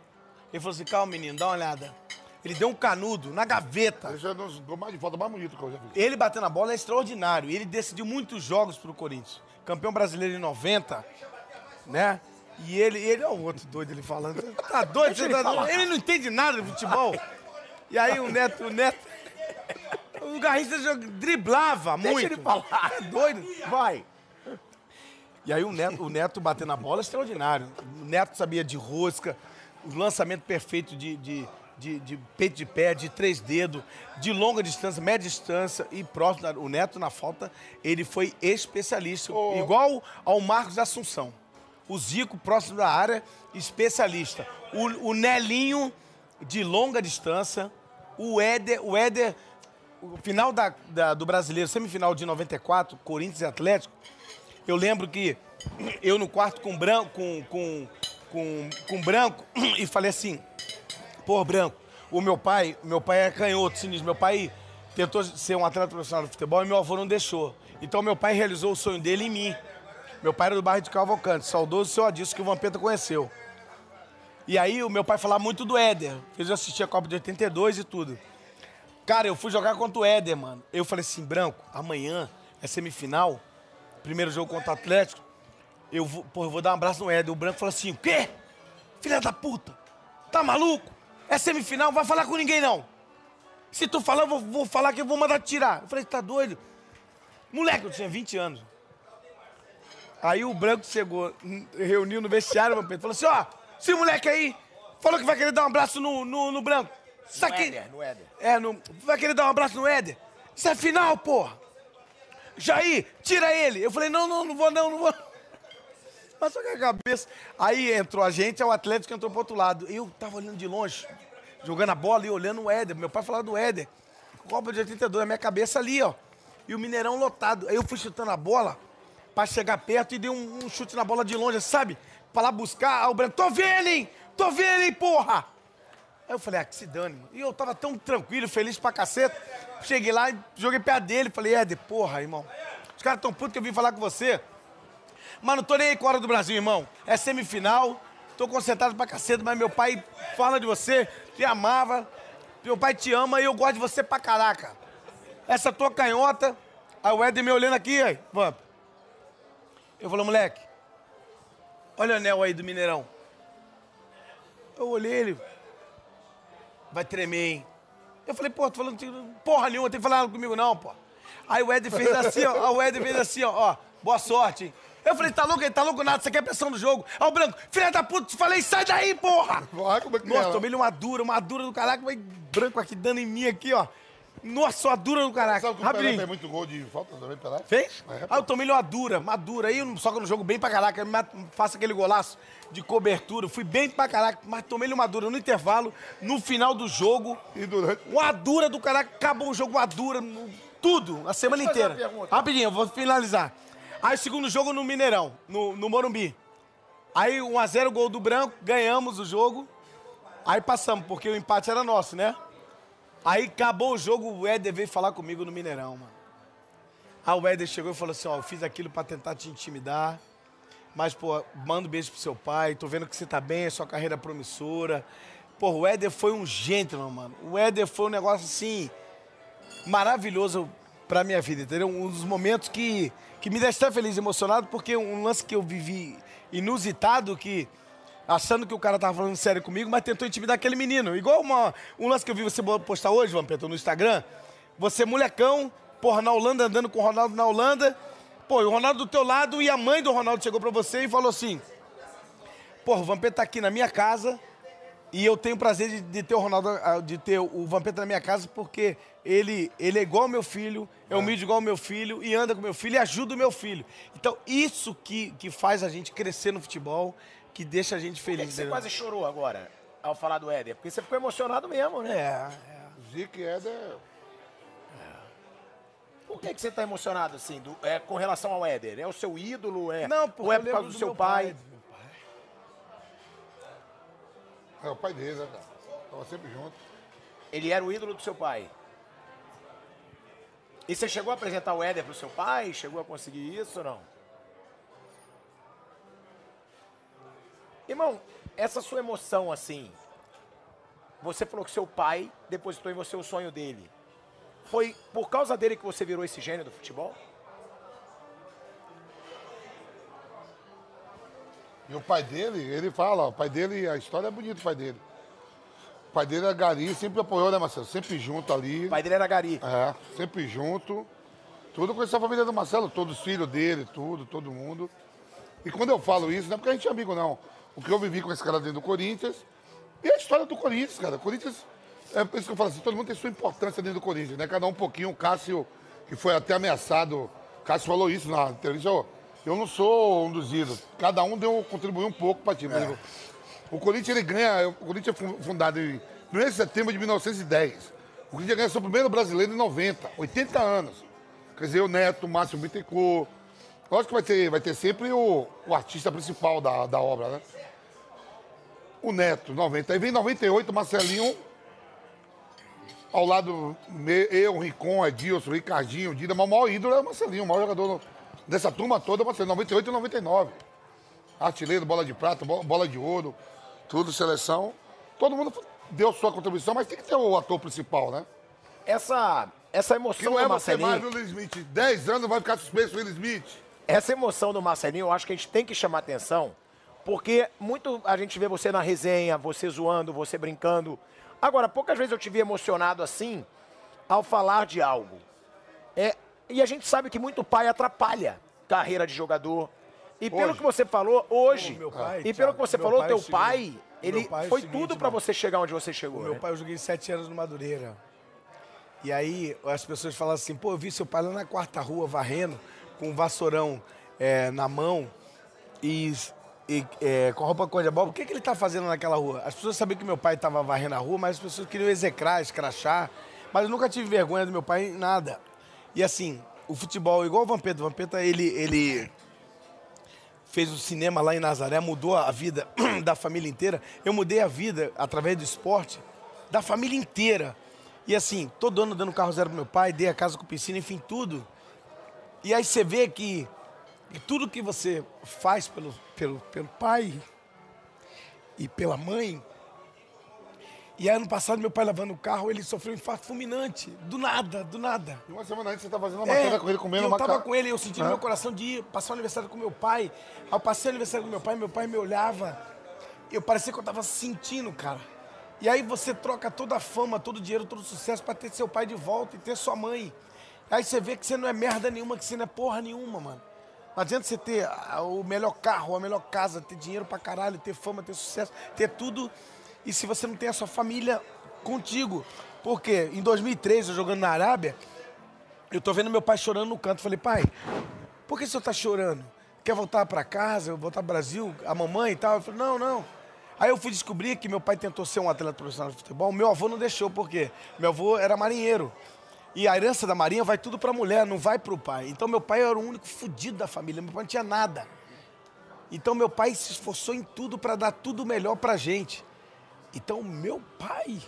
Ele falou assim, calma, menino, dá uma olhada. Ele deu um canudo na gaveta.
Esse é um dos gols mais de falta mais bonito que eu já vi.
Ele batendo a bola é extraordinário. Ele decidiu muitos jogos pro Corinthians. Campeão brasileiro em 90, né? E ele, ele é o outro doido, ele falando. Tá doido, você tá doido. Ele não entende nada de futebol. E aí o Neto, o Neto. O Garrista joga- driblava muito.
Deixa ele falar.
É doido.
Vai.
E aí o Neto, o Neto batendo a bola é extraordinário. O Neto sabia de rosca, o lançamento perfeito de, de, de, de peito de pé, de três dedos, de longa distância, média distância e próximo. da- O Neto, na falta, ele foi especialista, igual ao Marcos Assunção. O Zico, próximo da área, especialista. O, o Nelinho, de longa distância. O Éder, o Éder, o final da- da- do brasileiro, semifinal de 94, Corinthians e Atlético, eu lembro que eu no quarto com branco, com, com, com, com branco, e falei assim, pô, branco, o meu pai, meu pai é canhoto, sinistro, meu pai tentou ser um atleta profissional de futebol e meu avô não deixou. Então meu pai realizou o sonho dele em mim. Meu pai era do bairro de Cavalcante, saudoso seu Adilson que o Vampeta conheceu. E aí o meu pai falava muito do Éder, fez eu assistir a Copa de 82 e tudo. Cara, eu fui jogar contra o Éder, mano. Eu falei assim, Branco, amanhã é semifinal, primeiro jogo contra o Atlético. Eu vou, pô, eu vou dar um abraço no Éder. O Branco falou assim, o quê? Filha da puta, tá maluco? É semifinal, não vai falar com ninguém não. Se tu falar, eu vou, vou falar que eu vou mandar te tirar. Eu falei, tá doido? Moleque, eu tinha 20 anos. Aí o Branco chegou, n- reuniu no vestiário, meu Pedro, falou assim, ó, esse moleque aí falou que vai querer dar um abraço no, no, no Branco. Isso aqui...
Éder, no Éder.
É, não. Vai querer dar um abraço no Éder? Isso é final, porra! Jair, tira ele! Eu falei, não, não, não vou, não, não vou. Mas só que a cabeça. Aí entrou a gente, é o Atlético que entrou pro outro lado. Eu tava olhando de longe, jogando a bola e olhando o Éder. Meu pai falava do Éder. Copa de 82, a minha cabeça ali, ó. E o Mineirão lotado. Aí eu fui chutando a bola pra chegar perto e dei um, um chute na bola de longe, sabe? Pra lá buscar. Aí o Branco, tô vendo, hein? Tô vendo, hein, porra! Aí eu falei, ah, que se dane. mano. E eu tava tão tranquilo, feliz pra caceta. Cheguei lá, e joguei perto dele. Falei, Éder, porra, irmão. Os caras tão putos que eu vim falar com você. Mas não tô nem aí com a hora do Brasil, irmão. É semifinal. Tô concentrado pra caceta, mas meu pai fala de você, te amava. Meu pai te ama e eu gosto de você pra caraca. Essa tua canhota. Aí o Éder me olhando aqui, aí, vamp. Eu falei, moleque, olha o anel aí do Mineirão. Eu olhei ele, vai tremer, hein? Eu falei, pô, tô falando contigo, porra nenhuma, tem que falar comigo não, pô. Aí o Ed fez assim, ó, o Ed fez assim, ó, ó, boa sorte, hein? Eu falei, tá louco, ele tá louco nada, você quer pressão do jogo. Aí o Branco, filha da puta, te falei, sai daí, porra!
Vai, como é que
Nossa,
é?
tomei uma dura, uma dura do caraca, mas branco aqui dando em mim aqui, ó. Nossa, uma dura do caraca.
Sabe que o Pelé tem
Rapidinho.
muito gol de falta também, Pelé?
Fez?
É,
Aí eu tomei uma dura, uma dura. Aí, eu- só que eu não jogo bem pra caraca, eu me mato- faço aquele golaço de cobertura. Fui bem pra caraca, mas tomei uma dura no intervalo, no final do jogo.
E durante...
Uma dura do caraca, acabou o jogo, uma dura, no- tudo, a semana
Deixa eu fazer
inteira.
uma pergunta.
Rapidinho, eu vou finalizar. Aí, segundo jogo no Mineirão, no, no Morumbi. Aí, 1x0, gol do Branco, ganhamos o jogo. Aí passamos, porque o empate era nosso, né? Aí acabou o jogo, o Éder veio falar comigo no Mineirão, mano. Aí o Éder chegou e falou assim: ó, eu fiz aquilo pra tentar te intimidar. Mas, pô, manda um beijo pro seu pai. Tô vendo que você tá bem, sua carreira é promissora. Pô, o Éder foi um gentleman, mano. O Éder foi um negócio assim. maravilhoso pra minha vida, entendeu? Um dos momentos que, que me deixa até feliz, emocionado, porque um lance que eu vivi inusitado que. Achando que o cara tava falando sério comigo, mas tentou intimidar aquele menino. Igual uma, um lance que eu vi você postar hoje, Vampeta, no Instagram. Você, molecão, porra, na Holanda, andando com o Ronaldo na Holanda. Pô, e o Ronaldo do teu lado e a mãe do Ronaldo chegou pra você e falou assim: Porra, o Vampeta tá aqui na minha casa e eu tenho o prazer de, de ter o Ronaldo, ah, de ter o Vampeta na minha casa porque ele, ele é igual ao meu filho, é humilde igual ao meu filho e anda com meu filho e ajuda o meu filho. Então, isso que, que faz a gente crescer no futebol, que deixa a gente
Por que
feliz. né?
que você
entendeu?
quase chorou agora ao falar do Éder? Porque você ficou emocionado mesmo, né?
É, é.
Zico e Éder...
Por que, que você tá emocionado assim, do- é, com relação ao Éder? É o seu ídolo? É,
Não, porque
ou é
eu
por causa
lembro
do,
do
seu
meu
pai?
pai.
É o pai dele, né, cara? Tava sempre junto.
Ele era o ídolo do seu pai. E você chegou a apresentar o Éder pro seu pai? Chegou a conseguir isso ou não? Irmão, essa sua emoção assim. Você falou que seu pai depositou em você o sonho dele. Foi por causa dele que você virou esse gênio do futebol?
E o pai dele, ele fala, ó, o pai dele, a história é bonita, o pai dele. O pai dele é gari, sempre apoiou, né, Marcelo? Sempre junto ali.
O pai dele era Gari.
É, sempre junto. Tudo com essa família do Marcelo, todos os filhos dele, tudo, todo mundo. E quando eu falo isso, não é porque a gente é amigo, não. O que eu vivi com esse cara dentro do Corinthians, E a história do Corinthians, cara. O Corinthians, é por isso que eu falo assim, todo mundo tem sua importância dentro do Corinthians, né? Cada um um pouquinho. O Cássio, que foi até ameaçado, o Cássio falou isso na entrevista, ó, eu não sou um dos ídolos. Cada um deu, contribuiu um pouco para time. Mas O Corinthians, ele ganha, o Corinthians é fu- fundado em 1 de setembro de 1910. O Corinthians ganha seu primeiro brasileiro em 90, 80 anos. Quer dizer, o Neto, o Márcio Bittencourt. Lógico que vai ter, vai ter sempre o, o artista principal da, da obra, né? o Neto, 90. Aí vem 98, Marcelinho. Ao lado, me- eu, Ricon, Edilson, Ricardinho, Dida, mas o maior ídolo é o Marcelinho, o maior jogador no- dessa turma toda é o Marcelinho, 98 e 99. Artilheiro, bola de prata, bo- bola de ouro, tudo, seleção. Todo mundo deu sua contribuição, mas tem que ter o ator principal, né?
Essa, essa
Que
emoção
não é
do
você
Marcelinho.
mais, viu, Will Smith? 10 anos vai ficar suspenso, Will Smith.
Essa emoção do Marcelinho, eu acho que a gente tem que chamar atenção, porque muito a gente vê você na resenha, você zoando, você brincando. Agora, poucas vezes eu te vi emocionado assim ao falar de algo. É, e a gente sabe que muito pai atrapalha carreira de jogador. E pelo
Hoje.
que você falou hoje,
Pô, meu pai,
e pelo
Thiago,
que você
meu
falou,
pai é
teu
o seguinte.
pai, ele
Meu pai é o
foi
seguinte,
tudo pra
mano.
você chegar onde você chegou.
Meu
né?
pai, eu joguei sete anos no Madureira. E aí as pessoas falam assim, pô, eu vi seu pai lá na quarta rua varrendo, com um vassourão é, na mão e, e, é, com a roupa cor de abóbora. O que, que ele tá fazendo naquela rua? As pessoas sabiam que meu pai estava varrendo a rua, mas as pessoas queriam execrar, escrachar. Mas eu nunca tive vergonha do meu pai em nada. E assim, o futebol, igual o Vampeta, o Vampeta, ele, ele fez o cinema lá em Nazaré, mudou a vida da família inteira. Eu mudei a vida através do esporte da família inteira. E assim, todo ano dando carro zero pro meu pai, dei a casa com piscina, enfim, tudo. E aí você vê que tudo que você faz pelo, pelo, pelo pai e pela mãe. E aí, ano passado, meu pai lavando o carro, ele sofreu um infarto fulminante. Do nada, do nada.
E uma semana antes você tá fazendo uma
É,
matéria com ele, comendo
Eu
uma
tava
ca-
com ele, eu senti no
É.
meu coração de ir passar o aniversário com meu pai. Aí eu passei o aniversário com meu pai, meu pai me olhava. Eu parecia que eu tava sentindo, cara. E aí você troca toda a fama, todo o dinheiro, todo o sucesso pra ter seu pai de volta e ter sua mãe. Aí você vê que você não é merda nenhuma, que você não é porra nenhuma, mano. Não adianta você ter ah, o melhor carro, a melhor casa, ter dinheiro pra caralho, ter fama, ter sucesso, ter tudo. E se você não tem a sua família contigo. Porque em 2003, eu jogando na Arábia, eu tô vendo meu pai chorando no canto. Falei, pai, por que o senhor tá chorando? Quer voltar pra casa, voltar pro Brasil, a mamãe e tal? Eu falei, não, não. Aí eu fui descobrir que meu pai tentou ser um atleta profissional de futebol. Meu avô não deixou, por quê? Meu avô era marinheiro. E a herança da marinha vai tudo pra mulher, não vai pro pai. Então meu pai era o único fudido da família. Meu pai não tinha nada. Então meu pai se esforçou em tudo pra dar tudo melhor pra gente. Então meu pai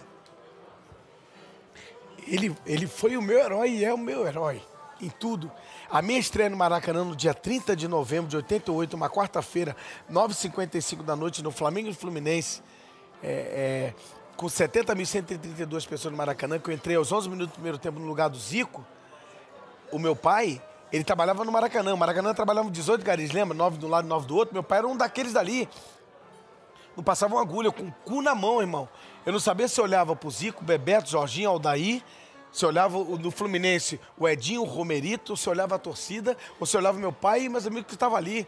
ele, ele foi o meu herói e é o meu herói em tudo. A minha estreia no Maracanã no dia 30 de novembro de 88, uma quarta-feira, 9h55 da noite, no Flamengo e Fluminense, é, é, com 70.132 pessoas no Maracanã, que eu entrei aos 11 minutos do primeiro tempo no lugar do Zico, o meu pai, ele trabalhava no Maracanã. O Maracanã trabalhava 18 garis, lembra? Nove de um lado, nove do outro. Meu pai era um daqueles dali. Não passava uma agulha, com o cu na mão, irmão. Eu não sabia se eu olhava pro Zico, Bebeto, Jorginho, Aldair, se eu olhava o- no Fluminense o Edinho, o Romerito, se eu olhava a torcida, ou se eu olhava meu pai e meus amigos que estavam ali.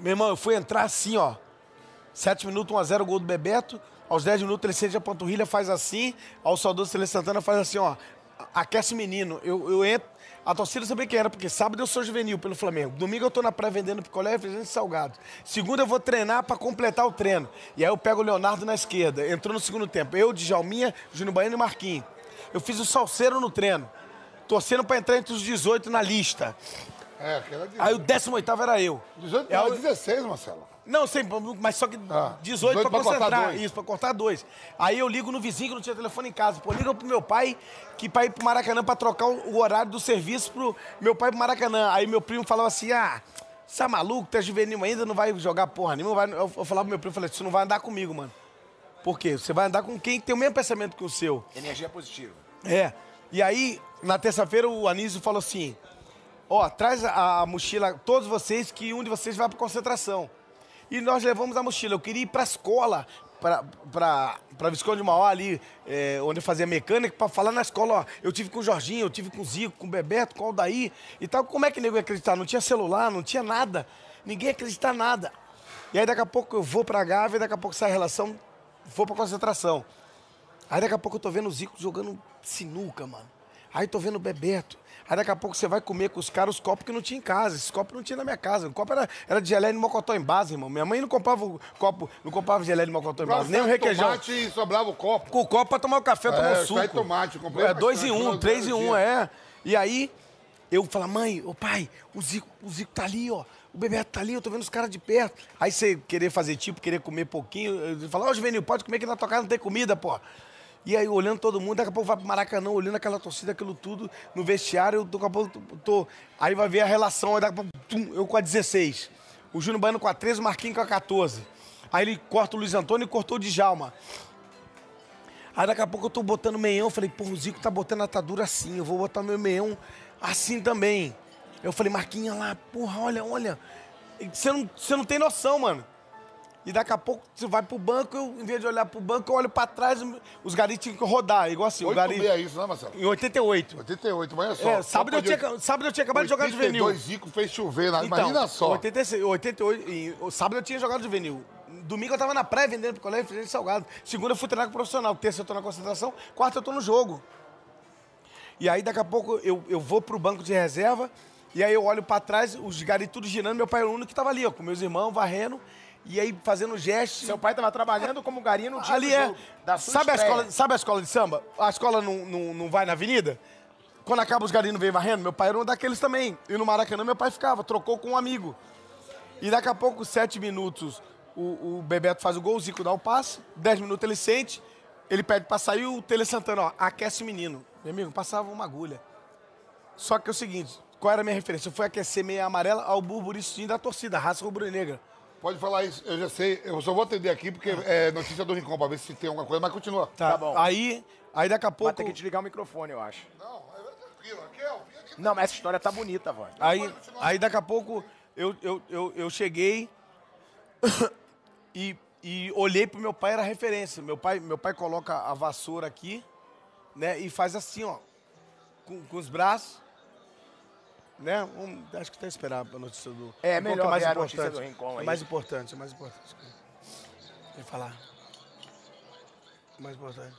Meu irmão, eu fui entrar assim, ó. 7 minutos, 1 a 0 gol do Bebeto. Aos 10 minutos, ele sente a panturrilha, faz assim. Ao saudoso Celeste Santana faz assim, ó. Aquece o menino. Eu, eu entro. A torcida eu sabia quem era, porque sábado eu sou juvenil pelo Flamengo. Domingo eu tô na pré vendendo picolé e refrigerante salgado. Segunda eu vou treinar pra completar o treino. E aí eu pego o Leonardo na esquerda. Entrou no segundo tempo. Eu, Djalminha, Júnior Baiano e Marquinhos. Eu fiz o salseiro no treino. Torcendo pra entrar entre os 18 na lista.
É, aquela de...
Aí o 18 era eu.
18
É,
não,
o-
16, Marcelo.
não, sem, mas só que
Ah,
18,
18
pra,
pra cortar
concentrar.
dois.
Isso, pra cortar dois. Aí eu ligo no vizinho que não tinha telefone em casa. Pô, liga pro meu pai que pra ir pro Maracanã pra trocar o, o horário do serviço pro meu pai pro Maracanã. Aí meu primo falava assim: ah, você é maluco, tá juvenil ainda, não vai jogar porra nenhuma. Vai... Eu, eu falava pro meu primo, falei, você não vai andar comigo, mano. Por quê? Você vai andar com quem tem o mesmo pensamento que o seu.
Energia positiva.
É. E aí, na terça-feira, o Anísio falou assim: Ó, traz a, a mochila, todos vocês, que um de vocês vai pra concentração. E nós levamos a mochila. Eu queria ir pra escola, pra, pra, pra Visconde de Mauá ali, é, onde eu fazia mecânica, pra falar na escola, ó, eu tive com o Jorginho, eu tive com o Zico, com o Bebeto, com o Aldair e tal. Como é que nego ia acreditar? Não tinha celular, não tinha nada. Ninguém ia acreditar nada. E aí daqui a pouco eu vou pra Gávea, daqui a pouco sai a relação for pra concentração. Aí daqui a pouco eu tô vendo o Zico jogando sinuca, mano. Aí tô vendo o Bebeto. Aí daqui a pouco você vai comer com os caras os copos que não tinha em casa. Esses copos não tinha na minha casa. O copo era, era de geleia de mocotó em base, irmão. Minha mãe não comprava o copo, não comprava geleia de mocotó em base, nem o requeijão.
Tomate e sobrava o copo.
Com o copo pra tomar o café, tomar
É,
o suco.
sai tomate, comprei
É dois em
bastante,
um,
duas
três em
vezes
um,
dia.
é. E aí, eu falo, mãe, ô pai, o Zico, o Zico tá ali, ó. O Bebeto tá ali, eu tô vendo os caras de perto. Aí você querer fazer tipo, querer comer pouquinho, eu falo, ó, Juvenil, pode comer que na tua casa não tem comida, pô. E aí, olhando todo mundo, daqui a pouco vai pro Maracanã, olhando aquela torcida, aquilo tudo, no vestiário, eu tô- daqui a pouco eu tô. Aí vai ver a relação, aí daqui a pouco, tum, eu com a 16. O Júnior Baiano com a 13, o Marquinhos com a 14. Aí ele corta o Luiz Antônio e cortou o Djalma. Aí daqui a pouco eu tô botando meião. Falei, pô, o Zico tá botando atadura assim. Eu vou botar meu meião assim também. Eu falei, Marquinha lá, porra, olha, olha. E Você não, você não tem noção, mano. E daqui a pouco você vai pro banco, eu, em vez de olhar pro banco, eu olho pra trás, os garis tinham que rodar, igual assim, o
Oito
gari.
e meia isso, né, Marcelo?
Em 88.
88, mas é só.
É, sábado, eu tinha, ca- sábado eu tinha acabado de jogar juvenil.
Dois Zico fez chover, na... imagina
Então,
só.
86, 88, em- o sábado eu tinha jogado juvenil. Domingo eu tava na pré vendendo pro colégio, vendendo salgado. Segunda eu fui treinar com o profissional. Terça eu tô na concentração, quarta eu tô no jogo. E aí daqui a pouco eu, eu vou pro banco de reserva e aí eu olho pra trás, os garis tudo girando, meu pai era o único que tava ali, ó, com meus irmãos, varrendo. E aí fazendo gestos.
Seu pai tava trabalhando como garinha no dia
é Ali
do
é.
Tipo jogo, da sua
Sabe a,
estreia.
escola, sabe a escola de samba? A escola não, não, não vai na avenida? Quando acaba os garinos vêm varrendo, meu pai era um daqueles também. E no Maracanã meu pai ficava, trocou com um amigo. E daqui a pouco, sete minutos, o, o Bebeto faz o gol, o Zico dá o passe, dez minutos ele sente, ele pede pra sair, o Tele Santana, ó, aquece o menino. Meu amigo, passava uma agulha. Só que é o seguinte, qual era a minha referência? Eu fui aquecer meia amarela ao burburistinho da torcida, raça rubro-negra.
Pode falar isso, eu já sei. Eu só vou atender aqui porque
Ah.
é notícia do Rincon, pra ver se tem alguma coisa, mas continua.
Tá bom.
Aí, aí daqui a
Vai
pouco...
ter que desligar o microfone, eu acho.
Não, é tranquilo. Aqui é o aqui
Não, mas essa história tá bonita, vó.
Aí, aí daqui a pouco eu, eu, eu, eu cheguei e, e olhei pro meu pai, era referência. Meu pai, meu pai coloca a vassoura aqui, né? E faz assim, ó, com, com os braços. Né? Um- acho que tem que esperar a notícia do.
É,
Rincon,
melhor
que mais
ver a notícia
importante.
do Rincon aí.
É mais importante, é mais importante. Ele falar. Mais importante.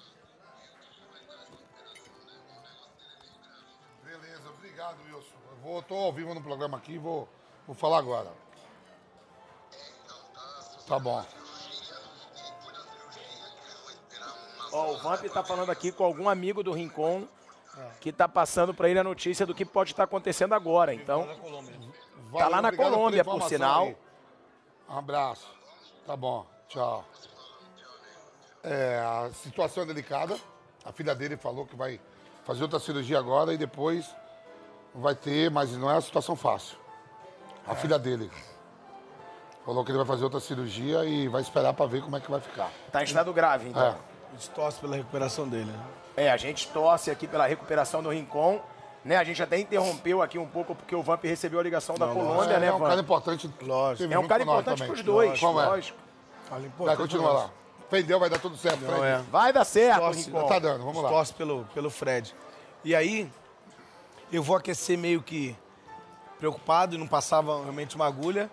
Beleza, obrigado, Wilson. Eu vou, tô ao vivo no programa aqui, vou, vou falar agora. Tá bom.
Ó, o Vamp tá falando aqui com algum amigo do Rincon que tá passando pra ele a notícia do que pode estar acontecendo agora. Então,
Valeu,
Tá lá na
obrigado pela
Colômbia, por
informação
sinal.
aí. Um abraço. Tá bom, tchau. É, a situação é delicada. A filha dele falou que vai fazer outra cirurgia agora e depois vai ter, mas não é uma situação fácil.
É.
A filha dele falou que ele vai fazer outra cirurgia e vai esperar pra ver como é que vai ficar.
tá em estado grave, então.
É.
A gente torce pela recuperação dele, né?
É, a gente torce aqui pela recuperação do Rincon. Né, a gente até interrompeu aqui um pouco porque o Vamp recebeu a ligação da Colômbia,
é,
né,
é um cara
Vamp?
importante.
Lógico.
Teve
É um
junto
cara
com nós
importante
também.
pros dois,
Como é?
lógico.
Fala, tá
Vai,
importante
continua lá. Vendeu, vai dar tudo certo.
Não
Fred.
é.
Vai dar certo,
Torce,
Rincon.
Tá dando, vamos lá.
então. Torce pelo, pelo Fred. E aí, eu vou aquecer meio que preocupado e não passava realmente uma agulha.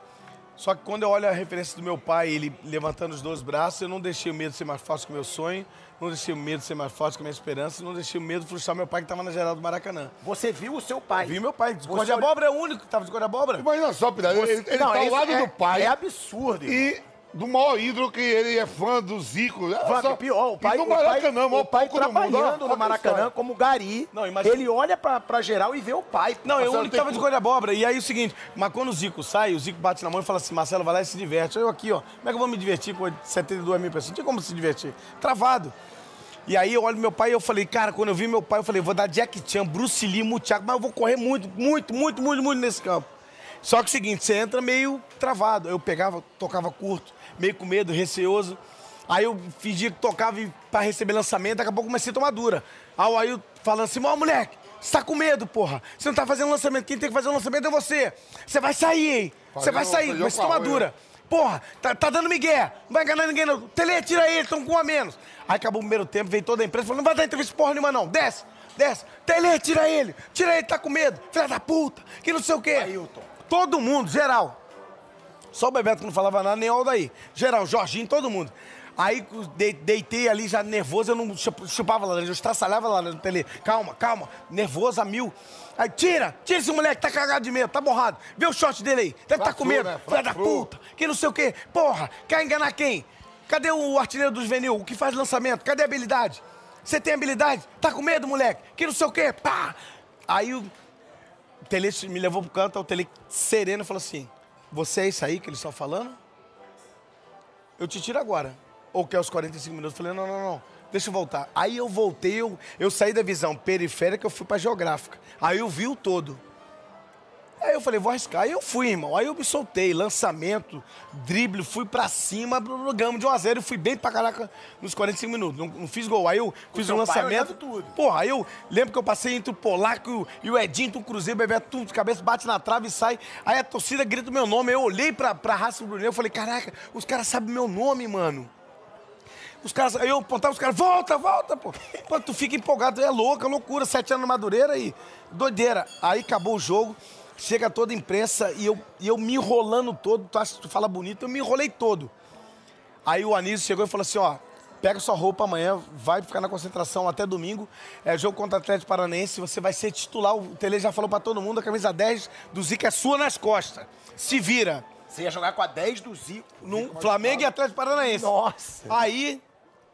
Só que quando eu olho a referência do meu pai, ele levantando os dois braços, eu não deixei o medo ser mais forte que o meu sonho, não deixei o medo ser mais forte que a minha esperança, não deixei o medo frustrar meu pai que estava na geral do Maracanã.
Você viu o seu pai.
Vi meu pai, de cor de
olha-
abóbora é o único que estava de cor de abóbora.
Imagina só, Pilar, ele, ele
Não,
tá ao
isso
lado
é-
do pai.
É absurdo. irmão.
E do maior ídolo que ele é fã do Zico. É
Vamp,
só-
pior, o pai,
e do
o pai-
Maracanã, o maior
o pai
palco do mundo.
trabalhando
Olha, olha
no
a
Maracanã
história.
como gari.
Não, imagina-
Ele olha pra, pra geral e vê o pai. pô.
Não, eu
Marcelo
único que
tem
tava de
cu-
cor de abóbora. E aí o seguinte, mas quando o Zico sai, o Zico bate na mão e fala assim, Marcelo, vai lá e se diverte. Eu aqui, ó, como é que eu vou me divertir com 72 mil pessoas? Não tinha como se divertir. Travado. E aí eu olho meu pai e eu falei, cara, quando eu vi meu pai, eu falei, vou dar Jack Chan, Bruce Lee, Mutiago, mas eu vou correr muito, muito, muito, muito, muito nesse campo. Só que é o seguinte, você entra meio travado. Eu pegava, tocava curto, meio com medo, receoso. Aí eu fingia que tocava e- pra receber lançamento, daqui a pouco comecei a tomar dura. Aí o Ailton falando assim, ó, moleque, você tá com medo, porra. Você não tá fazendo lançamento, quem tem que fazer o lançamento é você. Você vai sair, hein? Você vai
Fazendo-
sair,
fazendo
mas toma
favor,
dura. Porra, tá, tá dando migué. Não vai enganar ninguém, não. Tele, tira ele, estão com um a menos. Aí acabou o primeiro tempo, veio toda a imprensa falando: não vai dar entrevista porra nenhuma, não. Desce, desce. Tele, tira ele. Tira ele, tá com medo. Filha da puta, que não sei o quê. Ailton. Todo mundo, geral. Só o Bebeto que não falava nada, nem o Aldair. Geral, Jorginho, todo mundo. Aí cu- de- deitei ali já nervoso, eu não chup- chupava laranja, eu estraçalhava laranja na tele. Calma, calma, nervoso a mil. Aí tira, tira esse moleque, tá cagado de medo, tá borrado. Vê o short dele aí, deve tá com
Fraturou,
medo,
né?
filha da
Fraturou.
puta, que não sei o quê. Porra, quer enganar quem? Cadê o artilheiro dos venil, o que faz lançamento? Cadê a habilidade? Você tem habilidade? Tá com medo, moleque, que não sei o quê, pá. Aí o o Tele me levou pro canto, aí o Tele sereno falou assim: Você é isso aí que eles estão falando? Eu te tiro agora. Ou quer os 45 minutos? Eu falei: Não, não, não. Deixa eu voltar. Aí eu voltei, eu, eu saí da visão periférica, eu fui pra geográfica. Aí eu vi o todo. Aí eu falei, vou arriscar. Aí eu fui, irmão. Aí eu me soltei, lançamento, drible, fui pra cima, blu, blu, ganhamos de 1x0 e fui bem pra caraca nos 45 minutos. Não, não fiz gol. Aí eu fiz um
teu pai é
lançamento.
olhando tudo.
Porra, aí eu lembro que eu passei entre o Polaco e o- e o Edinho, entre o Cruzeiro, bebê, tudo de cabeça, bate na trave e sai. Aí a torcida grita o meu nome. Eu olhei pra, pra raça do Brunel e falei, caraca, os caras sabem meu nome, mano. Os caras, aí eu apontava os caras, volta, volta, pô. Pô, tu fica empolgado, é louca, loucura, sete anos na Madureira e doideira. Aí acabou o jogo, chega toda a imprensa e eu, e eu me enrolando todo, tu acha que tu fala bonito, eu me enrolei todo. Aí o Anísio chegou e falou assim, ó, pega sua roupa amanhã, vai ficar na concentração até domingo, é jogo contra o Atlético Paranaense, você vai ser titular, o Tele já falou pra todo mundo, a camisa 10 do Zica é sua nas costas, se vira.
Você ia jogar com a 10 do Zico.
Num Flamengo e Atlético Paranaense.
Nossa.
Aí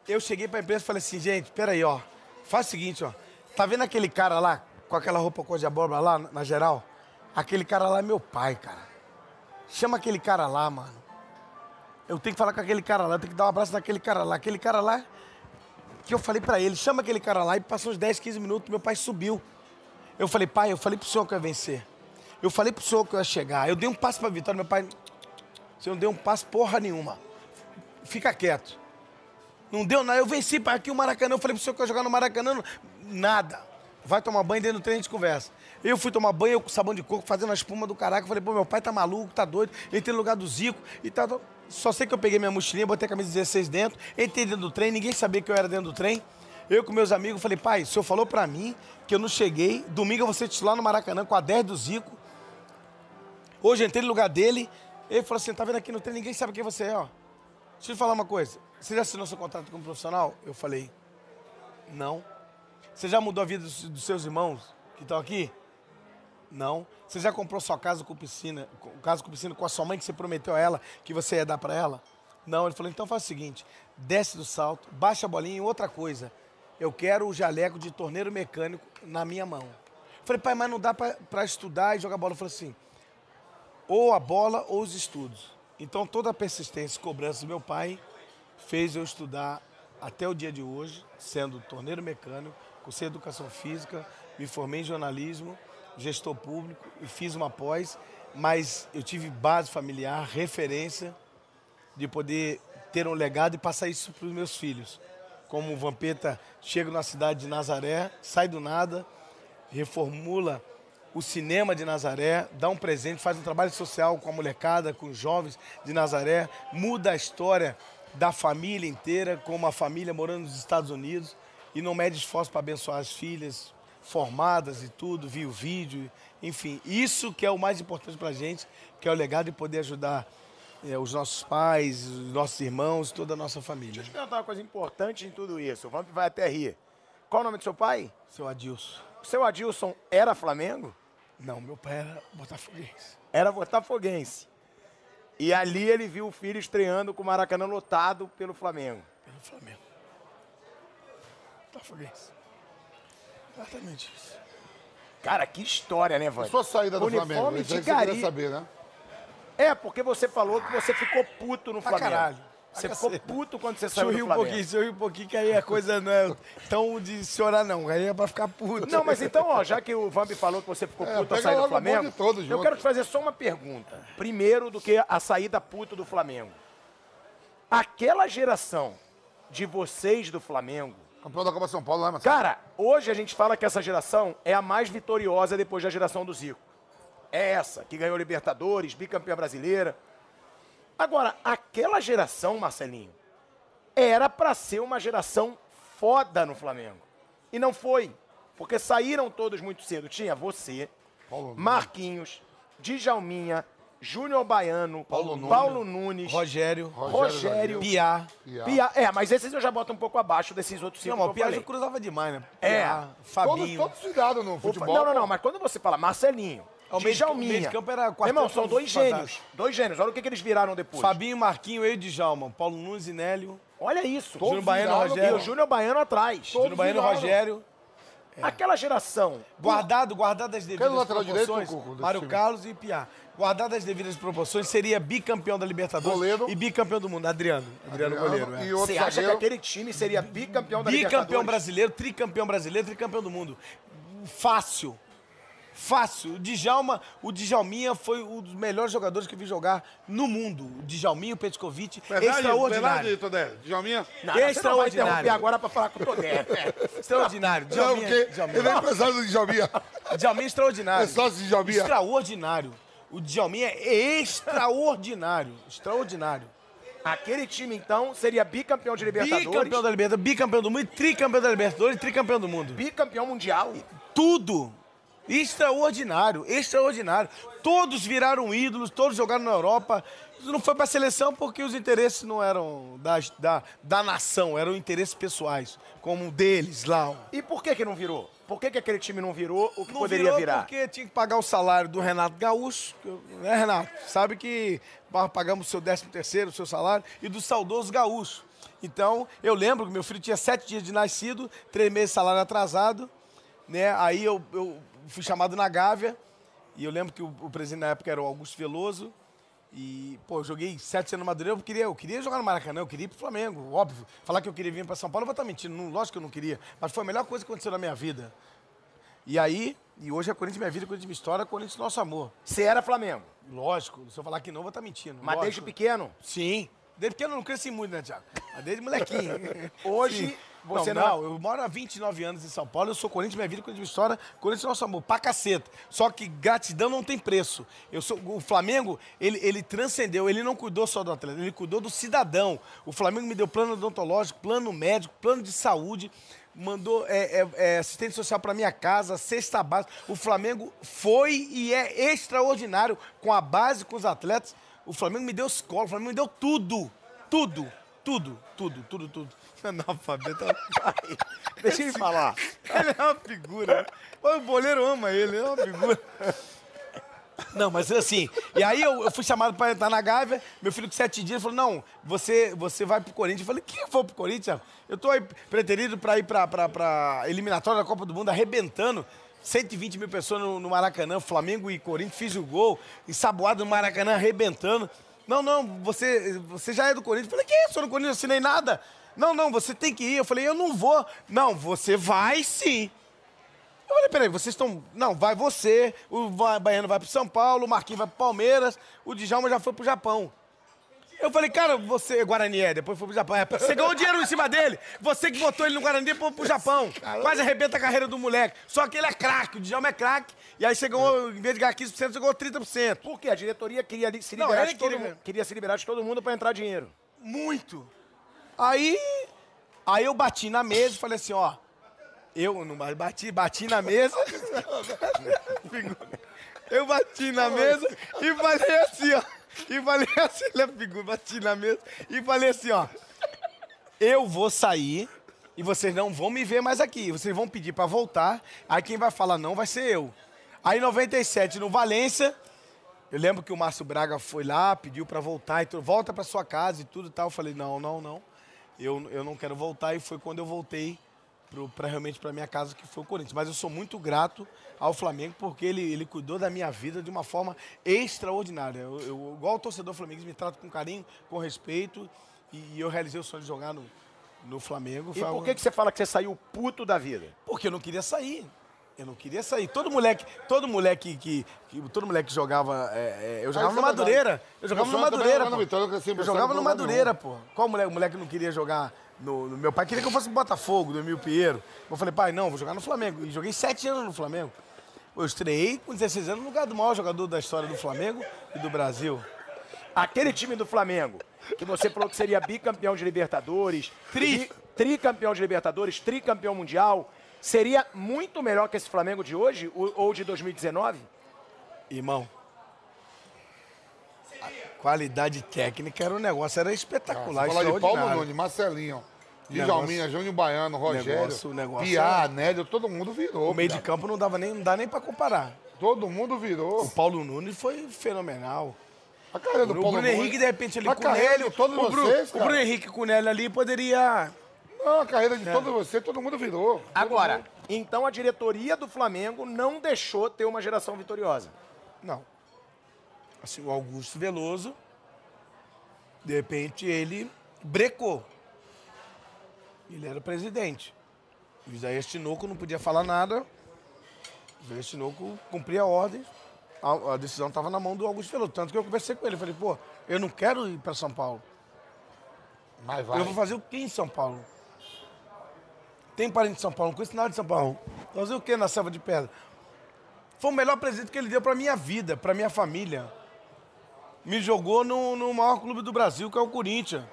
eu cheguei pra imprensa e falei assim, gente, peraí, ó. Faz o seguinte, ó. Tá vendo aquele cara lá, com aquela roupa cor de abóbora lá, na na geral? Aquele cara lá é meu pai, cara. Chama aquele cara lá, mano. Eu tenho que falar com aquele cara lá, eu tenho que dar um abraço naquele cara lá. Aquele cara lá, que eu falei pra ele, chama aquele cara lá. E passou uns 10, 15 minutos, meu pai subiu. Eu falei, pai, eu falei pro senhor que eu ia vencer. Eu falei pro senhor que eu ia chegar. Eu dei um passo pra vitória, meu pai... Você não deu um passo porra nenhuma. Fica quieto. Não deu nada. Eu venci para aqui o Maracanã. Eu falei pro senhor que eu ia jogar no Maracanã. não- Nada. Vai tomar banho dentro do trem, a gente conversa. Eu fui tomar banho, eu com sabão de coco, fazendo a espuma do caraca. Eu falei, pô, meu pai tá maluco, tá doido. Entrei no lugar do Zico e tal. tal. Só sei que eu peguei minha mochilinha, botei a camisa 16 dentro, entrei dentro do trem, ninguém sabia que eu era dentro do trem. Eu com meus amigos falei, pai, o senhor falou pra mim que eu não cheguei. Domingo eu vou ser titular no Maracanã com a 10 do Zico. Hoje eu entrei no lugar dele. Ele falou assim: tá vendo aqui no trem, ninguém sabe quem você é, ó. Deixa eu te falar uma coisa. Você já assinou seu contrato como profissional? Eu falei: não. Você já mudou a vida dos, dos seus irmãos que estão aqui? Não. Você já comprou sua casa com piscina, com, casa com piscina com a sua mãe que você prometeu a ela que você ia dar pra ela? Não. Ele falou: então faz o seguinte: desce do salto, baixa a bolinha e outra coisa. Eu quero o jaleco de torneiro mecânico na minha mão. Eu Falei, pai, mas não dá pra, pra estudar e jogar bola. Ele falou assim: ou a bola ou os estudos. Então toda a persistência e cobrança do meu pai fez eu estudar até o dia de hoje, sendo torneiro mecânico, cursei educação física, me formei em jornalismo, gestor público e fiz uma pós, mas eu tive base familiar, referência de poder ter um legado e passar isso para os meus filhos. Como o Vampeta chega na cidade de Nazaré, sai do nada, reformula o cinema de Nazaré, dá um presente, faz um trabalho social com a molecada, com os jovens de Nazaré, muda a história da família inteira, com uma família morando nos Estados Unidos e não mede esforço para abençoar as filhas formadas e tudo, viu o vídeo, enfim, isso que é o mais importante para a gente, que é o legado de poder ajudar é, os nossos pais, os nossos irmãos, toda a nossa família.
Deixa eu perguntar tá uma coisa importante em tudo isso. O Vamp vai até rir. Qual o nome do seu pai?
Seu Adilson.
O seu Adilson era Flamengo?
Não, meu pai era botafoguense.
Era botafoguense. E ali ele viu o filho estreando com o Maracanã lotado pelo Flamengo.
Pelo Flamengo. Botafoguense. Exatamente isso.
Cara, que história, né, Vamp?
Sua saída do
Uniforme
Flamengo,
de
isso aí você queria
gari.
saber, né?
É, porque você falou que você ficou puto no
Pra
Flamengo.
caralho.
Você
Pra
ficou
caceta.
puto quando você saiu
Sorri
do
um
Flamengo.
pouquinho, sorri um pouquinho, que aí a coisa não é tão de chorar, não. Aí é pra ficar puto.
Não, mas então, ó, já que o Vamp falou que você ficou
É,
puto ao
pega
sair do
logo o
Flamengo,
bonde todo
eu
junto.
quero te fazer só uma pergunta. Primeiro do que a saída puto do Flamengo. Aquela geração de vocês do Flamengo,
Campeão da Copa São Paulo, né, Marcelo?
cara, hoje a gente fala que essa geração é a mais vitoriosa depois da geração do Zico. É essa, que ganhou Libertadores, bicampeã brasileira. Agora, aquela geração, Marcelinho, era pra ser uma geração foda no Flamengo. E não foi, porque saíram todos muito cedo. Tinha você, Marquinhos, Djalminha, Júnior Baiano,
Paulo
Paulo,
Nunes.
Nunes,
Rogério,
Rogério,
Piá.
Piá.
Piá. É, mas esses eu já boto um pouco abaixo desses outros cinco
Não, mas o
que eu
Piá é já
falei.
cruzava demais, né?
É.
Piá,
Todos,
Fabinho.
todos cuidados no
O-
futebol.
não, não, não,
pô.
mas quando você fala Marcelinho,
É, o meio de-
Djalminha...
meio de campo era
Meu irmão, são
quarteto
dois
fantástico.
gênios. Dois gênios. Olha o que, que eles viraram depois.
Fabinho, Marquinho, eu e Djalma. Paulo Nunes e Nélio.
Olha isso.
Júnior Baiano,
viraram,
Rogério.
E o Júnior Baiano atrás. É.
Júnior Baiano,
viraram.
Rogério.
Aquela geração.
Guardado, guardado as devidas
Quem é o lateral direito,
proporções,
Cuco, desse
Mário
time?
Carlos e Piá. Guardado as devidas proporções, seria bicampeão da Libertadores
Goleiro.
e bicampeão do mundo. Adriano. Adriano, goleiro, é.
E outro
Você acha que
zagueiro.
aquele time seria bicampeão da
Bicampeão
Libertadores?
brasileiro, tricampeão brasileiro, tricampeão do mundo. Fácil. Fácil. O Djalma, o Djalminha foi um dos melhores jogadores que eu vi jogar no mundo. O Djalminha, o Petkovic, extraordinário.
Todé.
Não,
Djalminha?
não, você não vai
Extraordinário.
interromper agora pra falar com o Todé.
Extraordinário.
Não,
Djalminha,
porque ele é
Djalminha.
empresário do Djalminha.
Djalminha é extraordinário.
É sócio de Djalminha.
Extraordinário. O Djalminha é extraordinário. Extraordinário.
Aquele time, então, seria bicampeão de Libertadores,
Bicampeão
bicampeão,
da Libertadores, bicampeão do mundo, e tricampeão da Libertadores, e tricampeão do mundo.
mundial.
tudo. Extraordinário, extraordinário. Todos viraram ídolos, todos jogaram na Europa. Não foi pra seleção porque os interesses não eram da, da, da nação, eram interesses pessoais, como o deles lá. ó.
E por que que não virou? Por que que aquele time não virou o que
Não
poderia
virou
virar?
porque tinha que pagar o salário do Renato Gaúcho, que eu- né, Renato? Sabe que nós pagamos o seu 13 terceiro, o seu salário, e do saudoso Gaúcho. Então, eu lembro que meu filho tinha sete dias de nascido, três meses de salário atrasado, né? Aí eu, eu fui chamado na Gávea, e eu lembro que o, o presidente na época era o Augusto Veloso, e, pô, eu joguei sete anos no Madureira, eu queria, eu queria jogar no Maracanã, eu queria ir pro Flamengo, óbvio. Falar que eu queria vir pra São Paulo, eu vou estar mentindo, não, lógico que eu não queria, mas foi a melhor coisa que aconteceu na minha vida. E aí, e hoje é Corinthians minha vida, Corinthians minha história, Corinthians nosso amor.
Você era Flamengo,
Lógico, se eu falar que não, eu vou estar mentindo.
mas
lógico.
desde pequeno.
Sim. Desde pequeno eu não cresci muito, né, Thiago? Mas desde molequinho.
Hoje, você
não,
não é-
Eu moro há 29 anos em São Paulo, eu sou Corinthians minha vida, é Corinthians minha história, Corinthians é nosso amor, pra caceta. Só que gratidão não tem preço. Eu sou, o Flamengo, ele, ele transcendeu, ele não cuidou só do atleta, ele cuidou do cidadão. O Flamengo me deu plano odontológico, plano médico, plano de saúde. Mandou é, é, é, assistente social pra minha casa, cesta base. O Flamengo foi e é extraordinário com a base, com os atletas. O Flamengo me deu escola, o Flamengo me deu tudo. Tudo, tudo, tudo, tudo, tudo. Analfabeto. é um
Deixa ele falar.
Ele é uma figura. O boleiro ama ele, ele é uma figura. Não, mas assim, e aí eu, eu fui chamado pra entrar na Gávea, meu filho com sete dias falou, não, você, você vai pro Corinthians. Eu falei, que eu vou pro Corinthians? Eu tô aí preterido pra ir pra, pra, pra eliminatória da Copa do Mundo, arrebentando 120 mil pessoas no, no Maracanã, Flamengo e Corinthians, fiz o gol, ensaboado no Maracanã, arrebentando. Não, não, você, você já é do Corinthians. Eu falei, que isso? Eu no Corinthians não assinei nada. Não, não, você tem que ir. Eu falei, eu não vou. Não, você vai sim. Eu falei, peraí, vocês estão. Não, vai você, o Va- Baiano vai pro São Paulo, o Marquinhos vai pro Palmeiras, o Djalma já foi pro Japão. Eu falei, cara, você, Guarani é, depois foi pro Japão. É, você ganhou dinheiro em cima dele. Você que botou ele no Guarani depois pro Japão. Quase arrebenta a carreira do moleque. Só que ele é craque, o Djalma é craque. E aí você ganhou, em vez de ganhar 15%, você ganhou 30%.
Por quê? A diretoria queria li- se
Não,
liberar,
ele
de todo
queria-
mundo, queria se liberar de todo mundo pra entrar dinheiro.
Muito. Aí, aí eu bati na mesa e falei assim, ó. Eu não ba- bati, bati na mesa. Figura. eu bati na mesa e falei assim, ó. E falei assim, ele é figura, bati na mesa e falei assim, ó. Eu vou sair e vocês não vão me ver mais aqui. Vocês vão pedir pra voltar. Aí quem vai falar não vai ser eu. Aí em 97 no Valência, eu lembro que o Márcio Braga foi lá, pediu pra voltar, e tudo, volta pra sua casa e tudo e tal. Eu falei, não, não, não. Eu, eu não quero voltar. E foi quando eu voltei pro, pra, realmente pra minha casa, que foi o Corinthians. Mas eu sou muito grato ao Flamengo, porque ele, ele cuidou da minha vida de uma forma extraordinária. Eu, eu, igual o torcedor flamenguista, me trato com carinho, com respeito. E, e eu realizei o sonho de jogar no, no Flamengo.
E
Foi
por
algo-
que, que você fala que você saiu puto da vida?
porque eu não queria sair. Eu não queria sair. Todo moleque, todo moleque que, que- todo moleque que jogava, é, é, eu jogava
isso
no
é verdade.
Madureira. Eu jogava
Eu
no
também
Madureira.
jogava no
pô.
Vitória, que eu sempre
Eu jogava
saí
no
do lugar
Madureira, pô. Qual moleque, moleque não queria jogar no, no meu pai queria que eu fosse pro Botafogo, do Emílio Pinheiro. Eu falei, pai, não, vou jogar no Flamengo. E joguei sete anos no Flamengo. Eu estreiei com 16 anos no lugar do maior jogador da história do Flamengo e do Brasil.
Aquele time do Flamengo, que você falou que seria bicampeão de Libertadores,
Tri.
bi- tricampeão de Libertadores, tricampeão mundial, seria muito melhor que esse Flamengo de hoje ou ou de 2019?
Irmão, Qualidade técnica era um negócio, era espetacular,
Falar de Paulo
extraordinário.
Nunes, Marcelinho, Djalminha,
Negócio-
Júnior Baiano, Rogério,
negócio- o negócio
Piá,
é-
Nélio, todo mundo virou.
o meio de
cara.
campo não dava nem, não dá nem pra comparar.
Todo mundo virou.
O Paulo Nunes foi fenomenal.
A carreira do
O
Paulo
Bruno
Nunes-
Henrique, de repente, ele
A
com o
carreira
Nélio.
de todos
o, Bru-
vocês,
o
cara.
Bruno É. Henrique com o Nélio ali poderia.
Não, a carreira de todos vocês, todo mundo virou.
Agora, então a diretoria do Flamengo não deixou ter uma geração vitoriosa.
Não. Assim, o Augusto Veloso, de repente, ele brecou. Ele era presidente. O Isaías Tinoco não podia falar nada. O Isaías Tinoco cumpria ordens. A, a decisão estava na mão do Augusto Veloso. Tanto que eu conversei com ele. Falei, pô, eu não quero ir para São Paulo.
Mas vai.
Eu vou fazer o quê em São Paulo? Tem parente de São Paulo, não conheço nada de São Paulo. Vou Fazer o quê na selva de pedra? Foi o melhor presente que ele deu pra minha vida, pra minha família. Me jogou no, no maior clube do Brasil, que é o Corinthians.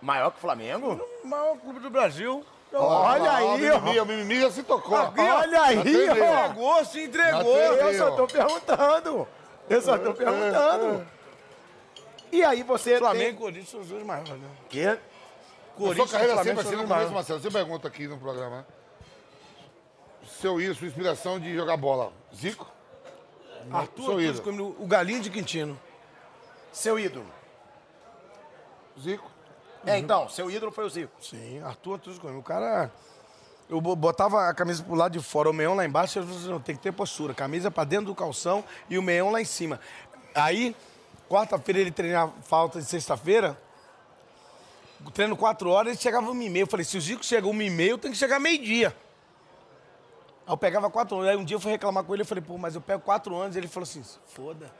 Maior que o Flamengo?
O maior clube do Brasil.
Olha
Ah,
aí,
o
ó.
mimimi, o mimimi já se tocou. Tá
Olha aí,
Atendeu.
ó.
Pagou, se entregou.
Atendeu.
Eu só tô perguntando. Eu só tô perguntando. E aí você
Flamengo e Corinthians são os dois maiores, né?
tem... Quê?
A sua
Corinthians
carreira
Flamengo
sempre
são
assim,
os dois
no começo,
maiores.
Marcelo. Você pergunta aqui no programa, né? Seu ídolo, sua inspiração de jogar bola. Zico?
Arthur,
Seu
Arthur
ídolo.
Escomino, o Galinho de Quintino.
Seu ídolo.
Zico.
Uhum.
É, então, seu ídolo foi o Zico.
Sim, Arthur Arthur Escomino. O cara. Eu bo- botava a camisa pro lado de fora, o meião lá embaixo, eu falei, não, tem que ter postura. Camisa pra dentro do calção e o meião lá em cima. Aí, quarta-feira ele treinava falta de sexta-feira. o Treino quatro horas, ele chegava uma e meia. Eu falei, se o Zico chega uma e meia, eu tenho que chegar meio-dia. Aí eu pegava quatro anos. Aí um dia eu fui reclamar com ele, eu falei, pô, mas eu pego quatro anos. Ele falou assim, "Se foda.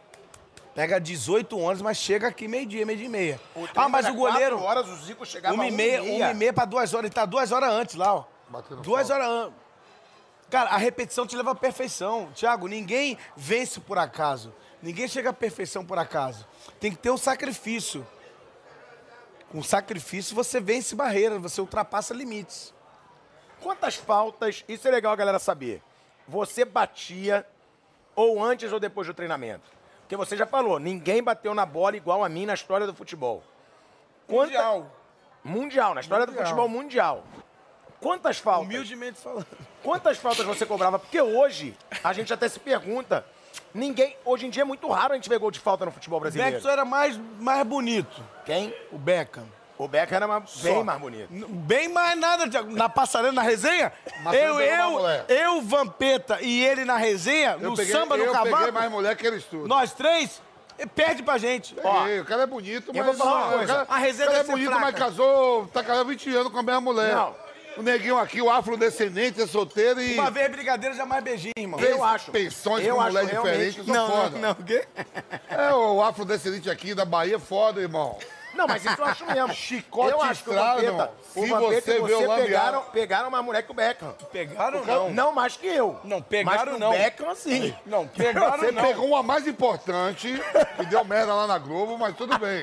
Pega 18 anos, mas chega aqui meio-dia, meio-dia e meia. Ah, mas o goleiro...
Quatro horas o Zico chegava um
Uma e meia, uma e meia pra duas horas. Ele tá duas horas antes lá, ó.
Batendo
duas
falta.
horas antes. Cara, a repetição te leva à perfeição. Tiago, ninguém vence por acaso. Ninguém chega à perfeição por acaso. Tem que ter um sacrifício. Com sacrifício você vence barreiras, você ultrapassa limites.
Quantas faltas, isso é legal a galera saber, você batia ou antes ou depois do treinamento? Porque você já falou, ninguém bateu na bola igual a mim na história do futebol. Quanta-
Mundial.
Mundial, na história do
Mundial.
futebol mundial. Quantas faltas?
Humildemente falando.
Quantas faltas você cobrava? Porque hoje, a gente até se pergunta, ninguém... Hoje em dia é muito raro a gente ver gol de falta no futebol
O Beckham
brasileiro.
só era mais, mais bonito.
Quem?
O Beckham.
O Becker era mais-
Só.
bem mais bonito.
N- Bem mais nada, Thiago. Na passarela, na resenha,
Marcelo
eu,
pegou mais
eu,
mulher.
eu, Vampeta e ele na resenha, no samba, no
eu peguei
cavalo,
mais mulher que eles tudo.
nós três, e perde pra gente. Ó,
Peguei. o cara é bonito, mas...
vou falar uma
o
coisa.
cara-
A resenha
o cara
deve
é
ser
bonito,
fraca.
mas casou, tá casado há 20 anos com a mesma mulher.
Não.
O neguinho aqui, o afrodescendente, é solteiro e...
uma vez brigadeiro, jamais beijinho, irmão.
Eu acho.
Pensões
Eu
com
acho,
mulher
realmente.
diferente, eu sou foda.
o quê?
É, o afrodescendente aqui da Bahia é foda, irmão.
Não, mas isso eu acho mesmo.
Chicote
eu acho que o
estrada,
Vampeta,
irmão.
o
Se
Vampeta
você
e
vê o
você
Lambiá-
pegaram, pegaram uma mulher que o Beckham.
Pegaram não.
Não mais que eu.
Não, pegaram
mas que
não.
o Beckham sim.
Não, pegaram
Você
não.
pegou uma mais importante, que deu merda lá na Globo, mas tudo bem.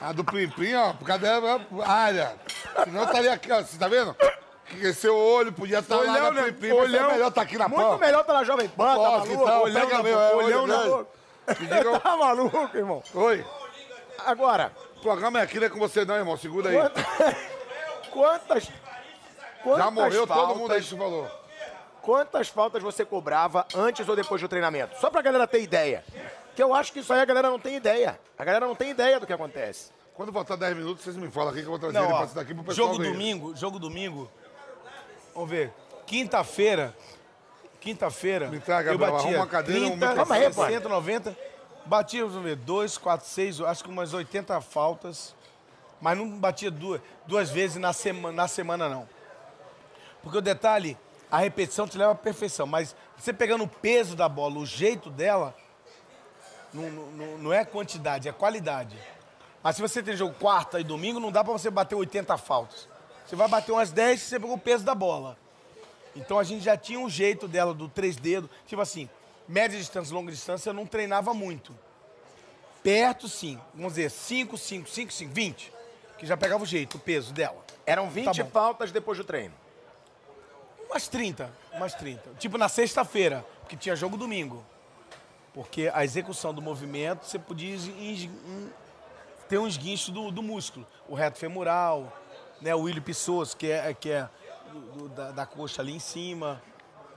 A do Plim Plim, ó, por causa dela, ó, área. Senão estaria aqui, ó, você tá vendo? Que seu olho podia
Tá
estar lá
Olhão, né?
na Plim Plim, mas é
Olhão.
melhor tá aqui na
Muito
Pan.
melhor pela Jovem Pan, tá
Ó, que
maluco?
tal?
Olhão
Pega
na
meu,
boca,
é,
olhão
olho
na
grande.
boca.
Que diga-
né?
um-
Tá maluco, irmão?
Oi,
Agora,
o programa é aqui, não é com você não, irmão, segura aí.
quantas... quantas...
Já
quantas
morreu todo
faltas-
mundo aí que você falou.
Quantas faltas você cobrava antes ou depois do treinamento? Só pra galera ter ideia. Que eu acho que isso aí a galera não tem ideia. A galera não tem ideia do que acontece.
Quando voltar 10 minutos, vocês me falam aqui que eu vou trazer
Não,
ele
ó,
pra daqui pro pessoal
jogo
ver.
domingo, jogo domingo. Vamos ver. Quinta-feira. Quinta-feira.
Me traga,
eu
Gabriel,
batia
arruma uma cadeira, um
30,
microfone.
calma aí, pô. 60,
Calma
90. Batia, vamos ver, 2, 4, 6, acho que umas 80 faltas. Mas não batia duas, duas vezes na semana, na semana, não. Porque o detalhe, a repetição te leva à perfeição. Mas você pegando o peso da bola, o jeito dela, não, não- não- não é quantidade, é qualidade. Mas se você tem jogo quarta e domingo, não dá pra você bater 80 faltas. Você vai bater umas 10 e você pegou o peso da bola. Então a gente já tinha um jeito dela do três dedos. Tipo assim, média distância, longa distância, eu não treinava muito. Perto, sim. Vamos dizer, 5, 5, 5, 5, 20. Que já pegava o jeito, o peso dela.
Eram
Tá
20
bom.
faltas depois do treino.
Umas 30, umas 30. Tipo na sexta-feira, porque tinha jogo domingo. Porque a execução do movimento, você podia es- es- hum, ter um esguincho do, do músculo. O reto femoral, né, o ilho pissoso, que é, que é do- do- da, da coxa ali em cima.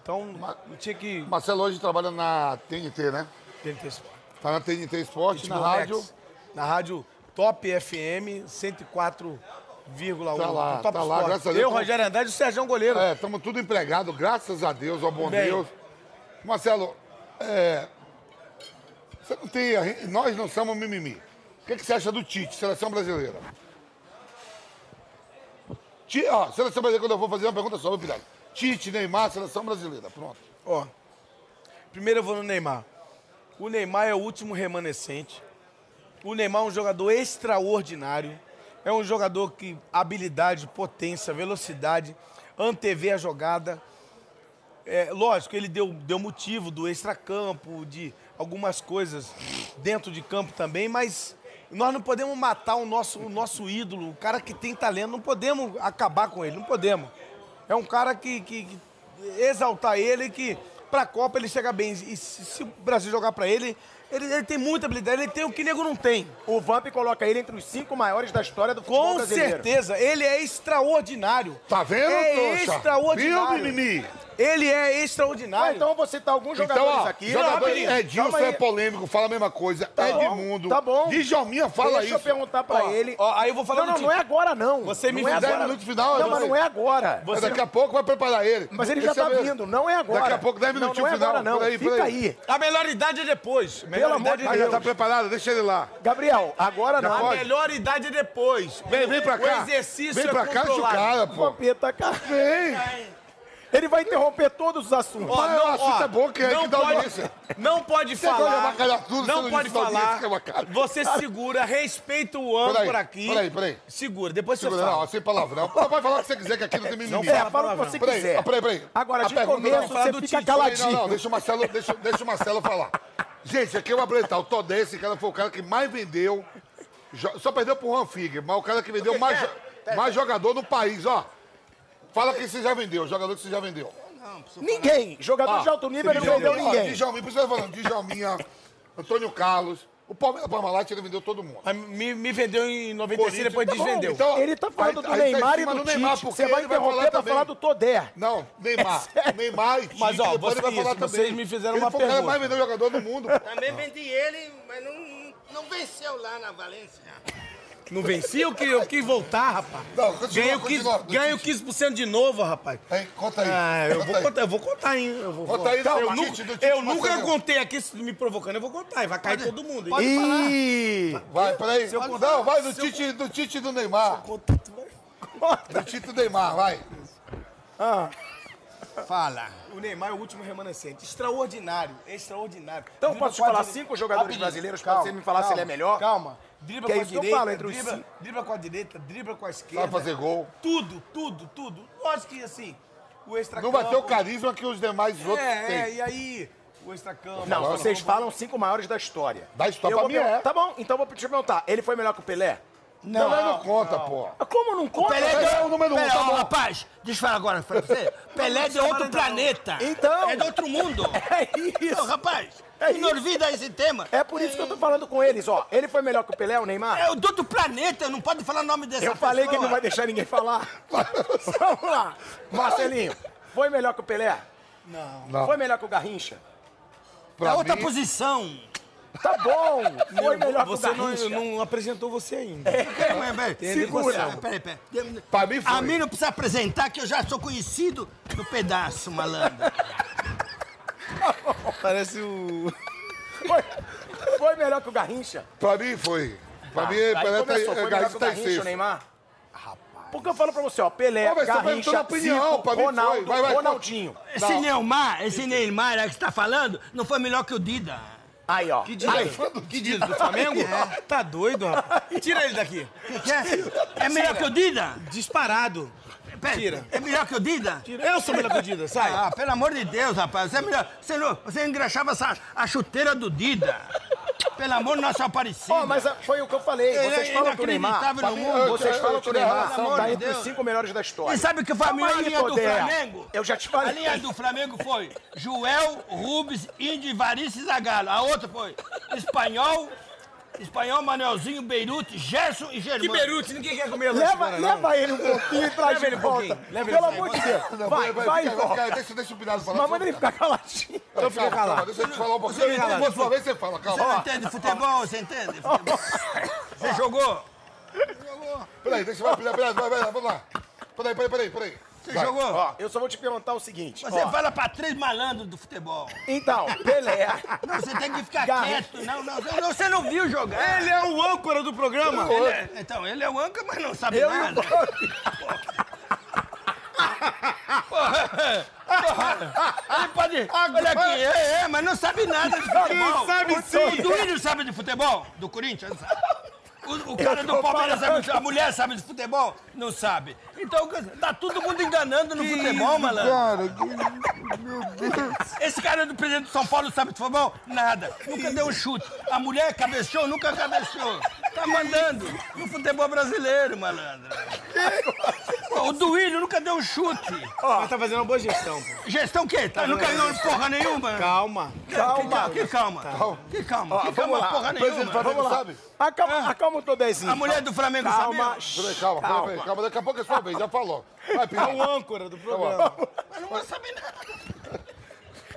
Então, não tinha que...
Marcelo hoje trabalha na TNT, né?
Tem que ter esse-
Tá na TNT Esporte, na
Timor
rádio.
Tipo, Max, na rádio Top FM 104,1.
Tá lá,
do um. Top
tá lá,
Sport.
graças a Deus.
Eu, Rogério Andrade e o Sérgio um Goleiro.
É, estamos tudo empregado, graças a Deus, ao bom
Bem.
Deus. Marcelo, é, você não tem. a gente- Nós não somos mimimi. O que, que você acha do Tite, seleção brasileira? Ti- ó, seleção brasileira, quando eu vou fazer uma pergunta só, vou pirar. Tite, Neymar, seleção brasileira. Pronto.
Ó, primeiro eu vou no Neymar. O Neymar é o último remanescente. O Neymar é um jogador extraordinário. É um jogador que habilidade, potência, velocidade, antevê a jogada. É, lógico, ele deu, deu motivo do extracampo, de algumas coisas dentro de campo também, mas nós não podemos matar o nosso, o nosso ídolo, o cara que tem talento, não podemos acabar com ele, não podemos. É um cara que, que- que exaltar ele, que pra Copa ele chega bem. E se, se o Brasil jogar pra ele, ele, ele tem muita habilidade, ele tem o que nego não tem.
O Vamp coloca ele entre os cinco maiores da história do futebol
Com
brasileiro.
certeza, ele é extraordinário.
Tá vendo,
É
trouxa?
extraordinário.
Viu, mimimi?
Ele é extraordinário.
Ah, então eu vou citar alguns
Então,
jogadores
ó,
aqui.
jogador
Rapidinho,
Edilson
calma aí.
é polêmico, fala a mesma coisa.
bom,
Edmundo.
tá bom.
Djalminha fala
Deixa eu
isso.
perguntar pra
Ó,
ele.
ó, aí eu vou falar
não,
do
não,
Tite.
não é agora, não.
Você me
não é
fizer
agora.
no minuto final,
Não,
eu
mas
sei.
não é agora.
Mas daqui a pouco vai preparar ele.
Mas ele já
Esse
tá
é mesmo.
vindo. Não é agora.
Daqui a pouco, 10
Não,
minutinhos
Não é
final.
agora, não.
Por aí, por
Fica
aí.
aí.
A melhor idade é depois. Melhor
amor
idade
de
Ah,
é
já
Deus.
tá preparado? Deixa ele lá.
Gabriel, agora
Já
não.
pode?
melhor idade é depois.
Vem, vem pra
O
cá.
exercício
Vem
é
pra cá, deixa o
controlado.
cara,
O
pô.
Vampeta, cara.
Vem.
Ele vai interromper todos os assuntos.
Mas o assunto é bom, que é que dá
pode,
audiência.
não pode
Você gosta de
falar.
avacalhar tudo, você
não
não
pode
disse da audiência
falar.
que é avacalha.
Você segura, respeita o âncora
Peraí,
aqui.
peraí, peraí.
Segura, depois
Segura,
você fala.
não, sem palavrão. Vai falar o que você quiser, que aqui não tem mimimi.
É, fala o que você
Peraí,
quiser.
ah, peraí, peraí.
Agora,
A
de
pergunta
começo,
não, é
falar do
você fica
Tite. Peraí,
Não, não,
caladinho.
deixa o Marcelo, deixa, deixa o Marcelo falar. Gente, aqui eu vou apresentar. O Todd, esse cara foi o cara que mais vendeu. jo- Só perdeu pro Juan Figueiredo, mas o cara que vendeu mais, jo- mais jogador no país, ó. Fala quem você já vendeu, jogador que você já vendeu.
Ninguém. Jogador de alto nível, ele não vendeu ninguém.
Ah, Djalminha, por isso eu tô falando, Djalminha, Antônio Carlos. O Palmeiras Parmalat, ele vendeu todo mundo.
Ah, Me, me vendeu em 96, depois
Tá bom,
desvendeu.
então, ele tá falando
aí-
do
aí tá em
Neymar e
cima
do
do Neymar,
Tite.
porque
Você vai
ele vai
interromper
falar
pra
também.
falar do Todé.
Não, Neymar. Neymar e Tite,
É Mas, ó,
depois ele vai
vocês-
falar também.
vocês me fizeram
ele
uma
foi o cara
pergunta.
mais vendeu jogador do mundo.
Também vendi ele, mas não, não venceu lá na Valência.
Não venci, eu que, eu que voltar, rapaz.
Não, continua,
ganho,
continua,
15, ganho 15% de novo, rapaz.
Aí, conta aí.
Ah, eu
conta
vou
aí.
contar, eu vou contar, hein? Eu vou
Conta aí,
contar.
não,
Eu
do
nunca,
Tite, do Tite,
eu
mas
nunca
perdeu.
contei aqui, se me provocando, eu vou contar. E vai cair todo mundo. hein?
Ih!
Vai, peraí. Não, vai do Tite, do Tite e do Neymar. Do Tite e do Neymar, vai.
Fala.
O Neymar é o último remanescente. Extraordinário, extraordinário.
Então,
Dribla
posso te
com a
falar
dire-
cinco jogadores
Rapidinho,
brasileiros pra você me falar se ele é melhor?
Calma. Dribla
Que é
com a
isso que eu
direita,
falo, entre os
dribla,
cinco.
dribla com a direita, dribla com a esquerda.
Vai fazer gol.
Tudo, tudo, tudo. Lógico que, assim, o extra
Não vai ter o carisma que os demais outros
É, é,
têm.
e aí? O extracampo.
Não,
o
vocês
campo-
falam cinco maiores da história.
Da história
Eu vou
pra mim
per-
é.
Tá bom, então eu vou te perguntar. Ele foi melhor que o Pelé?
Não, não, conta, pô.
Mas Ah, Como não conta?
Pelé
Pelé é o número um,
Pelé,
tá
ó,
bom.
rapaz, deixa eu falar agora pra você. Pelé é de outro planeta.
Então.
É de outro mundo.
É
Não,
isso.
rapaz,
É
não
isso.
olvida esse tema.
É por isso que eu tô falando com eles, ó. Ele foi melhor que o Pelé, o Neymar?
É o do outro planeta, não pode falar o nome dessa
Eu falei que ele não vai
pessoa.
deixar ninguém falar. Vamos lá. Marcelinho, foi melhor que o Pelé?
Não.
Foi melhor que o Garrincha?
É
Pra
outra
mim,
posição.
Tá bom. Foi melhor que o
Você não,
Garrincha.
não apresentou você ainda.
É.
Peraí, peraí, peraí. Ah,
Segura.
Peraí, peraí.
Pra mim foi.
A mim não precisa apresentar que eu já sou conhecido no pedaço, malandro.
Parece o.
Foi- Foi melhor que o Garrincha?
Pra mim foi. Pra mim,
Aí
Pelé
começou,
tá,
foi
é,
melhor que
Garrincha
o
tá em
Garrincha, o
sexto.
Neymar? Rapaz. Porque eu falo pra você, ó, Pelé,
Ô, mas você tá
Garrincha,
perguntando a opinião,
Zico,
pra mim foi.
Ronaldo,
Vai, vai,
Ronaldinho.
Esse Neymar, esse Neymar aí que você tá falando, não foi melhor que o Dida.
Aí, ó.
Que dia? Que dia do Flamengo?
É.
Tá doido, rapaz. Tira ele daqui.
Que que é? É melhor que o Dida?
Disparado.
Pera,
Tira.
É melhor que o Dida?
Eu sou melhor que o Dida, sai.
Ah, pelo amor de Deus, rapaz. Você, é melhor, você, não, você engraxava essa, a chuteira do Dida. Pelo amor de Nossa Aparecida.
Ó, mas ah, foi o que eu falei.
Ele
Vocês
é
falam que o Neymar.
inacreditável no mundo.
Vocês
Eu-
falam
eu
que o
tirei a
Neymar
razão,
tá
de
entre os
Deus.
cinco melhores da história.
E sabe que foi a
Calma
minha
aí,
linha do
Todé.
Flamengo?
Eu já te
A
falei.
linha do Flamengo foi Joel, Rubens, Índio e Varice Zagallo. A outra foi Espanhol, Espanhol, Manuelzinho, Beirute, Gerson e Germano.
Que Beirute, ninguém quer comer lanche
Leva,
agora, não.
leva ele um pouquinho e traz
Leva
de
ele um
volta.
pouquinho, leva ele
Pelo
um
amor de Deus. Vai, vai e
fica-
volta.
cara, Deixa, deixa o Pinado falar.
Mas manda ele ficar caladinho.
Então fica
calado.
Deixa eu te falar um pouquinho.
Você não entende
Uma vez você fala,
Você não
calma.
entende futebol, você entende? Futebol. Você jogou?
Peraí, deixa eu... Peraí, peraí, peraí, vamos lá. Peraí, peraí, peraí, peraí.
Você
Vai.
jogou?
Eu só vou te perguntar o seguinte.
Você
ó.
fala pra três malandros do futebol.
Então, Pelé.
Não, você tem que ficar
Garra-
quieto. Não, não, você não, você não viu jogar.
Ele é o âncora do programa.
Ele é- então, ele é o Anca, mas não sabe nada. Porra, porra, Ele pode. Olha aqui, é, é, mas não sabe nada de futebol.
sabe
o,
sim.
O Duílio sabe de futebol? Do Corinthians? sabe. O, o cara do Palmeiras sabe de A mulher sabe de futebol? Não sabe. Então, tá todo mundo enganando no futebol, malandro. Esse cara do presidente do São Paulo sabe de futebol? Nada. Nunca deu um chute. A mulher cabeceou, nunca cabeceou. Tá mandando no futebol brasileiro, malandro. Pô, o Duílio nunca deu um chute.
Mas tá fazendo uma boa gestão, pô.
Gestão o quê? Tá, nunca ganhou porra nenhuma?
Calma.
Que- Que calma. Que calma. Que calma, que calma porra
O presidente do
nenhuma.
Flamengo sabe?
Acalma, acalma o Todezinho.
A mulher do Flamengo
Calma.
sabe?
Peraí, calma, calma, peraí, calma. Daqui a pouco é sua vez, já falou.
É
Vai, Tá
o
Pinado.
âncora do programa.
Mas não vai saber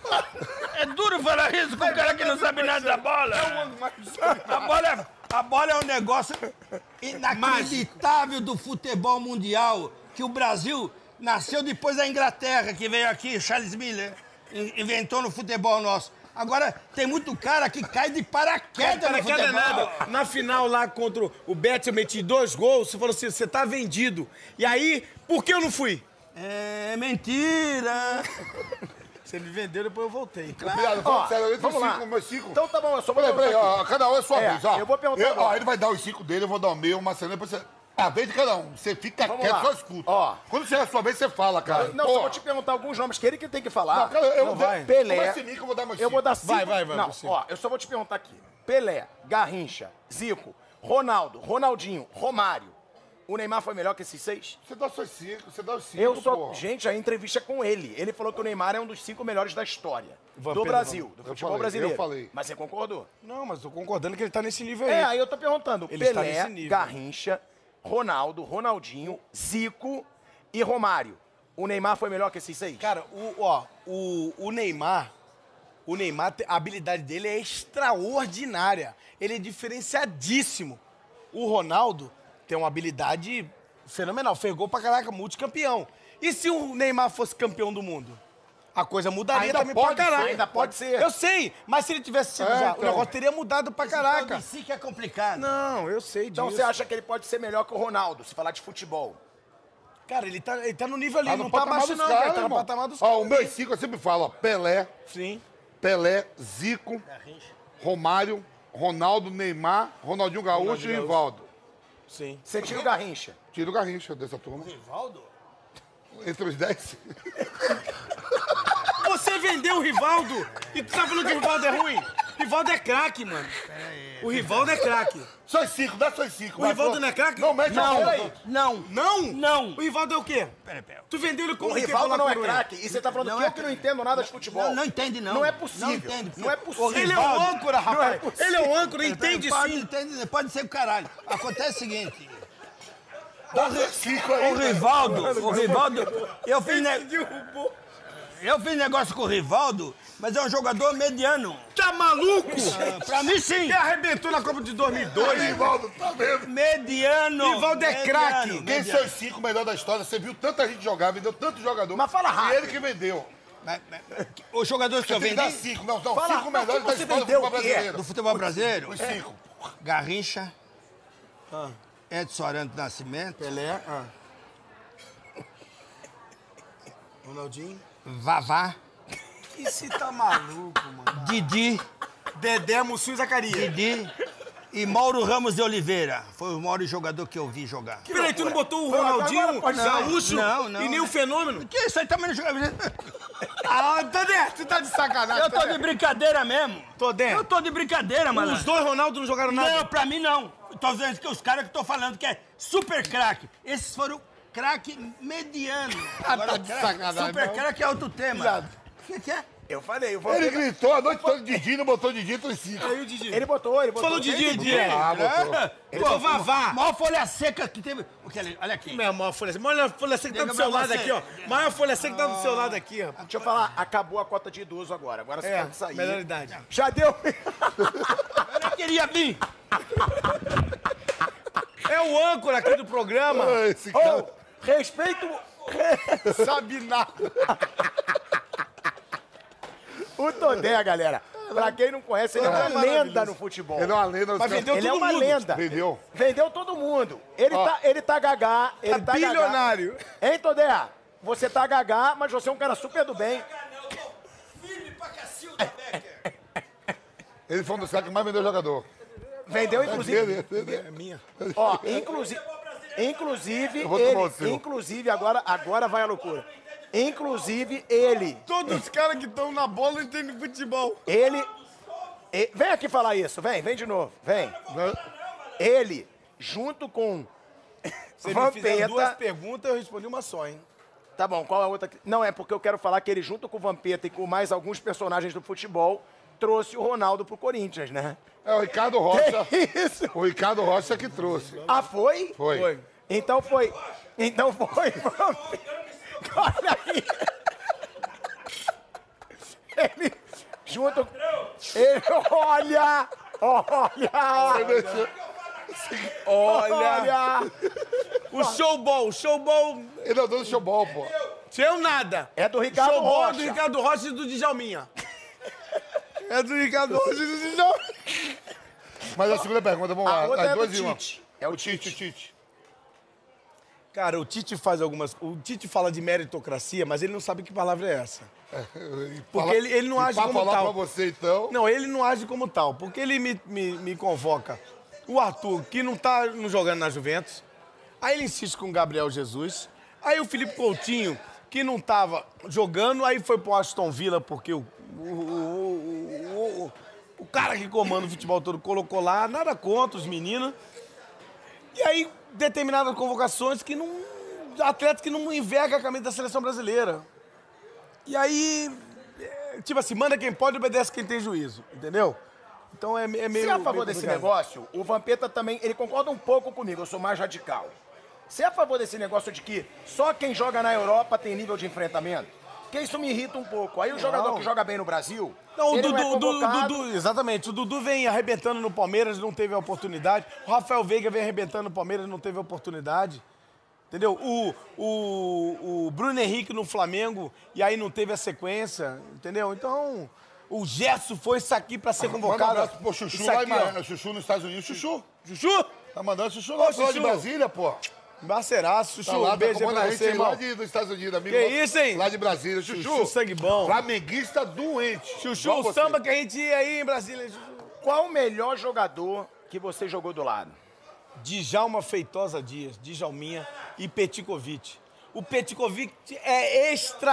nada. É duro falar isso com um cara que não sabe nada da bola. A bola, é- a bola é um negócio inacreditável do futebol mundial. Que o Brasil nasceu depois da Inglaterra, que veio aqui, Charles Miller, in- inventou no futebol nosso. Agora, tem muito cara que cai de paraquedas né? no
Cara,
futebol.
cada nada. Na final lá contra o Betis, eu meti dois gols. Você falou assim: você tá vendido. E aí, por que eu não fui?
É mentira.
Você me vendeu, depois eu voltei.
Pinado, fala sério, entre os
vamos lá.
cinco, meus cinco.
Então tá bom, eu só vou
Peraí, peraí,
perguntar
ó, cada um é sua
É,
vez, ó.
eu vou perguntar
Eu, ó,
agora.
ele vai dar os cinco dele, eu vou dar o meu, o Marcelo, depois você... A vez de cada um. Você fica
Vamos
quieto,
lá.
só escuta.
Ó.
Quando chegar a sua vez, você fala, cara.
aqui. Não,
Pô.
só vou te perguntar alguns nomes que ele que tem que falar.
Não, cara, eu
Não,
vou-
vai.
Começa
Pelé.
em mim que eu vou dar meus
Eu vou
cinco.
dar cinco.
Vai, vai, vai,
Não,
você.
ó, eu só vou te perguntar aqui. Pelé, Garrincha, Zico, Ronaldo, Ronaldinho, Romário. O Neymar foi melhor que esses seis?
Você dá os seus cinco, você dá os cinco,
Eu só.
porra.
Gente, a entrevista é com ele. Ele falou que o Neymar é um dos cinco melhores da história. do
Pedro,
Brasil, do futebol
falei, eu
brasileiro.
falei.
Mas você concordou?
Não, mas tô concordando que ele tá nesse nível aí.
É, aí eu tô perguntando.
Ele está
Pelé,
nesse nível.
Garrincha, Ronaldo, Ronaldinho, Zico e Romário. O Neymar foi melhor que esses seis?
Cara, o, ó, o, o Neymar, o Neymar, te- a habilidade dele é extraordinária. Ele é diferenciadíssimo. O Ronaldo tem uma habilidade fenomenal. Fez gol pra caraca, multicampeão. E se o Neymar fosse campeão do mundo? A coisa mudaria
Ainda
também
pode
pra caraca.
ser, ainda pode ser.
Eu sei, mas se ele tivesse sido
É,
já,
então. tá
o negócio teria mudado pra
tá
Então,
caraca.
de si que é complicado.
Não, eu sei disso.
Então você acha que ele pode ser melhor que o Ronaldo, se falar de futebol?
Cara, ele tá, ele tá no nível ali,
Tá
não
no
tá
patamar
abaixo
dos
não, cara.
caras,
Tá no
irmão.
patamar dos
Ó,
caras.
o meus cinco, eu sempre falo, ó, Pelé,
Sim.
Pelé, Zico,
É,
Romário, Ronaldo, Neymar, Ronaldinho Gaúcho e Rivaldo.
Sim.
Você tira o Garrincha.
Tira o Garrincha dessa turma.
Rivaldo?
Entre os dez.
Você vendeu o Rivaldo e tu tá falando que o Rivaldo é ruim? Rivaldo é craque, mano. O Rivaldo é craque.
Só os cinco, dá só os cinco.
O
vai,
Rivaldo
pô.
não é craque?
Não, mete a bola.
peraí.
Não.
Não?
Não.
O Rivaldo é o quê?
Peraí, peraí.
Tu vendeu ele como
O
quê?
Rivaldo
Bola
não é
coroa.
craque. E você tá falando
Não
que eu
é
que não entendo nada de futebol.
Não, não entende, não.
Não é possível.
Não entende.
Não é possível.
Ele é um âncora, rapaz. Ele é um âncora, entende
tá- pode,
sim.
Entende, pode ser o caralho. Acontece o seguinte.
Dá só os cinco aí.
O Rivaldo, o Rivaldo, eu fiz, ne- eu fiz negócio com o Rivaldo, mas é um jogador mediano.
Tá maluco?
Ah, Pra mim, sim.
Ele arrebentou na Copa de 2002.
Dois, Rivaldo, tá vendo?
Mediano.
Rivaldo é
Mediano,
craque.
Quem
mediano.
são os cinco melhor da história? Você viu tanta gente jogar, vendeu tanto jogador.
Mas fala rápido.
E ele que vendeu.
Mas- mas- Os jogadores que eu
Tem que dar
vendi
cinco, não, não.
Fala,
cinco
mas
melhores da
você
história do
vendeu
futebol
o quê?
brasileiro.
do futebol brasileiro,
Os cinco.
Garrincha, Edson Arantes Nascimento,
Pelé, ah. Ronaldinho.
Vavá,
E se tá maluco, mano?
Didi,
Dedé, Mussu e Zacarias.
Didi, e Mauro Ramos de Oliveira. Foi o maior jogador que eu vi jogar. Que,
Peraí, tu não botou o Ronaldinho, o Gaúcho
não, não.
e nem o Fenômeno?
isso aí também não jogava.
Ah, Tadê, tu tá de sacanagem.
Eu tô de brincadeira mesmo.
Tô dentro.
Eu tô de brincadeira, mano.
Os dois Ronaldo não jogaram nada.
Não, pra mim não. Tô dizendo que os caras que eu tô falando que é super craque. Esses foram craque mediano. Agora,
de
craque-
sacanagem,
super
não.
craque é outro tema. O que, que é?
Eu falei, eu
Ele é
falei.
gritou a noite toda de Didi, não botou Didi, entrou em cinco.
Aí o Didi.
Ele botou, ele botou.
Falou de dia,
É.
Ah, botou.
Pô, Vavá. Maior folha seca que teve. O que é? Olha aqui.
Minha maior folha seca. Olha a folha seca que tá do
Diga
seu
pra
lado
você.
aqui, ó. Maior folha seca que tá do seu lado aqui, ó. É,
Deixa eu falar, acabou a cota de idoso agora. Agora
É,
você pode sair.
Melhor idade.
Já deu.
Eu não queria vir.
É o âncora aqui do programa.
Ah, Esse cara
Ô, respeito
sabe nada.
o Todé, galera. Pra quem não conhece, ele é uma lenda no futebol.
Ele é uma lenda.
Mas vendeu
Ele é
todo
uma
mundo.
lenda.
Vendeu. É
Vendeu todo mundo. Ele, tá, ele tá gagá. Ele tá, gagá.
bilionário.
Hein, Todé? Você tá gagá, mas você é um cara super do bem.
Não, eu tô firme pra cacilda, Becker.
Ele foi um dos caras que mais vendeu jogador.
Vendeu,
É
inclusive.
Ele- ele-
Ó, inclusive. Inclusive,
é Eu vou tomar
ele-
o seu.
inclusive, agora, agora vai a loucura. Inclusive, ele.
Todos os caras que estão na bola entendem futebol.
Ele. e- vem aqui falar isso, vem, vem de novo, vem.
Né?
Ele, junto com.
Você me fizeram duas
Vampeta.
perguntas, eu respondi uma só, hein?
Tá bom, qual é a outra? que- Não, é porque eu quero falar que ele, junto com o Vampeta e com mais alguns personagens do futebol, trouxe o Ronaldo pro Corinthians, né?
É o Ricardo Rocha.
Isso!
O Ricardo Rocha que trouxe.
Ah, foi?
Foi.
Então foi. Então foi, Vampeta. Olha aí! Ele, junto. Ele, olha! Olha!
Olha,
Olha!
O showball, o showball
Ele é o dono do showball, pô.
seu nada.
É do
O
Ricardo
showball é do
Rocha.
Ricardo Rocha e do Djalminha.
é do Ricardo
Mas a segunda pergunta, vamos lá.
A outra
As
é do
duas e uma.
Tite. É o
Tite, o Tite.
Cara, o Tite faz algumas... O Tite fala de meritocracia, mas ele não sabe que palavra é essa.
E
Porque ele- ele não
e
age
pra
como
falar
tal.
pra você, então...
Não, ele não age como tal, porque ele me, me, me convoca o Arthur, que não tá não jogando na Juventus. Aí ele insiste com o Gabriel Jesus. Aí o Felipe Coutinho, que não tava jogando, aí foi pro Aston Villa, porque o, o, o, o, o, o cara que comanda o futebol todo colocou lá, nada contra os meninos. E aí, determinadas convocações que não. Atleta que não enverga a camisa da seleção brasileira. E aí, é, tipo assim, manda quem pode, obedece quem tem juízo, entendeu? Então é, me- é meio.
Você é a favor
meio
desse
complicado.
negócio? O Vampeta também, ele concorda um pouco comigo, eu sou mais radical. Você é a favor desse negócio de que só quem joga na Europa tem nível de enfrentamento? Porque isso me irrita um pouco. Aí o jogador que joga bem no Brasil,
Não, o
ele
Dudu,
não é
o Dudu-
convocado.
Dudu- exatamente. O Dudu vem arrebentando no Palmeiras, não teve a oportunidade. O Rafael Veiga vem arrebentando no Palmeiras, não teve a oportunidade. Entendeu? O, o, o Bruno Henrique no Flamengo, e aí não teve a sequência, entendeu? Então, o Gerson foi isso aqui pra ser
Manda um
convocado.
abraço pro Chuchu
Isso
lá em
aqui, ó.
Miami. Chuchu nos Estados Unidos. Chuchu.
Chuchu!
Tá mandando Chuchu lá. Chuchu de
Chuchu.
Brasília, pô.
Barceiraço, Chuchu,
Tá lá,
um beijo
tá
aí
comando
pra
a gente
você,
lá
irmão.
de, dos Estados Unidos. Amigo
Que
nosso,
isso, hein?
Lá de Brasília. Chuchu.
Chuchu, sangue bom.
Flamenguista doente.
Chuchu,
Igual
o
você.
samba que a gente ia aí em Brasília. Chuchu.
Qual o melhor jogador que você jogou do lado?
Djalma Feitosa Dias, Djalminha e Petkovic. O Petkovic é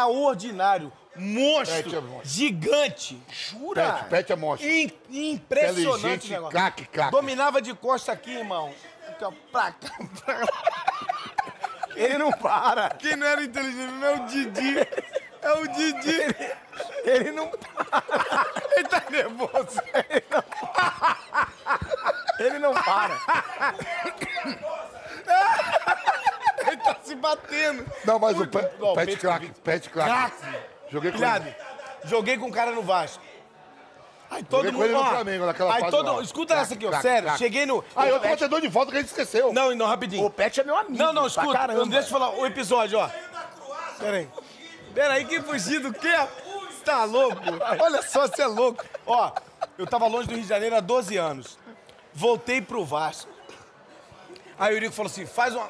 extraordinário,
Pet é
monstro,
bom.
gigante.
Pet,
Jura?
Pet é monstro.
In- é impressionante o
Inteligente,
negócio.
craque, craque.
Dominava de costa aqui, irmão. Aqui, ó, pra cá, pra lá.
Ele não para.
Quem não era inteligente não é o Didi. É o Didi.
Ele não
Ele tá nervoso.
Ele não para.
Ele tá se batendo.
Não, mas o Pet,
bom,
Pet
Pet
craque, Pet craque. Joguei com ele.
Cuidado. Joguei com um cara no Vasco. Aí todo
Joguei com
mundo.
ele no
ó,
Flamengo, naquela
aí
fase
todo,
lá.
Escuta essa aqui, ó.
Craque,
Sério,
craque.
cheguei no.
Ah, eu tô batedor de volta que a gente esqueceu.
Não, e não, rapidinho.
O Pet é meu amigo.
Não, não,
pra
escuta.
Caramba.
Deixa eu falar o episódio, ó. Peraí. Peraí, que fugir do quê? Você tá louco? Olha só, você é louco. Ó, eu tava longe do Rio de Janeiro há 12 anos. Voltei pro Vasco. Aí o Eurico falou assim: faz uma-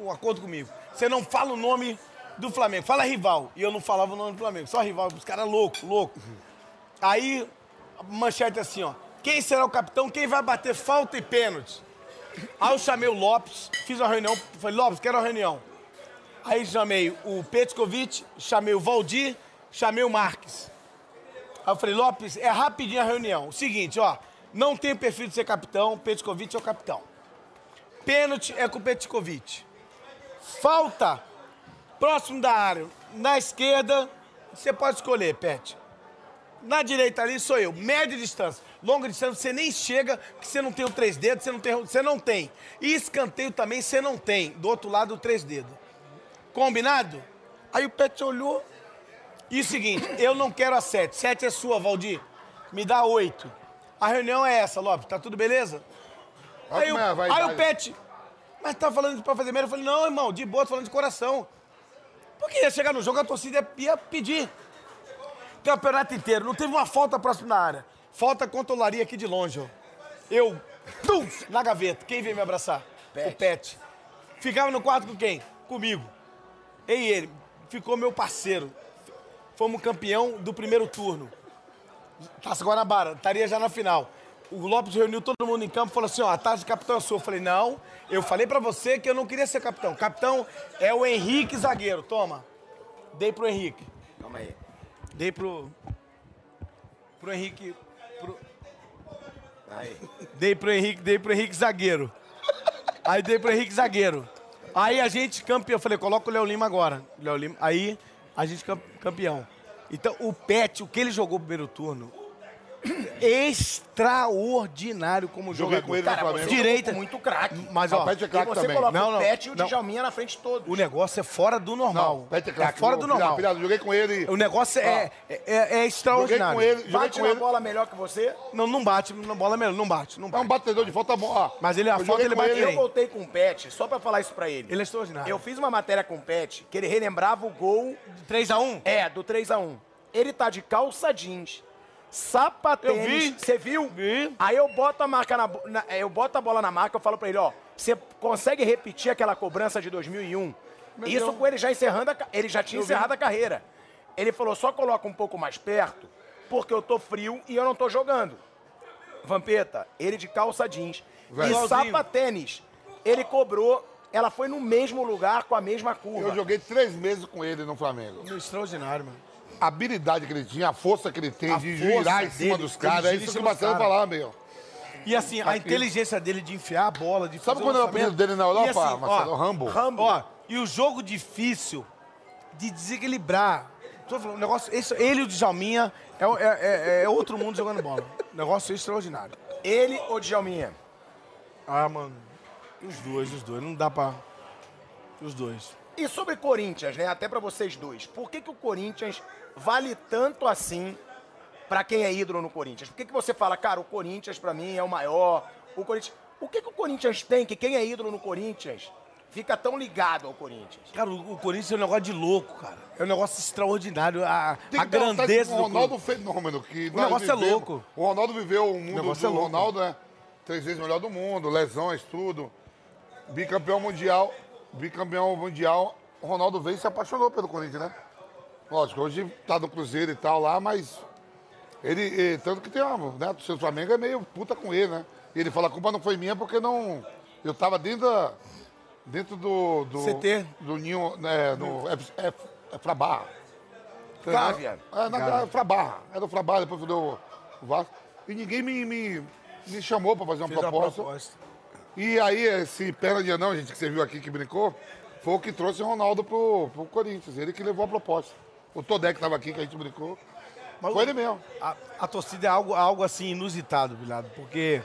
um, um acordo comigo. Você não fala o nome do Flamengo, fala rival. E eu não falava o nome do Flamengo, só rival, os caras loucos, loucos. Aí, a manchete assim, ó. Quem será o capitão? Quem vai bater falta e pênalti? Aí eu chamei o Lopes, fiz uma reunião, falei, Lopes, quero uma reunião. Aí chamei o Petkovic, chamei o Valdir, chamei o Marques. Aí eu falei, Lopes, é rapidinho a reunião. O seguinte, ó, não tem perfil de ser capitão, Petkovic é o capitão. Pênalti é com o Petkovic. Falta, próximo da área, na esquerda, você pode escolher, Pet. Na direita ali sou eu, média distância. Longa distância você nem chega, porque você não tem o três dedos, você não tem. Você não tem. E escanteio também você não tem. Do outro lado, o três dedos. Combinado? Aí o Pet olhou. E o seguinte, eu não quero a sete. Sete é sua, Valdir. Me dá oito. A reunião é essa, Lopes. Tá tudo beleza?
Olha
Aí, o,
como é a
aí
vaidade.
o Pet. Mas tá falando pra fazer merda? Eu falei, não, irmão, de boa, tô falando de coração. Porque ia chegar no jogo, a torcida ia- ia pedir campeonato inteiro. Não teve uma falta próxima da área. Falta controlaria aqui de longe, ó. Eu, tum, na gaveta. Quem veio me abraçar? O Pet. Ficava no quarto com quem? Comigo. Eu E ele. Ficou meu parceiro. Fomos campeão do primeiro turno. Taça Guanabara, estaria já na final. O Lopes reuniu todo mundo em campo e falou assim: ó, a taça de capitão é sua. Eu falei: não, eu falei pra você que eu não queria ser capitão. Capitão é o Henrique zagueiro. Toma. Dei pro Henrique.
Calma aí.
Dei pro. Pro Henrique. pro-
Aí.
Dei pro Henrique, dei pro Henrique zagueiro. Aí dei pro Henrique zagueiro. Aí a gente campeão. Eu falei, coloca o Léo Lima agora. Léo Lima. Aí a gente cam- campeão. Então, o Pet, o que ele jogou no primeiro turno, extraordinário como
Joguei
jogador.
com ele no Flamengo.
direita.
Muito craque.
Mas, ó,
O Pet é
E
craque
você
também.
coloca
Não,
o
não,
Pet e o
não.
Djalminha na frente de todos.
o negócio é fora do normal.
Não, o Pet é craque.
fora do
Pirado,
normal.
Pirado, joguei com ele.
O negócio é, é, é- é
Joguei
extraordinário.
com ele, joguei
Bate
com
é
na
ele.
bola melhor que você.
Não, não bate, na bola mesmo, não bate, não
É
bate.
um batedor de falta bom. ó.
Mas ele, a
Eu
falta,
joguei
ele
com
bate
ele.
Eu voltei com o Pet, só pra falar isso pra ele.
Ele é extraordinário.
Eu fiz uma matéria com o Pet, que ele relembrava o gol
3x1?
É, do 3x1. Ele tá de calça jeans, sapatênis. Você viu?
Vi.
Aí eu boto a marca na, bo- na- é, eu boto a bola na marca, eu falo pra ele, ó, você consegue repetir aquela cobrança de 2001? Isso com ele já encerrando a, ca- ele já tinha encerrado a carreira. Ele falou, só coloca um pouco mais perto, porque eu tô frio e eu não tô jogando. Vampeta, ele de calça jeans e sapatênis. Ele cobrou, ela foi no mesmo lugar com a mesma curva.
Eu joguei três meses com ele no Flamengo.
um Extraordinário, mano.
A habilidade que ele tinha, a força que ele tem de
força
girar em cima
dele,
dos
ele
caras, é
gira em
isso que o
cima dos
Marcelo
caras.
falava, meu.
E assim, a inteligência dele de enfiar a bola, de
Sabe
fazer
quando era o
lançamento.
apelido dele na
E
Europa,
assim,
Marcelo?
ó,
Rambo.
Ó, e o jogo difícil de desequilibrar. Tô falando, o negócio, esse- ele e o Djalminha é, é- é- é outro mundo jogando bola. Negócio extraordinário.
Ele ou Djalminha?
Ah, mano. Os dois, os dois. Não dá pra. Os dois.
E sobre Corinthians, né? Até pra vocês dois. Por que, que o Corinthians vale tanto assim pra quem é ídolo no Corinthians? Por que, que você fala, cara, o Corinthians pra mim é o maior? O Corinthians. O que, que o Corinthians tem que quem é ídolo no Corinthians fica tão ligado ao Corinthians?
Cara, o, o Corinthians é um negócio de louco, cara. É um negócio extraordinário. A,
Tem
a
que dar vontade
grandeza
com
do
O Ronaldo
clube.
é um fenômeno. Que o
negócio é louco.
O Ronaldo viveu o mundo
negócio
do
é louco.
Ronaldo, né? Três vezes melhor do mundo, lesões, tudo. Bicampeão mundial. Bicampeão mundial. O Ronaldo veio e se apaixonou pelo Corinthians, né? Lógico, hoje tá no Cruzeiro e tal lá, mas. Ele, eh, tanto que tem uma, né? O seu Flamengo é meio puta com ele, né? E ele fala, a culpa não foi minha porque não. Eu tava dentro da. Dentro do. do
CT.
Do ninho, né? No, é, é, é Frabarra.
Tá,
Gávea.
É, na Gávea, Frabarra. Era o Frabarra, depois virou o Vasco. E ninguém me, me, me chamou pra fazer uma
Fez uma
proposta.
proposta.
E aí, esse perna de anão, gente, que você viu aqui, que brincou, foi o que trouxe o Ronaldo pro, pro Corinthians. Ele que levou a proposta. O Todé que tava aqui, que a gente brincou.
Mas
foi
o-
ele mesmo.
A, a torcida é algo, algo assim inusitado, Bilado, porque.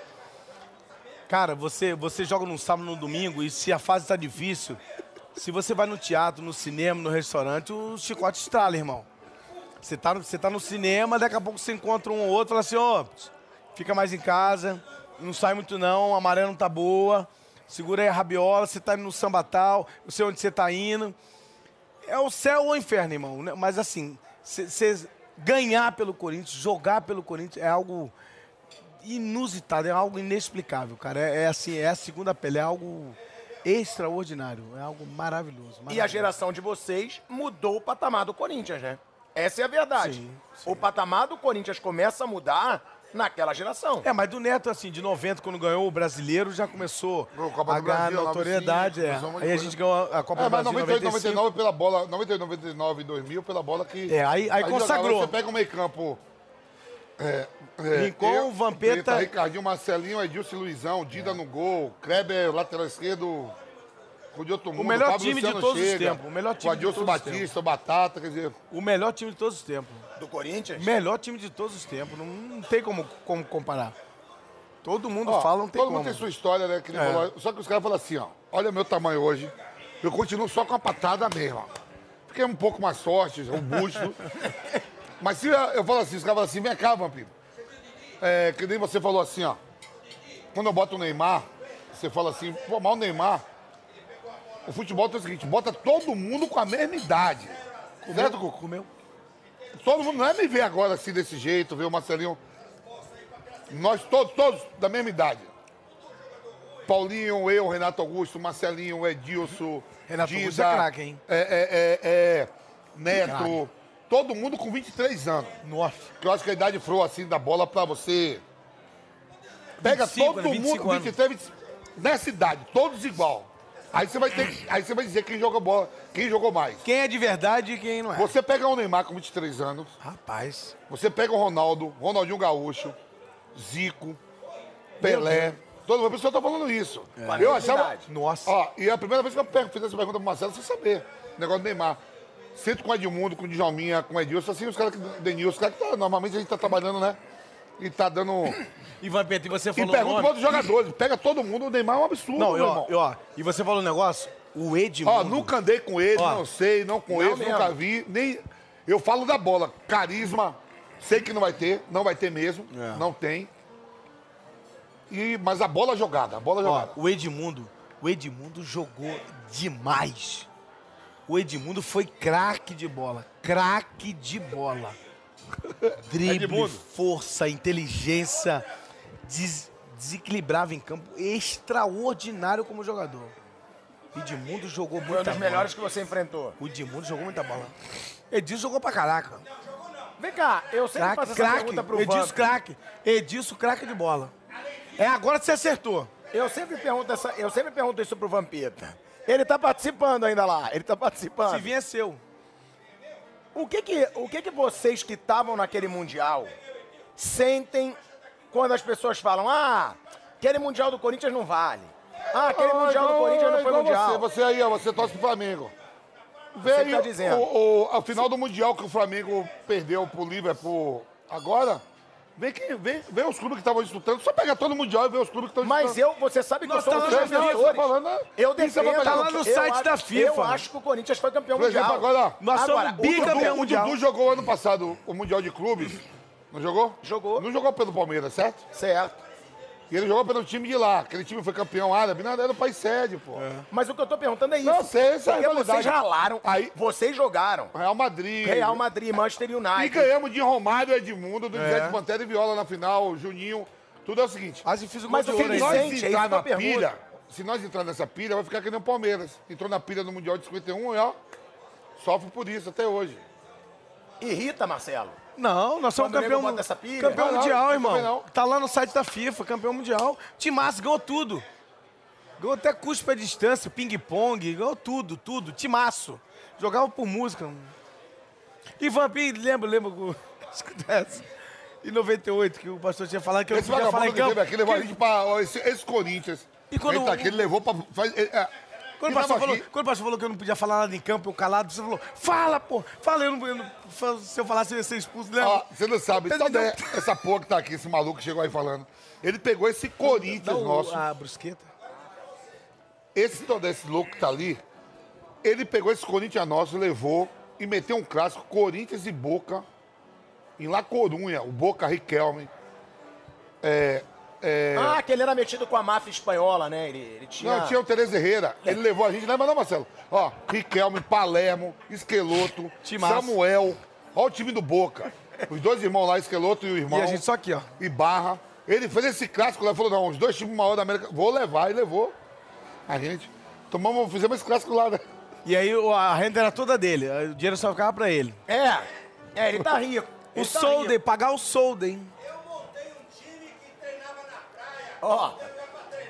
Cara, você, você joga num sábado, num domingo, e se a fase tá difícil, se você vai no teatro, no cinema, no restaurante, o chicote estrala, irmão. Você tá, no- você tá no cinema, daqui a pouco você encontra um ou outro, fala assim, ô, fica mais em casa, não sai muito não, a maré não tá boa, segura aí a rabiola, você tá indo no samba tal, não sei onde você tá indo. É o céu ou o inferno, irmão. né? Mas assim, você ganhar pelo Corinthians, jogar pelo Corinthians é algo inusitado, é algo inexplicável, cara. É, é assim, é a segunda pele, é algo extraordinário, é algo maravilhoso.
E a
maravilhoso.
geração de vocês mudou o patamar do Corinthians, né? Essa é a verdade.
Sim,
O patamar do Corinthians começa a mudar naquela geração.
É, mas do Neto, assim, de 90, quando ganhou o brasileiro, já começou
Ganhou a Copa
a
do
ganhar
Brasil,
notoriedade.
95,
é.
começou um monte de
Aí a
coisa.
gente ganhou a Copa
É,
do
mas
Brasil
98,
95.
99 pela bola, 98, 99 e 2000 pela bola que...
É, aí- aí consagrou.
jogava, Você pega um meio campo... É, é,
Rincon,
eu,
Vampeta-
Ricardinho, Marcelinho, Edilson e Luizão, Dida no gol, Kleber, lateral esquerdo, o de outro mundo,
melhor
Fábio
time de
Luciano
todos os
chega,
tempos, o melhor time
O
de
Adilson
todos os
Batista, o Batata, quer dizer...
O melhor time de todos os tempos.
Do Corinthians?
Melhor time de todos os tempos. Não, não tem como, como comparar. Todo mundo
Ó,
fala, não tem
todo
como. É.
mundo tem sua história, né? Que nem falou. Só que os caras falam assim, ó. Olha o meu tamanho hoje. Eu continuo só com a patada mesmo. ó. Fiquei um pouco mais forte, robusto. Mas se eu, eu falo assim, os caras falam assim, vem cá, Vampiro. É, que nem você falou assim, ó. Quando eu boto o Neymar, você fala assim, pô, mal o Neymar. O futebol tem o seguinte, bota todo mundo com a mesma idade. certo, Cucu?
Comeu.
Todo mundo não é me ver agora assim desse jeito, ver o Marcelinho. Nós todos, todos da mesma idade. Paulinho, eu, Renato Augusto, Marcelinho, Edilson,
Renato
Dida,
Augusto é craque, hein?
É, é, é, é, Neto, todo mundo com 23 anos.
Nossa.
Que eu acho que a idade froa assim da bola pra você. Pega
25,
todo
né? 25
mundo,
anos.
23, 25, nessa idade, todos igual. Aí você vai ter, que- aí você vai dizer quem joga bola, quem jogou mais.
Quem é de verdade e quem não é.
Você pega o Neymar com 23 anos,
Rapaz.
você pega o Ronaldo, Ronaldinho Gaúcho, Zico, Pelé. Todo mundo, pessoal tá falando isso. Eu achava.
É. Nossa.
Ó, e é a primeira vez que eu per- fiz essa pergunta pro Marcelo sem saber. O negócio do Neymar. Sinto com o Edmundo, com o Djalminha, com o Edilson, assim, os caras que. Denilson, os caras que tá, normalmente a gente tá trabalhando, né? E tá dando.
E Vampeta, e você
E
falou o
pergunta
nome?
pra outros jogadores. Pega todo mundo, o Neymar é um absurdo,
Não,
meu
e ó,
irmão.
e ó, e você falou um negócio? O Edmundo.
Ó, nunca andei com ele,
Ó.
não sei, não conheço, nunca vi, nem. Eu falo da bola, carisma, sei que não vai ter, não vai ter mesmo, não tem. E, mas a bola jogada, a bola
Ó,
jogada.
o Edmundo, o Edmundo jogou demais. O Edmundo foi craque de bola, craque de bola. Drible, força, inteligência, des- desequilibrava em campo, extraordinário como jogador. O Edmundo jogou
Foi um
muita
dos
então.
bola.
melhores que você enfrentou.
O Edmundo jogou muita bola. Edilson jogou pra caraca.
Vem cá, eu sempre
Craque,
faço essa
craque.
pergunta pro
Edilson,
Vamp.
craque. Edilson, craque de bola. É agora que você acertou.
Eu sempre pergunto essa, eu sempre pergunto isso pro Vampeta. Ele tá participando ainda lá, ele tá participando.
Se venceu.
O que que, o que que vocês que estavam naquele Mundial sentem quando as pessoas falam, ah, aquele Mundial do Corinthians não vale. Ah, aquele
Ah,
Mundial do
igual-
Corinthians não foi
igual
Mundial.
Você, você aí, ó, você torce pro Flamengo. Vê
Você
aí
tá dizendo.
O, o- a final do Mundial que o Flamengo perdeu pro Liverpool agora. Vê, que, vê, vê os clubes que estavam disputando. Só pegar todo o Mundial e ver os clubes que estão disputando.
Mas eu, você sabe que
tá- Nós
eu sou
tá
um
lá
dos
na FIFA,
defensores.
tá falando, né?
Eu
Isso é
defendo.
pra pegar
eu
lá no
acho-
site da FIFA,
Eu
mano.
acho que o Corinthians foi campeão
Por exemplo,
mundial.
agora,
Nós
Agora,
somos
o Dudu-
bicampeão
o
mundial.
Dudu jogou ano passado o Mundial de Clubes. Não jogou?
Jogou.
Não jogou pelo Palmeiras, certo?
Certo.
E ele jogou pelo time de lá. Aquele time foi campeão árabe. Não, era o país sede, pô.
Mas o que eu tô perguntando é isso.
Não, sei, essa é a
Porque vocês
realidade.
ralaram,
Aí-
vocês jogaram.
Real Madrid.
Real Madrid, Manchester
E
United.
ganhamos de Romário, Edmundo, do Zé de Pantera e Viola na final, Juninho. Tudo é o seguinte.
Quase fiz o gol
Mas
de
o que
ouro
Se
eles
ainda.
nós
Vicente, é isso que
entrar
eu
na
pergunto.
pilha, se nós entrar nessa pilha, vai ficar que nem o Palmeiras. Entrou na pilha no Mundial de 51 e ó, sofre por isso até hoje.
Irrita, Marcelo.
Não, nós somos
Quando o nego
campeão,
bota essa pilha,
campeão
vai lá,
mundial,
não
irmão.
tem não.
Tá lá no site da FIFA, campeão mundial. Timaço ganhou tudo. Ganhou até cuspe à distância, ping-pong, ganhou tudo, tudo. Timaço. Jogava por música. E Vampi, lembra, lembra o acontece? Em 98, que o pastor tinha falado que eu não
Esse
podia falar
vagabundo
em
que teve
campo.
aqui levou a
Que-
gente pra. ó, Esse, esse Corinthians.
E quando
ele tá
o-
aqui, ele levou pra. Faz, é, é,
Quando o,
e
pastor
tava
falou,
aqui,
quando o pastor falou que eu não podia falar nada em campo, eu calado, você falou, fala, pô, fala, eu não, eu não- fa- se eu falasse eu ia ser expulso, lembra?
ó, você não sabe,
Ele me
sabe essa porra que tá aqui, esse maluco que chegou aí falando. Ele pegou esse
Dá
Corinthians
o-
nosso,
a brusqueta.
esse todo esse louco que tá ali. Ele pegou esse Corinthians nosso, levou e meteu um clássico Corinthians e Boca em La Corunha, o Boca Riquelme.
Ah, que ele era metido com a máfia espanhola, né? Ele, ele tinha...
É.
Ah.
Não, tinha o Tereza Herrera. Ele levou a gente, lembra não, Marcelo? Ó, Riquelme, Palermo, Esqueloto,
Timaço.
Samuel. Ó o time do Boca. Os dois irmãos lá, Esqueloto e o irmão.
E a gente só aqui, ó.
E Barra. Ele fez esse clássico lá, falou, não, os dois times maiores da América, vou levar. E levou a gente. Tomamos, fizemos esse clássico lá, né?
E aí o- a renda era toda dele, o dinheiro só ficava pra ele.
É, é, ele tá rico.
O
Ele tá
solden,
rico.
pagar o solden.
Eu montei um
Ó,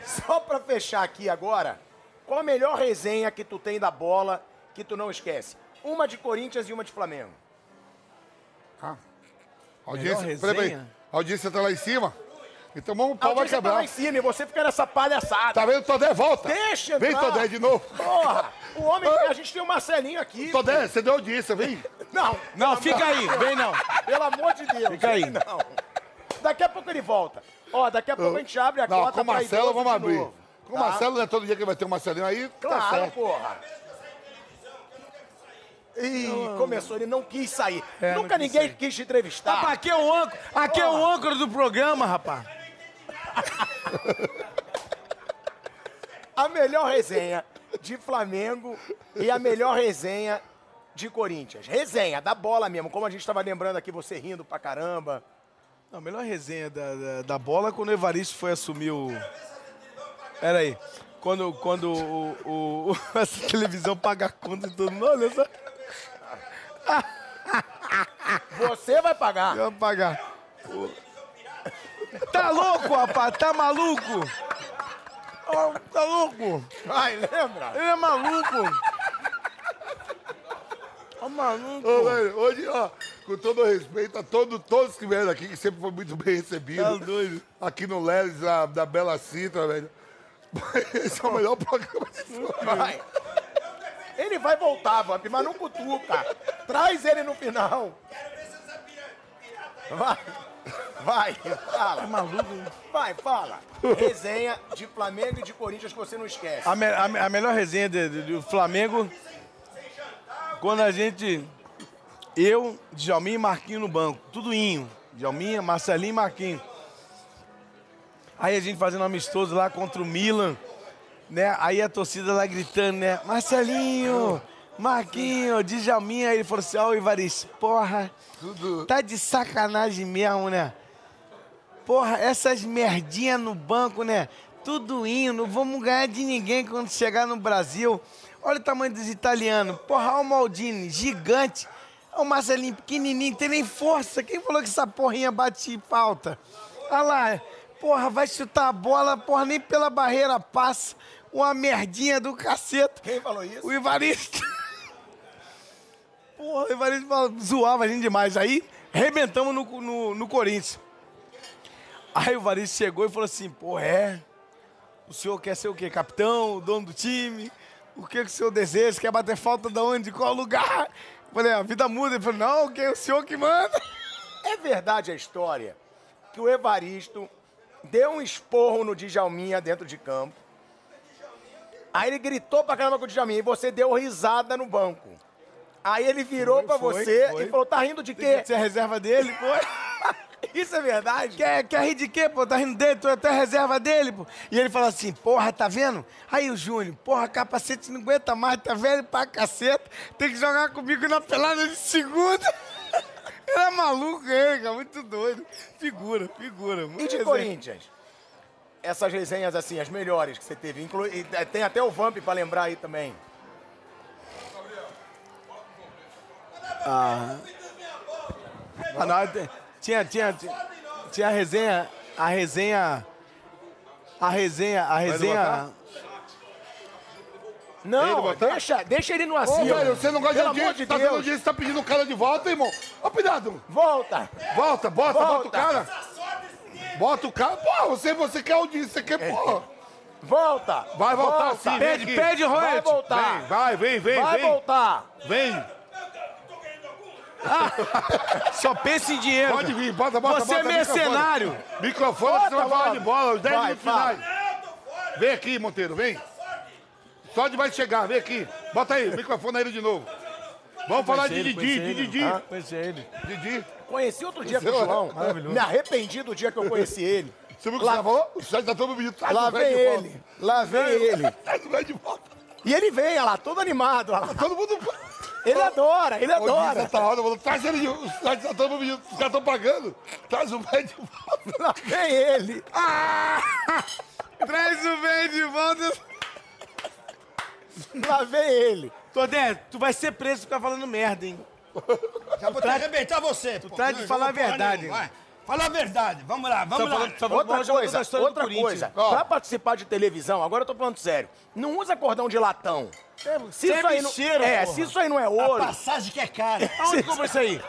só pra fechar aqui agora, qual a melhor resenha que tu tem da bola que tu não esquece? Uma de Corinthians e uma de Flamengo.
A audiência, peraí, peraí. A audiência tá lá em cima. Então vamos, o
A
pau vai
audiência tá lá
quebrar.
em cima e você fica nessa palhaçada.
Tá vendo? Todé volta.
Deixa
Vem,
entrar.
Todé, de novo.
Porra, o homem,
Ah.
a gente tem o Marcelinho aqui.
Todé, você deu audiência, vem.
Não,
Não, fica aí, vem não.
pelo amor de Deus.
Fica aí.
Não. Daqui a pouco ele volta. Ó, daqui a pouco a gente abre a
Não,
cota
com o
pra
Marcelo
idoso
vamos
de
abrir.
novo,
Com o
tá?
Marcelo, não é todo dia que vai ter o Marcelinho aí. tá
Claro,
certo.
porra. Ih, começou, ele não quis sair.
É,
Nunca ninguém quis te entrevistar.
Rapaz, aqui é o âncora, aqui é o âncora do programa, rapaz.
A melhor resenha de Flamengo e a melhor resenha de Corinthians. Resenha, da bola mesmo, como a gente tava lembrando aqui, você rindo pra caramba.
Não, a melhor resenha da, da, da bola é quando o Evaristo foi assumir o. Pera aí. Quando, quando o, o- o- essa televisão paga a conta e todo mundo. Olha só.
Você vai pagar.
Vamos pagar. O- Tá louco, rapaz? Tá maluco? Ó, Tá louco?
Ai, lembra?
Ele é maluco. Tá maluco.
Ô, velho, hoje, ó, com todo o respeito a todo, todos que vieram aqui, que sempre foi muito bem recebido.
Tá doido.
Aqui no Leles, da, da Bela Cinta, velho. Esse é o melhor programa de todos.
Vai. Ele vai voltar, Vamp, mas não cutuca. Traz ele no final. Vai, vai, fala. maluco? Vai, fala. Resenha de Flamengo e de Corinthians que você não esquece.
A, me- a me- a melhor resenha de- de- do Flamengo. Quando a gente. Eu, Djalminha e Marquinho no banco. Tudo inho. Djalminha, Marcelinho e Marquinho. Aí a gente fazendo um amistoso lá contra o Milan. Né? Aí a torcida lá gritando, né? Marcelinho! Marquinho, Djalminha. Aí ele falou assim: Ó, o Ivaristo, porra. Tá de sacanagem mesmo, né? Porra, essas merdinhas no banco, né? Tudo indo, vamos ganhar de ninguém quando chegar no Brasil. Olha o tamanho dos italianos. Porra, olha o Maldini, gigante. Olha o Marcelinho, pequenininho, tem nem força. Quem falou que essa porrinha bate em falta? Olha lá, porra, vai chutar a bola, porra, nem pela barreira passa. Uma merdinha do cacete.
Quem falou isso?
O Ivaristo. Porra, o Ivaristo fala- zoava a gente demais. Aí, rebentamos no, no, no Corinthians. Aí o Ivaristo chegou e falou assim, pô, é? O senhor quer ser o quê? Capitão? Dono do time? O que, que o senhor deseja? Quer bater falta de onde? De qual lugar? Eu falei, "Ah, a vida muda. Ele falou, não, que é o senhor que manda.
É verdade a história que o Evaristo deu um esporro no Djalminha dentro de campo. Aí ele gritou pra caramba com o Djalminha e você deu risada no banco. Aí ele virou pra
foi,
você
foi.
e falou, tá rindo de quê?
Você é a reserva dele, pô.
Isso é verdade?
Quer, quer rir de quê, pô? Tá rindo dele, tu é até reserva dele, pô. E ele fala assim, porra, tá vendo? Aí o Júnior, porra, capacete não aguenta mais, tá velho pra caceta, tem que jogar comigo na pelada de segunda. Ele é maluco, ele, cara, muito doido. Figura, figura. muito
E de
resenha.
Corinthians? Essas resenhas, assim, as melhores que você teve. Inclui... e, eh, Tem até o Vamp pra lembrar aí também.
Ah, não, te- tinha, tinha, tinha, tinha a resenha, a resenha, a resenha, a resenha...
Ele
Não,
botar?
deixa, deixa ele no
Ô,
asilo.
velho, você não gosta de
Pelo amor
audiência,
de
tá dando
Deus.
audiência, tá pedindo o cara de volta, irmão. Ô, cuidado.
Volta.
Volta, bota, bota o
Volta.
cara. Bota o cara. Pô, você, você quer audiência, você quer, pô.
Volta.
Vai voltar
volta.
sim, vem
Pede,
aqui.
pede, Royal. Vai voltar.
Vem, Tá. vai, vem, vem,
Vai
vem.
voltar.
Vem.
Só pensa em dinheiro.
Pode vir, bota, bota,
Você é
bota o microfone.
mercenário.
Microfone, você vai falar de bola, os 10
Vai,
minutos
fala.
finais. Vem aqui, Monteiro, vem. Só de vai chegar, vem aqui. Bota aí, microfone ele de novo. Vamos falar de Didi, de Didi.
Pois é, ele.
Didi.
Conheci outro dia com o João. Me arrependi do dia que eu conheci ele.
Você viu o que você falou? O chat tá todo pedindo. Traz
Lá
o velho
vem
de volta.
ele. Lá vem ele.
Traz o velho de volta.
E ele vem, olha lá, todo animado. olha lá.
Todo mundo...
Ele adora, ele
Adora.
adora.
Essa hora, falou, traz ele de... O chat tá todo pedindo. Os caras estão pagando. Traz o velho de volta.
Lá vem ele. Ah!
Traz o bem de volta.
Lá vem ele.
Todé, tu vai ser preso por ficar falando merda, hein?
Já vou te arrebentar você, pô.
Tá de
Não,
falar a
jogo porra
verdade.
nenhuma, vai. Fala a verdade. Vamos lá, vamos lá.
Outra coisa, outra
Corinthians.
coisa. Pra participar de televisão, agora eu tô falando sério, não usa cordão de latão. Se
é
isso aí não,
bicheiro,
é,
porra.
se isso aí não é ouro,
Passagem que é cara.
Aonde compra isso aí?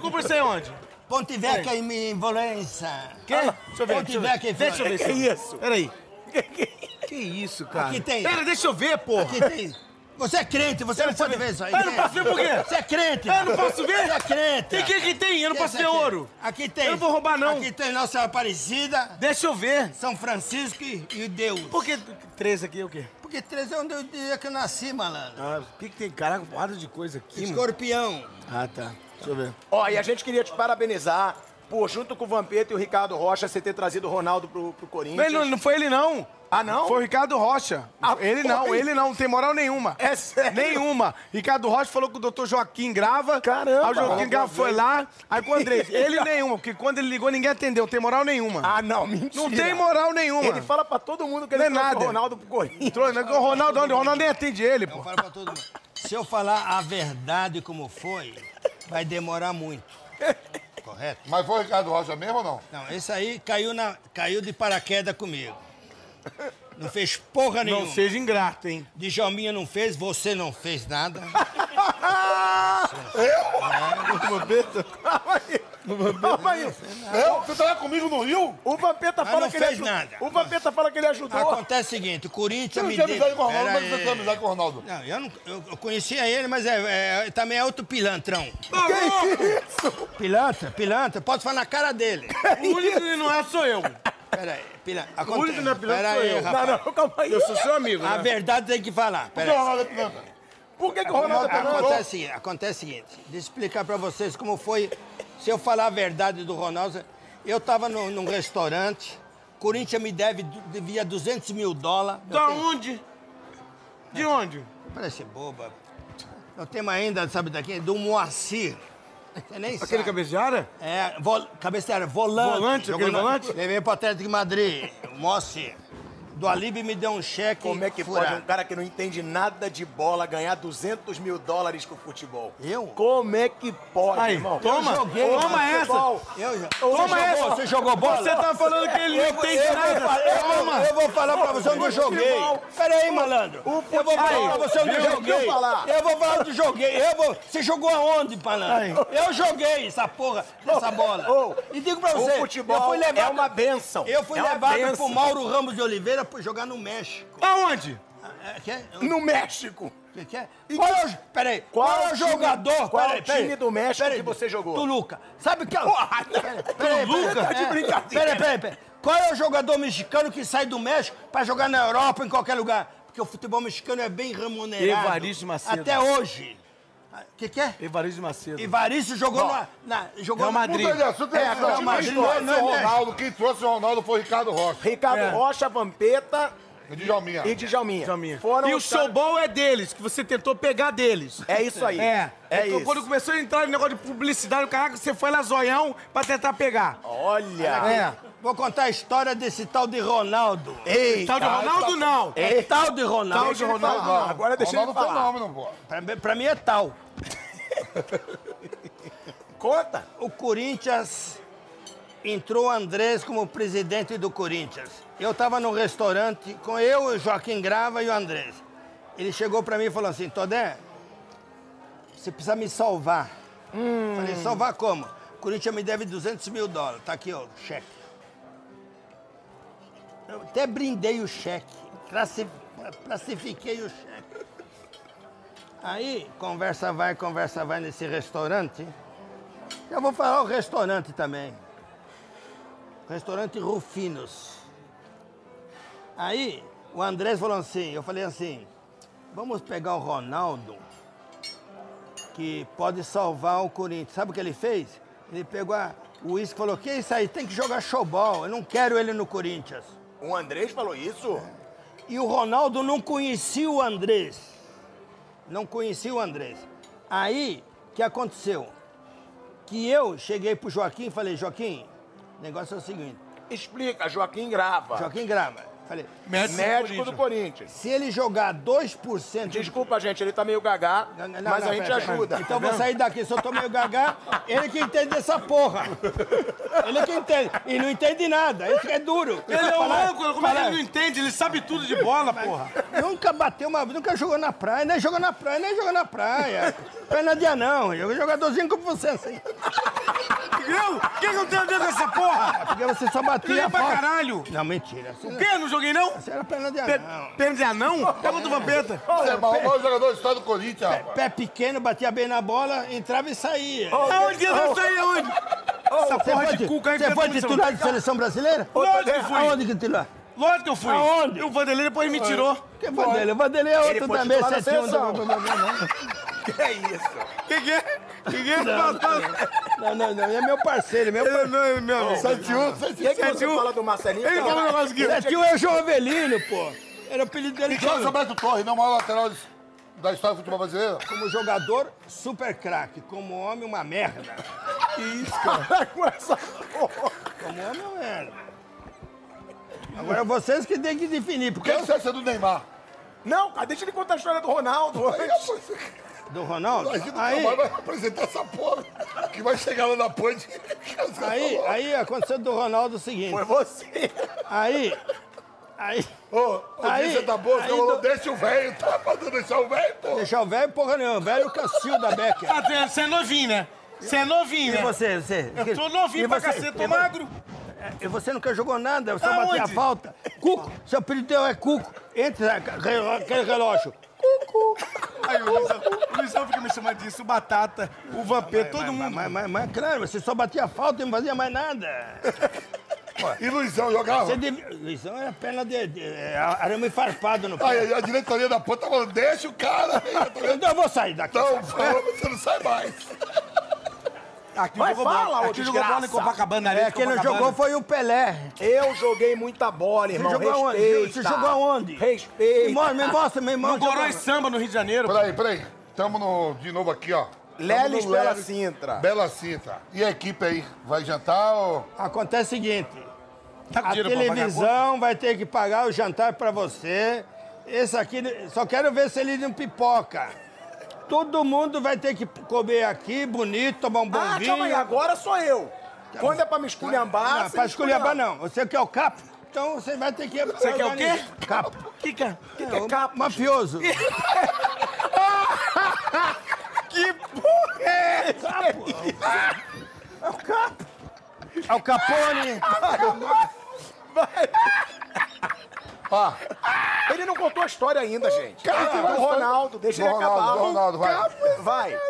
compra isso aí onde?
Ponte Vecchia em em Valença.
Quê? Deixa eu ver.
Ponte Vecchia em
Deixa eu ver.
Valença.
Que isso? Peraí.
Que isso, cara? Aqui tem.
Pera, deixa eu ver, porra.
Aqui tem. Você é crente, você não pode ver isso aí.
Eu não posso ver por quê?
Você é crente.
Eu não posso ver?
Você é crente.
Tem que que tem? Eu não
Esse
posso ver
aqui.
ouro.
Aqui tem.
Eu não vou roubar, não.
Aqui tem Nossa Aparecida,
Deixa eu ver.
São Francisco e e Deus.
Por que três aqui é o quê?
Porque três é onde eu dia que eu nasci, malandro.
Ah, o que, que tem? Caraca, porrada de coisa aqui, mano.
Escorpião.
Ah, tá. Deixa eu ver.
ó, e a gente queria te parabenizar por junto com o Vampeta e o Ricardo Rocha você ter trazido o Ronaldo pro, pro Corinthians.
Mas não, não foi ele, não.
Ah, não?
Foi o Ricardo Rocha.
Ah,
ele não,
foi?
ele não, não tem moral nenhuma.
É sério?
Nenhuma. Ricardo Rocha falou que o doutor Joaquim grava.
Caramba.
Aí o Joaquim Grava foi lá, aí com o Andrés. Ele nenhuma, porque quando ele ligou ninguém atendeu, tem moral nenhuma.
Ah, não, mentira.
não tem moral nenhuma.
Ele fala pra todo mundo que
Não
ele
é
trouxe
nada.
o Ronaldo pro Corinthians.
Entrou, né? O Ronaldo, o Ronaldo nem atende ele,
Eu
pô.
falo pra todo mundo. Se eu falar a verdade como foi, vai demorar muito. Correto?
Mas foi o Ricardo Rocha mesmo ou não?
Não, esse aí caiu, na, caiu de paraquedas comigo. Não fez porra nenhuma.
Não seja ingrato, hein?
Djalminha não fez, você não fez nada.
Calma aí.
Eu? Você tava comigo no Rio?
O Vampeta fala
não
que ele
fez
ajudou.
nada.
O Vampeta fala que ele ajudou.
Acontece o seguinte, o
Você
Corinthians
não
me
tinha
deu-
amizade com o um Ronaldo,
Pera
mas você tem
aí.
amizade com o Ronaldo.
Não, eu, não, eu, eu conhecia ele, mas é, é- também é outro pilantrão. Pilantra, pilantra, posso falar na cara dele.
O único que não é sou eu.
Peraí, pilantra.
O único que não é pilantra
Pera
sou
aí,
eu.
rapaz.
Não, não, calma aí.
Eu sou seu amigo,
A
né?
verdade tem que falar.
Por
Pera
que o
aí.
Ronaldo é pilantra?
Por que, que o Ronaldo tá
Acontece o seguinte, acontece o seguinte. Deixa eu explicar pra vocês como foi. Se eu falar a verdade do Ronaldo, eu tava no, num restaurante, Corinthians me deve, devia 200 mil dólares. Eu
Da
tenho-
onde? De onde?
Parece boba. Nós temos ainda, sabe daqui? Do Moacir. Você nem
Aquele
sabe.
cabeça de área?
É, vol... cabeceira, volante.
Volante,
Jogou
aquele
na-
volante?
Levei pro Atlético de Madrid, o Moacir. Do Alibe me deu um cheque
Como é que pode um
furado.
cara que não entende nada de bola ganhar 200 mil dólares com futebol?
Eu?
Como é que pode,
Aí,
irmão?
toma, toma essa.
Eu já...
Toma
Você
essa.
jogou- Você jogou bola?
Você tá falando que ele não entende nada.
Eu, vou- eu vou falar pra você, eu não joguei. Peraí, malandro. Eu vou falar pra você, eu não
viu?
joguei.
Viu falar?
Eu vou falar que joguei. Eu vou... Você jogou aonde, malandro? Eu joguei essa porra dessa bola.
ô,
E digo pra você,
o futebol
eu fui levado,
é uma bênção.
Eu fui
É uma
levado
bênção.
pro Mauro Ramos de Oliveira pra jogar no México.
Aonde?
É, que é?
No México.
Que que é? Qual é o, peraí, qual,
qual
é o
time-
jogador?
qual
peraí,
time
peraí.
do México que você jogou?
Toluca. Sabe que é? Peraí, peraí, Toluca?
Tá de brincadeira.
Peraí, peraí, peraí. Qual é o jogador mexicano que sai do México pra jogar na Europa, em qualquer lugar? Porque o futebol mexicano é bem remunerado.
Evaristo Macedo.
Até hoje. O que, que é?
Evaristo de Macedo.
Evaristo jogou na, na- jogou
Real
na-
Madrid.
Puta de assunto, é,
Real
quem
Madrid,
trouxe
não é
o
México.
Ronaldo, quem trouxe o Ronaldo foi o Ricardo Rocha,
Ricardo
É. Tá.
Rocha, Vampeta
o Djalminha.
e Djalminha.
Djalminha.
Foram
e o
os caras-
showball é deles, que você tentou pegar deles.
É isso aí.
É,
É
Então,
isso.
Quando começou a entrar no negócio de publicidade, o caraca, você foi lá zoião pra tentar pegar.
Olha.
É.
Vou contar a história desse tal de Ronaldo.
Ei.
Tal Então,
tá
de Tá, Ronaldo, não.
É tal de Ronaldo.
Tal de Ronaldo, não.
Agora deixa ele
Ronaldo
falar.
fenômeno, pô.
Pra, mim- pra mim é tal.
Conta.
O Corinthians entrou o Andrés como presidente do Corinthians. Eu estava no restaurante com eu, o Joaquim Grava e o Andrés. Ele chegou para mim e falou assim: Todé, você precisa me salvar. Falei: salvar como? O Corinthians me deve 200 mil dólares. Tá aqui, ó, o cheque. Eu até brindei o cheque, classi- classifiquei o cheque. Aí, conversa vai, conversa vai nesse restaurante. Eu vou falar o restaurante também. Restaurante Rufinos. Aí, o Andrés falou assim, eu falei assim, vamos pegar o Ronaldo, que pode salvar o Corinthians. Sabe o que ele fez? Ele pegou a- o uísque e falou, que isso aí, tem que jogar showball, eu não quero ele no Corinthians.
O Andrés falou isso?
E o Ronaldo não conhecia o Andrés. Não conhecia o Andrés. Aí, o que aconteceu? Que eu cheguei pro Joaquim e falei, Joaquim, o negócio é o seguinte.
Explica, Joaquim grava.
Joaquim Grava, Falei,
Médico, do Corinthians.
se ele jogar 2%.
Desculpa, gente, ele tá meio gagá,
Não, não,
mas
não,
a gente
pera, pera.
ajuda.
Então eu vou sair daqui. Se eu tô meio gagá, ele que entende dessa porra. Ele que entende. E não entende nada. Isso que é duro.
Ele é um
Falar-
âncora, como é que
falar-
ele não entende? Ele sabe tudo de bola, porra.
Nunca bateu uma nunca jogou na praia, nem jogou na praia, nem jogou na praia. Perna de anão, jogou jogadorzinho como você, assim.
Eu? Por que que eu tenho dedo nessa porra?
Porque você só batia
Joguei
a
pra
bola.
caralho.
Não, mentira. Você,
O quê? Não joguei, não?
você era perna de
Pe-
anão.
Perna de anão? Pergunta o Vampeta.
Você é o maior jogador da história do Corinthians, rapaz.
Pé pequeno, batia bem na bola, entrava e saía.
Aonde eu saí? Aonde? Essa
Você
porra
foi
de
ti-
cuca aí
Você foi
inventando
titular de seleção brasileira?
Lógico que fui.
Aonde que titular?
Lógico que eu fui.
Aonde?
E o Vanderlei depois me tirou.
Que é Vanderlei? O Vanderlei é outro
foi
também,
titular da
7 1
seleção.
Que que é? Que que é?
Não, não, não. É meu parceiro, meu parceiro.
Não, meu amigo.
7-1, 7-1.
Você fala do Marcelinho?
Ele falou um negócio aqui.
7 1 é o João Avelino, pô. Era o apelido dele.
Carlos Alberto Torres, não é o maior lateral da história do futebol brasileiro?
Como jogador, super craque. Como homem, uma merda. Que isso, cara? Com essa porra. Como homem, uma merda. Agora vocês que têm que definir,
O que
porque
você acha é do Neymar?
Não, cara, deixa ele contar a história do Ronaldo.
Aí, rapaz,
do Ronaldo.
Imagina o
Aí,
Neymar vai apresentar essa porra que vai chegar lá na ponte.
aí, aí aconteceu do Ronaldo o seguinte.
Foi você.
Aí, aí,
Ô, ô,
Aí,
aí, tá boa, você
aí
falou,
do-
deixa o velho, tá mandando deixar o velho, pô.
deixar o velho porra nenhuma. O velho Cacil da Becker.
Ah, Você é novinho, né? Você é novinho, né?
você, você? É,
Eu tô novinho pra cacete, tô magro.
E você nunca jogou nada, só
Aonde?
batia a falta. Cuco, seu apelido teu é Cuco. Entra relo- aquele relógio. Cuco.
Aí o Luizão, o Luizão fica me chamando disso, o Batata, o Vampeta, todo
Mas-
mundo.
Mas, mas, mas, claro, você só batia a falta e não fazia mais nada.
E Luizão jogava.
Você devia... Luizão era perna de, de é, arame farpado no pé.
Aí a diretoria da ponta tá falando, deixa o cara. Aí, a diretoria,
Então eu vou sair daqui.
Não, falou, você não sai mais.
Aqui
Mas
jogou
fala,
bola.
ô
Aqui jogou bola em
desgraça.
Copacabana ali.
É, quem não
Copacabana.
jogou foi o Pelé.
Eu joguei muita bola, irmão.
jogou aonde?
Respeita.
Você jogou aonde? Me
Respeita.
mostra, me mostra, meu irmão.
No Gorói
jogou-
Samba, no Rio de Janeiro.
Peraí, peraí. Tamo no, de novo aqui, ó. Tamo
Lelis
no
Bela Sintra.
Bela Cinta. E a equipe aí? Vai jantar ou.
Acontece o seguinte.
Tá com
A
dinheiro pra pagar a conta?
televisão vai ter que pagar o jantar pra você. Esse aqui, só quero ver se ele não pipoca. Todo mundo vai ter que comer aqui, bonito, tomar um bom
Ah,
vinho.
calma aí, agora sou eu. Quando é pra me esculhambar...
Não, pra esculhambar não. Você que é o capo, então você vai ter que... Você
quer o quê?
Capo.
Que que é?
Que é capo? Mafioso. que porra é essa? Capo. É o capo. É o Capone.
Pá,
Ele não contou a história ainda, gente. Ah, do Ronaldo, deixa
Do
ele
Ronaldo,
acabar.
do Ronaldo, vai.
Vai.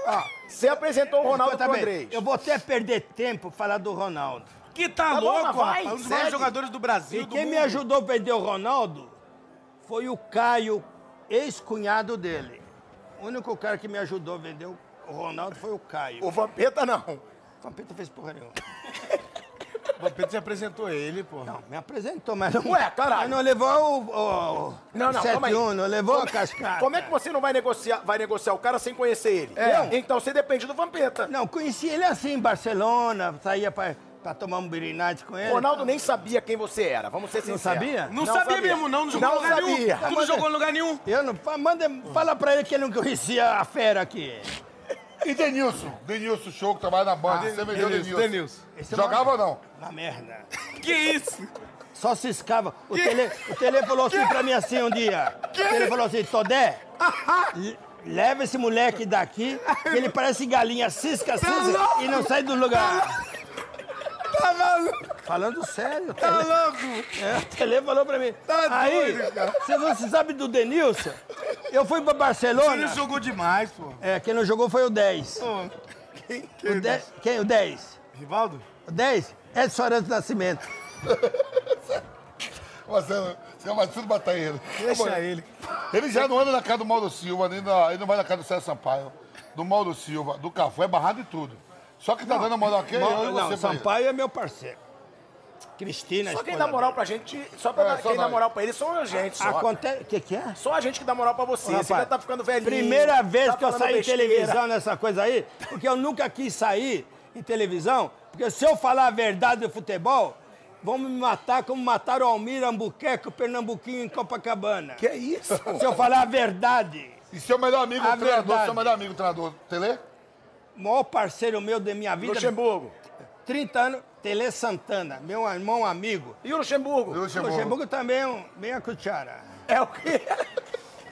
Você apresentou o Ronaldo
Escuta
pro
tá bem,
Andrés.
Ah, Eu vou até perder tempo falar do Ronaldo.
Que tá,
Tá bom,
louco,
mas vai,
rapaz. Um dos
segue.
maiores jogadores do Brasil,
E
do
quem me
mundo.
ajudou a perder o Ronaldo foi o Caio, ex-cunhado dele. O único cara que me ajudou a vender o Ronaldo foi o Caio.
O Vampeta não.
O Vampeta fez porra nenhuma.
O Vampeta se apresentou a ele, porra.
Não, me apresentou, mas não.
Ué, caralho.
Mas não levou o. o
Não, não, calma aí.
71, não levou a cascada.
Como é que você não vai negociar, vai negociar o cara sem conhecer ele?
É.
Então você depende do Vampeta.
Não, conheci ele assim, em Barcelona, saía pra, pra tomar um birinate com ele.
O Ronaldo nem sabia quem você era, vamos ser
Não
sinceros.
sabia?
Não, sabia, mesmo, não. Não jogou um em
Não
lugar
sabia.
nenhum. Tu não jogou em lugar nenhum.
Eu não. fa- Manda, fala pra ele que ele não conhecia a fera aqui.
E Denilson? Denilson Show, que trabalha na banda. Você vendeu Denilson.
Denilson.
Ah, Esse é uma-
Jogava ou não?
Uma merda.
Que isso?
Só ciscava. O Tele, o Tele falou assim pra mim assim um dia. O Tele falou assim, Todé, le- leva esse moleque daqui, que ele parece galinha cisca, cisca e não sai do lugar.
Tá maluco,
Falando sério, o
tá
Tele,
louco.
é, o Tele falou pra mim.
Tá
Aí,
doido, cara.
se você sabe do Denilson, eu fui pra
Ele
Barcelona.
jogou demais, pô.
É, quem não jogou foi o 10.
Quem é que
O 10 quem? O 10?
Rivaldo?
O 10? Edson Arantes É Nascimento.
Você, você é mais tudo batalheiro.
Deixa ele.
Ele já não anda na casa do Mauro Silva, nem na- ele não vai na casa do César Sampaio, do Mauro Silva, do Café, é barrado e tudo. Só que tá dando moral aqui, eu e
Não,
você
não,
pra ele.
Sampaio é meu parceiro. Cristina,
Só quem
esposa
dá
dele.
moral pra gente, só pra
É,
dar-
só
quem dá
nós.
moral pra ele são a gente, só.
Acontece. O que, que é?
Só a gente que dá moral pra você.
Ah, Rapaz,
você já tá ficando velhinho.
Primeira vez
tá
que eu
falando
saí em
besteira.
televisão nessa coisa aí, porque eu nunca quis sair em televisão, porque se eu falar a verdade do futebol, Vão me matar como mataram o Almir Ambuqueca, o Pernambuquinho em Copacabana.
Que é isso?
Se eu falar a verdade,
E seu melhor amigo,
A
o treinador,
verdade.
seu melhor amigo, o treinador, Tele?
o maior parceiro meu da minha vida,
Luxemburgo.
30 anos, Tele Santana, meu irmão amigo.
E o Luxemburgo?
Luxemburgo.
Luxemburgo também é um, meia cuchara.
É o quê?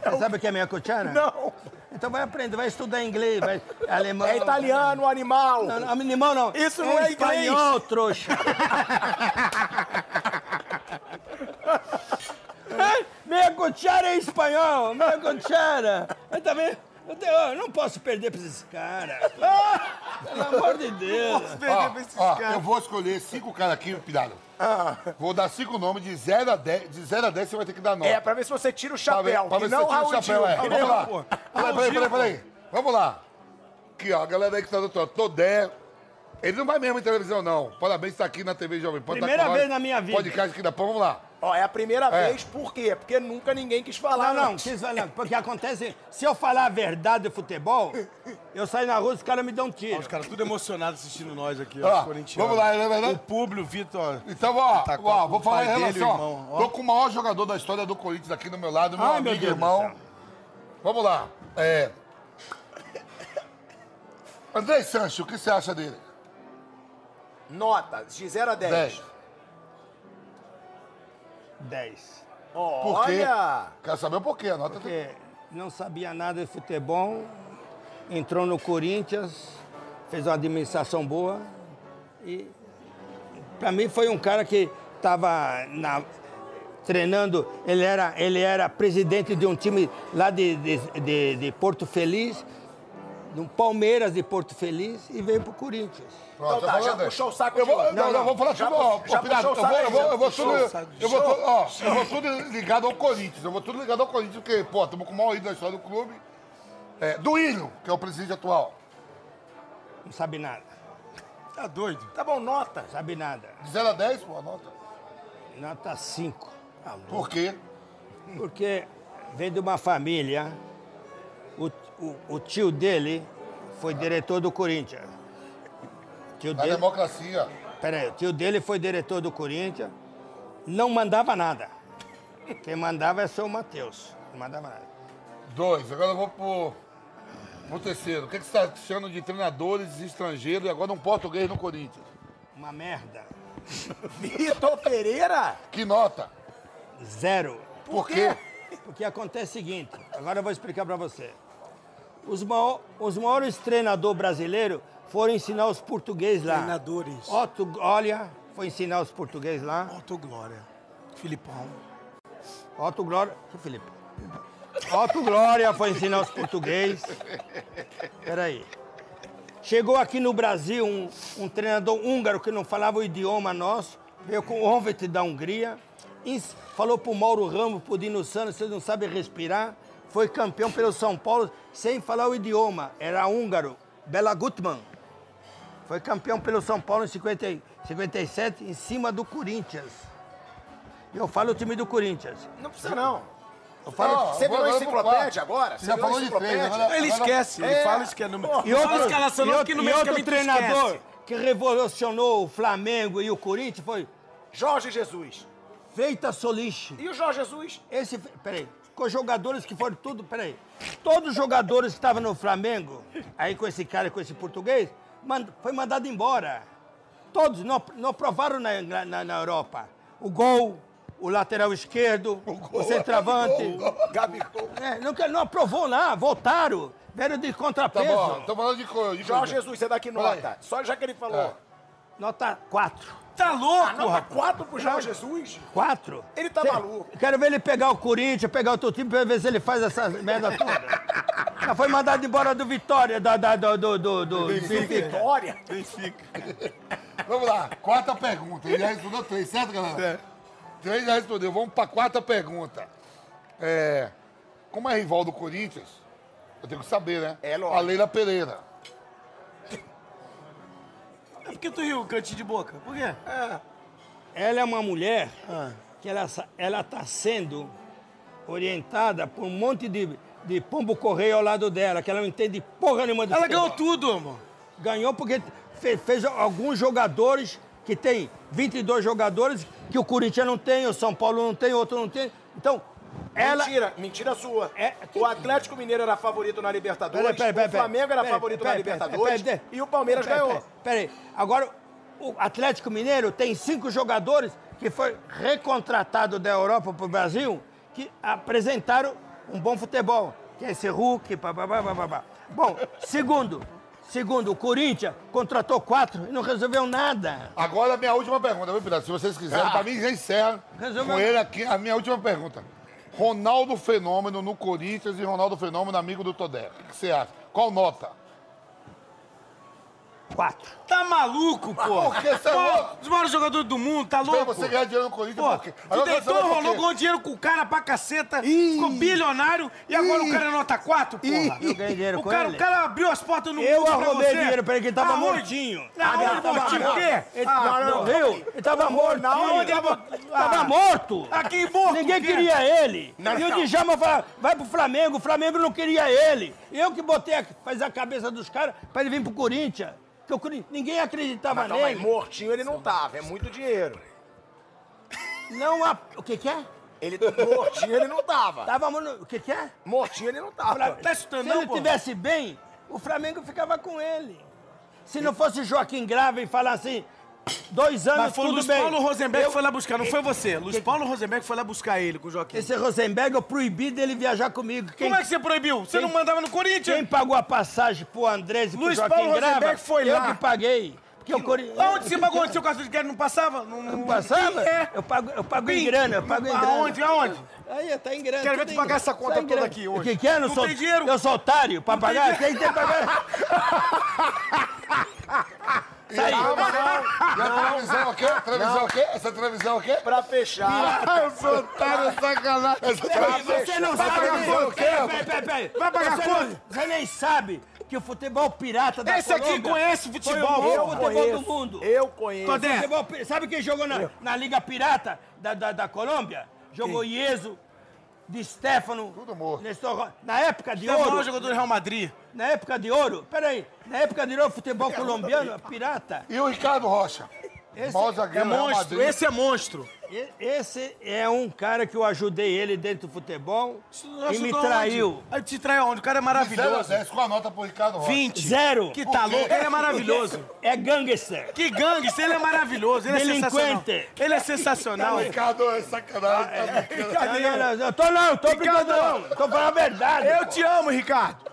Você sabe o que é meia cuchara?
Não.
Então vai aprender, vai estudar inglês, vai alemão.
É italiano, animal.
Não, não, animal não.
Isso não é inglês.
espanhol, trouxa. É, Meia cuchara é espanhol, meia cuchara. Eu também... Eu te- eu não posso perder pra esses caras. Pelo amor de Deus.
Ó, ó, eu vou escolher cinco caras aqui, Pirado. Vou dar cinco nomes de 0 a 10. De 0 a 10 você vai ter que dar nove.
É, pra ver se você tira o
Pra ver-
chapéu.
pra
e
ver se
não
você tira o
Raul
chapéu,
Gil.
é.
Que
Vamos
nem-
lá. Peraí, peraí, peraí, peraí. Vamos lá. Aqui, ó, a galera aí que tá do outro lado. Todé. Ele não vai mesmo em televisão, não. Parabéns, tá aqui na TV Jovem Pan. tá
Primeira
com nós.
vez na minha vida.
Podcast aqui da Pan, vamos lá.
Ó, é a primeira
É.
vez, por quê? Porque nunca ninguém quis falar.
Não, não, quis falar, não, porque acontece, se eu falar a verdade do futebol, eu saio na rua e os caras me dão um tiro.
Os caras tudo emocionados assistindo nós aqui,
Ó,
ó, os corintianos.
vamos lá, não é verdade?
O público, o Vitor.
Então, ó,
Tá com
ó,
o
vou falar em
pai
relação.
dele,
ó.
o irmão, ó.
Tô com o maior jogador da história do Corinthians aqui do meu lado, meu
Ai, meu
amigo,
Deus do
irmão.
céu.
Vamos lá. É. André Sancho, o que você acha dele?
Nota, de 0 a 10.
10.
10.
Por quê?
Olha!
Quero saber o porquê. Anota aqui.
Porque não sabia nada de futebol, entrou no Corinthians, fez uma administração boa e para mim foi um cara que estava treinando, ele era, ele era presidente de um time lá de, de, de- de Porto Feliz, no Palmeiras de Porto Feliz e veio pro Corinthians.
Então
Pronto, eu
tá,
vou
já
andar.
puxou o saco
eu
de
vou,
outro.
Não, não,
Não,
vou falar
já
tudo,
puxou-
ó,
já
ó, Pirata, eu
puxou o
vou,
saco
eu vou,
aí,
eu vou tudo,
puxou o saco de
eu vou, tudo- ó, eu vou tudo ligado ao Corinthians, eu vou tudo ligado ao Corinthians, porque, pô, estamos com o maior ídolo da história do clube, é, Duílio, que é o presidente atual,
Não sabe nada,
Tá doido?
Tá bom, nota.
não sabe nada.
de 0 a 10, pô, nota,
Nota 5. Ah, louco.
por quê?
Porque vem de uma família, o, o, o tio dele foi diretor do Corinthians. O Tio
Na
dele,
democracia,
peraí, o tio dele foi diretor do Corinthians, não mandava nada. Quem mandava é só o Matheus. Não mandava nada.
dois, agora eu vou pro, pro terceiro, o que, que você tá achando de treinadores estrangeiros e agora um português no Corinthians?
Uma merda.
Vitor Pereira?
Que nota?
Zero.
Por quê?
Porque acontece é o seguinte, agora eu vou explicar pra você. Os, maior- os maiores treinadores brasileiros foram ensinar os portugueses lá.
Treinadores.
Otto, olha, foi ensinar os portugueses lá.
Otto Glória. Filipão.
Otto Glória. Ô, Felipe. Otto Glória foi ensinar os portugueses. Peraí. Chegou aqui no Brasil um, um treinador húngaro que não falava o idioma nosso, veio com o Honved da Hungria, ens- falou pro Mauro Ramos, pro Dino Santos, vocês não sabem respirar, foi campeão pelo São Paulo sem falar o idioma, era húngaro, Bela Gutmann. Foi campeão pelo São Paulo em 50 e- 57, em cima do Corinthians. E eu falo o time do Corinthians.
Não precisa, não.
Eu
falo- você virou enciclopédia agora? Você
Você já
virou
falou de três,
enciclopédia?
agora-
Ele
agora-
esquece, ele
É.
fala isso que é número.
Porra.
E outro,
escalação
e
não,
outro-
que no
e
meio do
outro
caminho tu esquece.
treinador que revolucionou o Flamengo e o Corinthians foi
Jorge Jesus.
Feita Solich.
E o Jorge Jesus?
Esse, peraí, com jogadores que foram tudo, peraí. Todos os jogadores que estavam no Flamengo, aí com esse cara, com esse português, mand- foi mandado embora. Todos, não, não aprovaram na, Ingla- na, na Europa. O gol, o lateral esquerdo, o, centroavante.
Gabigol.
É, não, quer- não aprovou lá, voltaram. Vieram de
Tá
contrapeso.
bom, tô falando de, co- de
Jorge
coisa.
Jesus, você dá que nota? Só já que ele falou.
Nota 4.
Tá louco,
Ah,
É.
nota
rapaz.
4 pro Jorge Jesus?
Quatro?
Ele tá
Cê-
maluco.
Quero ver ele pegar o Corinthians, pegar o teu time, pra ver se ele faz essa merda toda. Já foi mandado embora do Vitória, da, da- do, do, do, do-
É.
Benfica.
Vitória?
Vamos lá, quarta pergunta. Ele já respondeu três, certo, galera?
É.
Três já respondeu. Vamos pra quarta pergunta. É, como é rival do Corinthians, eu tenho que saber, né?
É, lógico.
A Leila Pereira.
Por que tu riu, cantinho de boca? Por quê?
Ela é uma mulher que ela, sa- ela tá sendo orientada por um monte de, de pombo correio ao lado dela, que ela não entende porra nenhuma do
Ela
futebol.
ganhou tudo, amor.
Ganhou porque fe- fez alguns jogadores que tem 22 jogadores que o Corinthians não tem, o São Paulo não tem, outro não tem. Então, ela.
Mentira, mentira sua.
É-
O Atlético Mineiro era favorito na Libertadores,
Peraí, peraí, peraí,
o
peraí.
Flamengo era
Peraí,
favorito
peraí,
na
peraí,
Libertadores
peraí, peraí.
e o Palmeiras
Peraí,
ganhou.
Peraí, peraí. agora o Atlético Mineiro tem cinco jogadores que foi recontratado da Europa para o Brasil que apresentaram um bom futebol. Que é esse Hulk, bababá, bababá. Bom, segundo, segundo, o Corinthians contratou quatro e não resolveu nada.
Agora, minha última pergunta, viu, Pirata? Se vocês quiserem,
Ah.
pra mim já encerra
Resolveu.
com ele aqui. A minha última pergunta. Ronaldo Fenômeno no Corinthians e Ronaldo Fenômeno amigo do Todé. O que você acha? Qual nota?
Quatro.
Tá maluco, pô?
Por que você é louco?
Os maiores jogadores do mundo, tá
Pra
louco?
você ganhar dinheiro no Corinthians,
Pô,
por quê?
tu
Agora eu quero
deitou,
saber por
rolou,
quê.
ganhou dinheiro com o cara pra caceta, ficou bilionário e agora o cara é nota 4, porra.
Eu ganhei dinheiro
o
com
cara,
ele.
O cara abriu as portas no
Eu
mundo pra
arrumei
você. tá
dinheiro pra ele, que ele tava Ah,
Aonde?
mortinho.
Aonde mortinho o quê?
Ele
Ah, Tá
morreu. Ele tava morto.
Aonde?
Tava morto.
Ah. Tá Aqui morto
Ninguém
o quê?
queria ele. e o Djalma fala, vai pro Flamengo. O Flamengo não queria ele. Eu que botei, a, faz a cabeça dos caras pra ele vir pro Corinthians. Porque o Corinthians, ninguém acreditava
Não, mas
nele.
mortinho ele não tava, é muito dinheiro.
Não há... O que que é?
Ele mortinho ele não tava.
Tava... morno- O que que é?
Mortinho ele não tava.
Tá escutando,
Se
não,
ele
pô?
tivesse bem, o Flamengo ficava com ele. Se não fosse Joaquim Grava e falar assim, dois anos,
Mas foi o
tudo
Luiz
bem.
Paulo Rosenberg
Eu-
que foi lá buscar, não foi você. Luiz Paulo Rosenberg foi lá buscar ele com o Joaquim.
Esse Rosenberg, eu proibi dele viajar comigo. Quem,
Como é que você proibiu? Você não mandava no Corinthians?
quem pagou a passagem pro Andrés e pro
Luiz
Joaquim
Paulo
Grava?
Rosenberg foi
eu
lá.
que paguei. Porque o Corinthians...
Aonde você pagou? Onde seu cartão de crédito não passava? Não,
Tá
não-
Não passava?
É.
Eu pago, eu pago em
Bim.
grana, eu pago em grana.
Aonde? Aonde?
Aí, tá em grana.
Quero ver
tudo
tu
em
pagar
grana.
essa conta
Tá em
toda
grana.
aqui hoje.
O que que é? Eu
Não
sou,
tem dinheiro.
Eu sou otário pra pagar? Tem que ter pra pagar. Sai.
Ah, E a televisão aqui? A televisão aqui? Essa televisão é aqui?
Pra fechar,
Ah, eu sou
um
otário, sacanagem.
é
Essa televisão
Você não sabe
pagar
nem-
conta,
Peraí, peraí, peraí, peraí.
Vai pagar
você
conta?
Não, você nem sabe que o futebol pirata da
Esse aqui
Colômbia
conhece futebol,
um
um
Foi o
eu
maior futebol do mundo.
eu conheço.
Todé,
Futebol pi- sabe quem jogou na, na Liga Pirata da, da, da Colômbia? Jogou Ieso, Di Stefano.
Tudo morto.
Nestor Ro- na época de
é o maior
ouro.
jogador do Real Madrid.
Na época de ouro, peraí. Na época de ouro, futebol colombiano, pirata.
E o Ricardo Rocha?
Esse
Mó
É
zagueiro, Real
monstro,
Madrid.
esse é monstro.
E- Esse é um cara que eu ajudei ele dentro do futebol e me
Ajudou
traiu.
onde? Aí te traiu aonde? O cara é
De zero a
maravilhoso.
dez, Qual a nota pro Ricardo Rocha?
20.
Zero.
Que tá louco, ele é maravilhoso.
É gangster.
Que gangster, ele é maravilhoso, ele é
Delinquente.
sensacional. Ele é sensacional.
O Ricardo é
Ah,
sacanagem. tá brincando.
Não, não, não, eu tô não, tô brincando não. Tô falando a verdade.
Eu
pô.
te amo, Ricardo.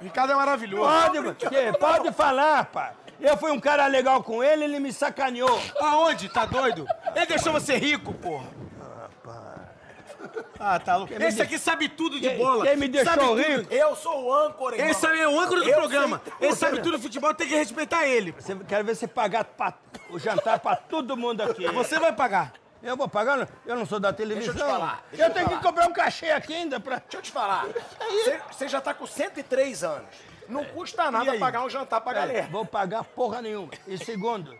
Ricardo é maravilhoso.
Pode, você pode falar, pá. Eu fui um cara legal com ele, ele me sacaneou.
Aonde? Tá doido? Ele deixou você rico, porra. Ah, tá louco. Esse aqui sabe tudo de
Quem-
bola.
quem me deixou
Sabe tudo.
rico?
eu sou o âncora, irmão.
Ele sabe, é o âncora do
Eu
programa.
sei tudo.
Ele sabe tudo de futebol, tem que respeitar ele.
Você, quero ver você pagar pra- o jantar pra todo mundo aqui.
Você vai pagar.
Eu vou pagar? não? Eu não sou da televisão.
É Deixa eu te falar,
Eu
deixa eu
tenho
falar.
que cobrar um cachê aqui ainda pra...
Deixa eu te falar. Você- Você já tá com 103 anos. Não custa nada pagar um jantar
É.
pra galera.
Vou pagar porra nenhuma. E segundo,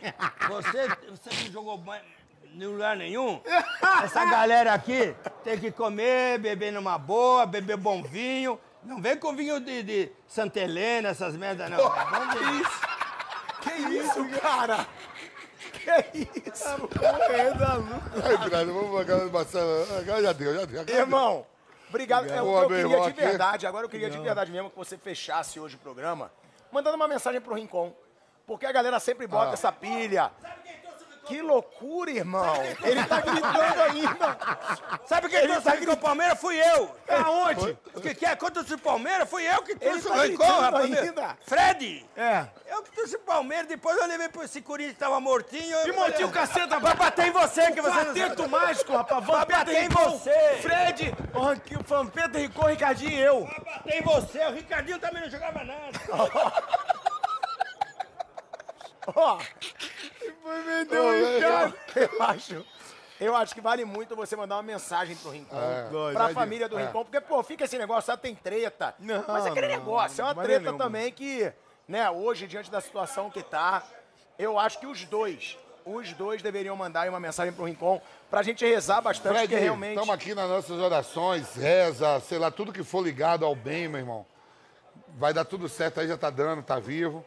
você, você não jogou ba- em lugar nenhum. Essa galera aqui tem que comer, beber numa boa, beber bom vinho. Não vem com vinho de, de Santa Helena, essas merdas, não. É bom vinho.
Que isso, cara? Que isso?
Ai, Pirata, vamos pagar o Marcelo. Agora já deu, já deu.
É
Agora
Irmão, obrigado. É
Boa,
o que eu
meu irmão,
queria de
aqui.
verdade. Agora eu queria de verdade mesmo que você fechasse hoje o programa mandando uma mensagem pro Rincon. Porque a galera sempre bota essa pilha. Que loucura, irmão. Ele tá gritando ainda.
Sabe quem trouxe aqui com o Palmeiras? Fui eu.
Aonde?
O que, que é? Quanto trouxe o Palmeiras? Fui eu que trouxe
tá
o Rincon,
gritando
rapaz. meu.
ainda.
Fred!
É.
Eu que trouxe o Palmeiras, depois eu levei pra esse Corinthians que tava mortinho.
E
eu falei,
mortinho o caceta,
Vai bater em você, que você não sabe.
Quarteto mágico, rapaz. Vampeta
bater em
Rincon,
você.
Fred, o Ranqui- o Vampeta Rincon, Ricardinho e eu.
Vai bater em você, o Ricardinho também não jogava nada.
Eu acho. Eu acho que vale muito você mandar uma mensagem pro Rincon, pra família do Rincon, porque, pô, fica esse negócio, ah, tem treta.
Não,
mas é aquele
não,
negócio, é uma
não,
treta
maneiro,
também que, né, hoje, diante da situação que tá, eu acho que os dois, os dois deveriam mandar aí uma mensagem pro Rincon pra gente rezar bastante,
Fred,
porque é realmente.
estamos aqui nas nossas orações, reza, sei lá, tudo que for ligado ao bem, meu irmão. Vai dar tudo certo, aí já tá dando, tá vivo.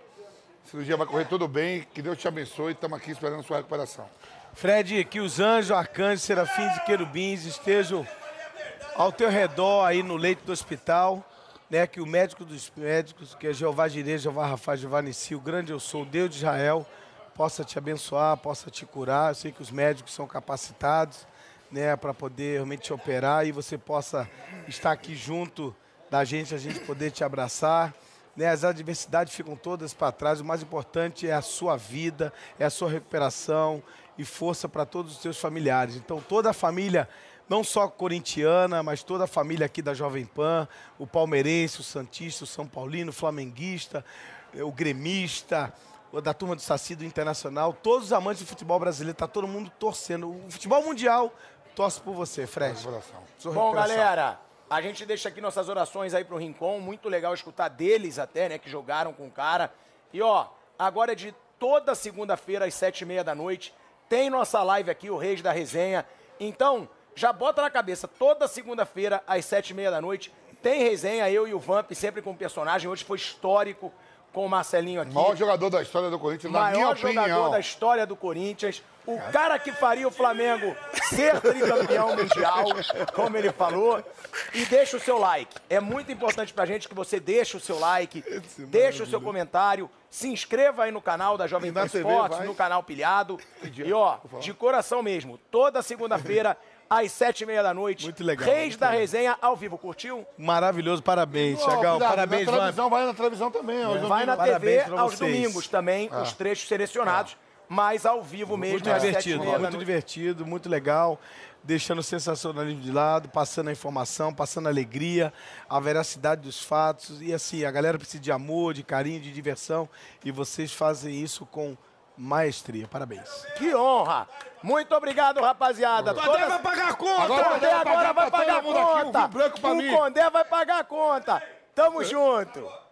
Cirurgia vai correr tudo bem. Que Deus te abençoe. Estamos aqui esperando a sua recuperação.
Fred, que os anjos, arcanjos, serafins e querubins estejam ao teu redor aí no leito do hospital, né? Que o médico dos médicos, que é Jeová Jireh, Jeová Rafa, Jeová Nissi, o grande eu sou, o Deus de Israel, possa te abençoar, possa te curar. Eu sei que os médicos são capacitados, né? Para poder realmente te operar e você possa estar aqui junto da gente, a gente poder te abraçar. Né, as adversidades ficam todas para trás. O mais importante é a sua vida, é a sua recuperação e força para todos os seus familiares. Então, toda a família não só corintiana, mas toda a família aqui da Jovem Pan, o palmeirense, o santista, o são paulino, o flamenguista, eh, o gremista, o da turma do Saci do Internacional, todos os amantes do futebol brasileiro, tá todo mundo torcendo. O futebol mundial torce por você, Fred.
Recuperação.
Sua
Bom,
recuperação.
galera, a gente deixa aqui nossas orações aí pro Rincon. Muito legal escutar deles até, né? Que jogaram com o cara. E ó, agora é de toda segunda-feira, às sete e meia da noite, tem nossa live aqui, o Reis da Resenha. Então, já bota na cabeça, toda segunda-feira, às sete e meia da noite, tem resenha, eu e o Vamp, sempre com personagem. Hoje foi histórico com o Marcelinho aqui.
O maior jogador da história do Corinthians, na minha
maior
opinião.
jogador da história do Corinthians, o cara que faria o Flamengo ser tricampeão mundial, como ele falou. E deixa o seu like. É muito importante pra gente que você deixe o seu like, deixe o seu comentário, se inscreva aí no canal da Jovem Pan
na TV
Esportes,
vai.
no canal Pilhado. E ó, de coração mesmo, toda segunda-feira, às sete e meia da noite,
Muito legal,
Reis
muito
da Resenha ao vivo. Curtiu?
Maravilhoso, parabéns, Chagão.
Cuidado,
Parabéns,
na
Vamp.
televisão, Vai na televisão também. hoje
Vai na
Parabéns
TV
pra
aos
vocês. Ah.
domingos também, os trechos selecionados, mas ao vivo mesmo,
Muito
às sete e
divertido,
meia da
muito
noite.
divertido, muito legal. Deixando o sensacionalismo de lado, passando a informação, passando a alegria, a veracidade dos fatos. E assim, a galera precisa de amor, de carinho, de diversão. E vocês fazem isso com maestria. Parabéns.
Que honra! Muito obrigado, rapaziada. Toda...
Até vai pagar a
O
conta!
Agora
Condé
vai pagar
agora vai
pra tá todo
pagar a
mundo aqui, o
conta.
vinho branco pra mim.
O Condé vai pagar a conta. Tamo junto.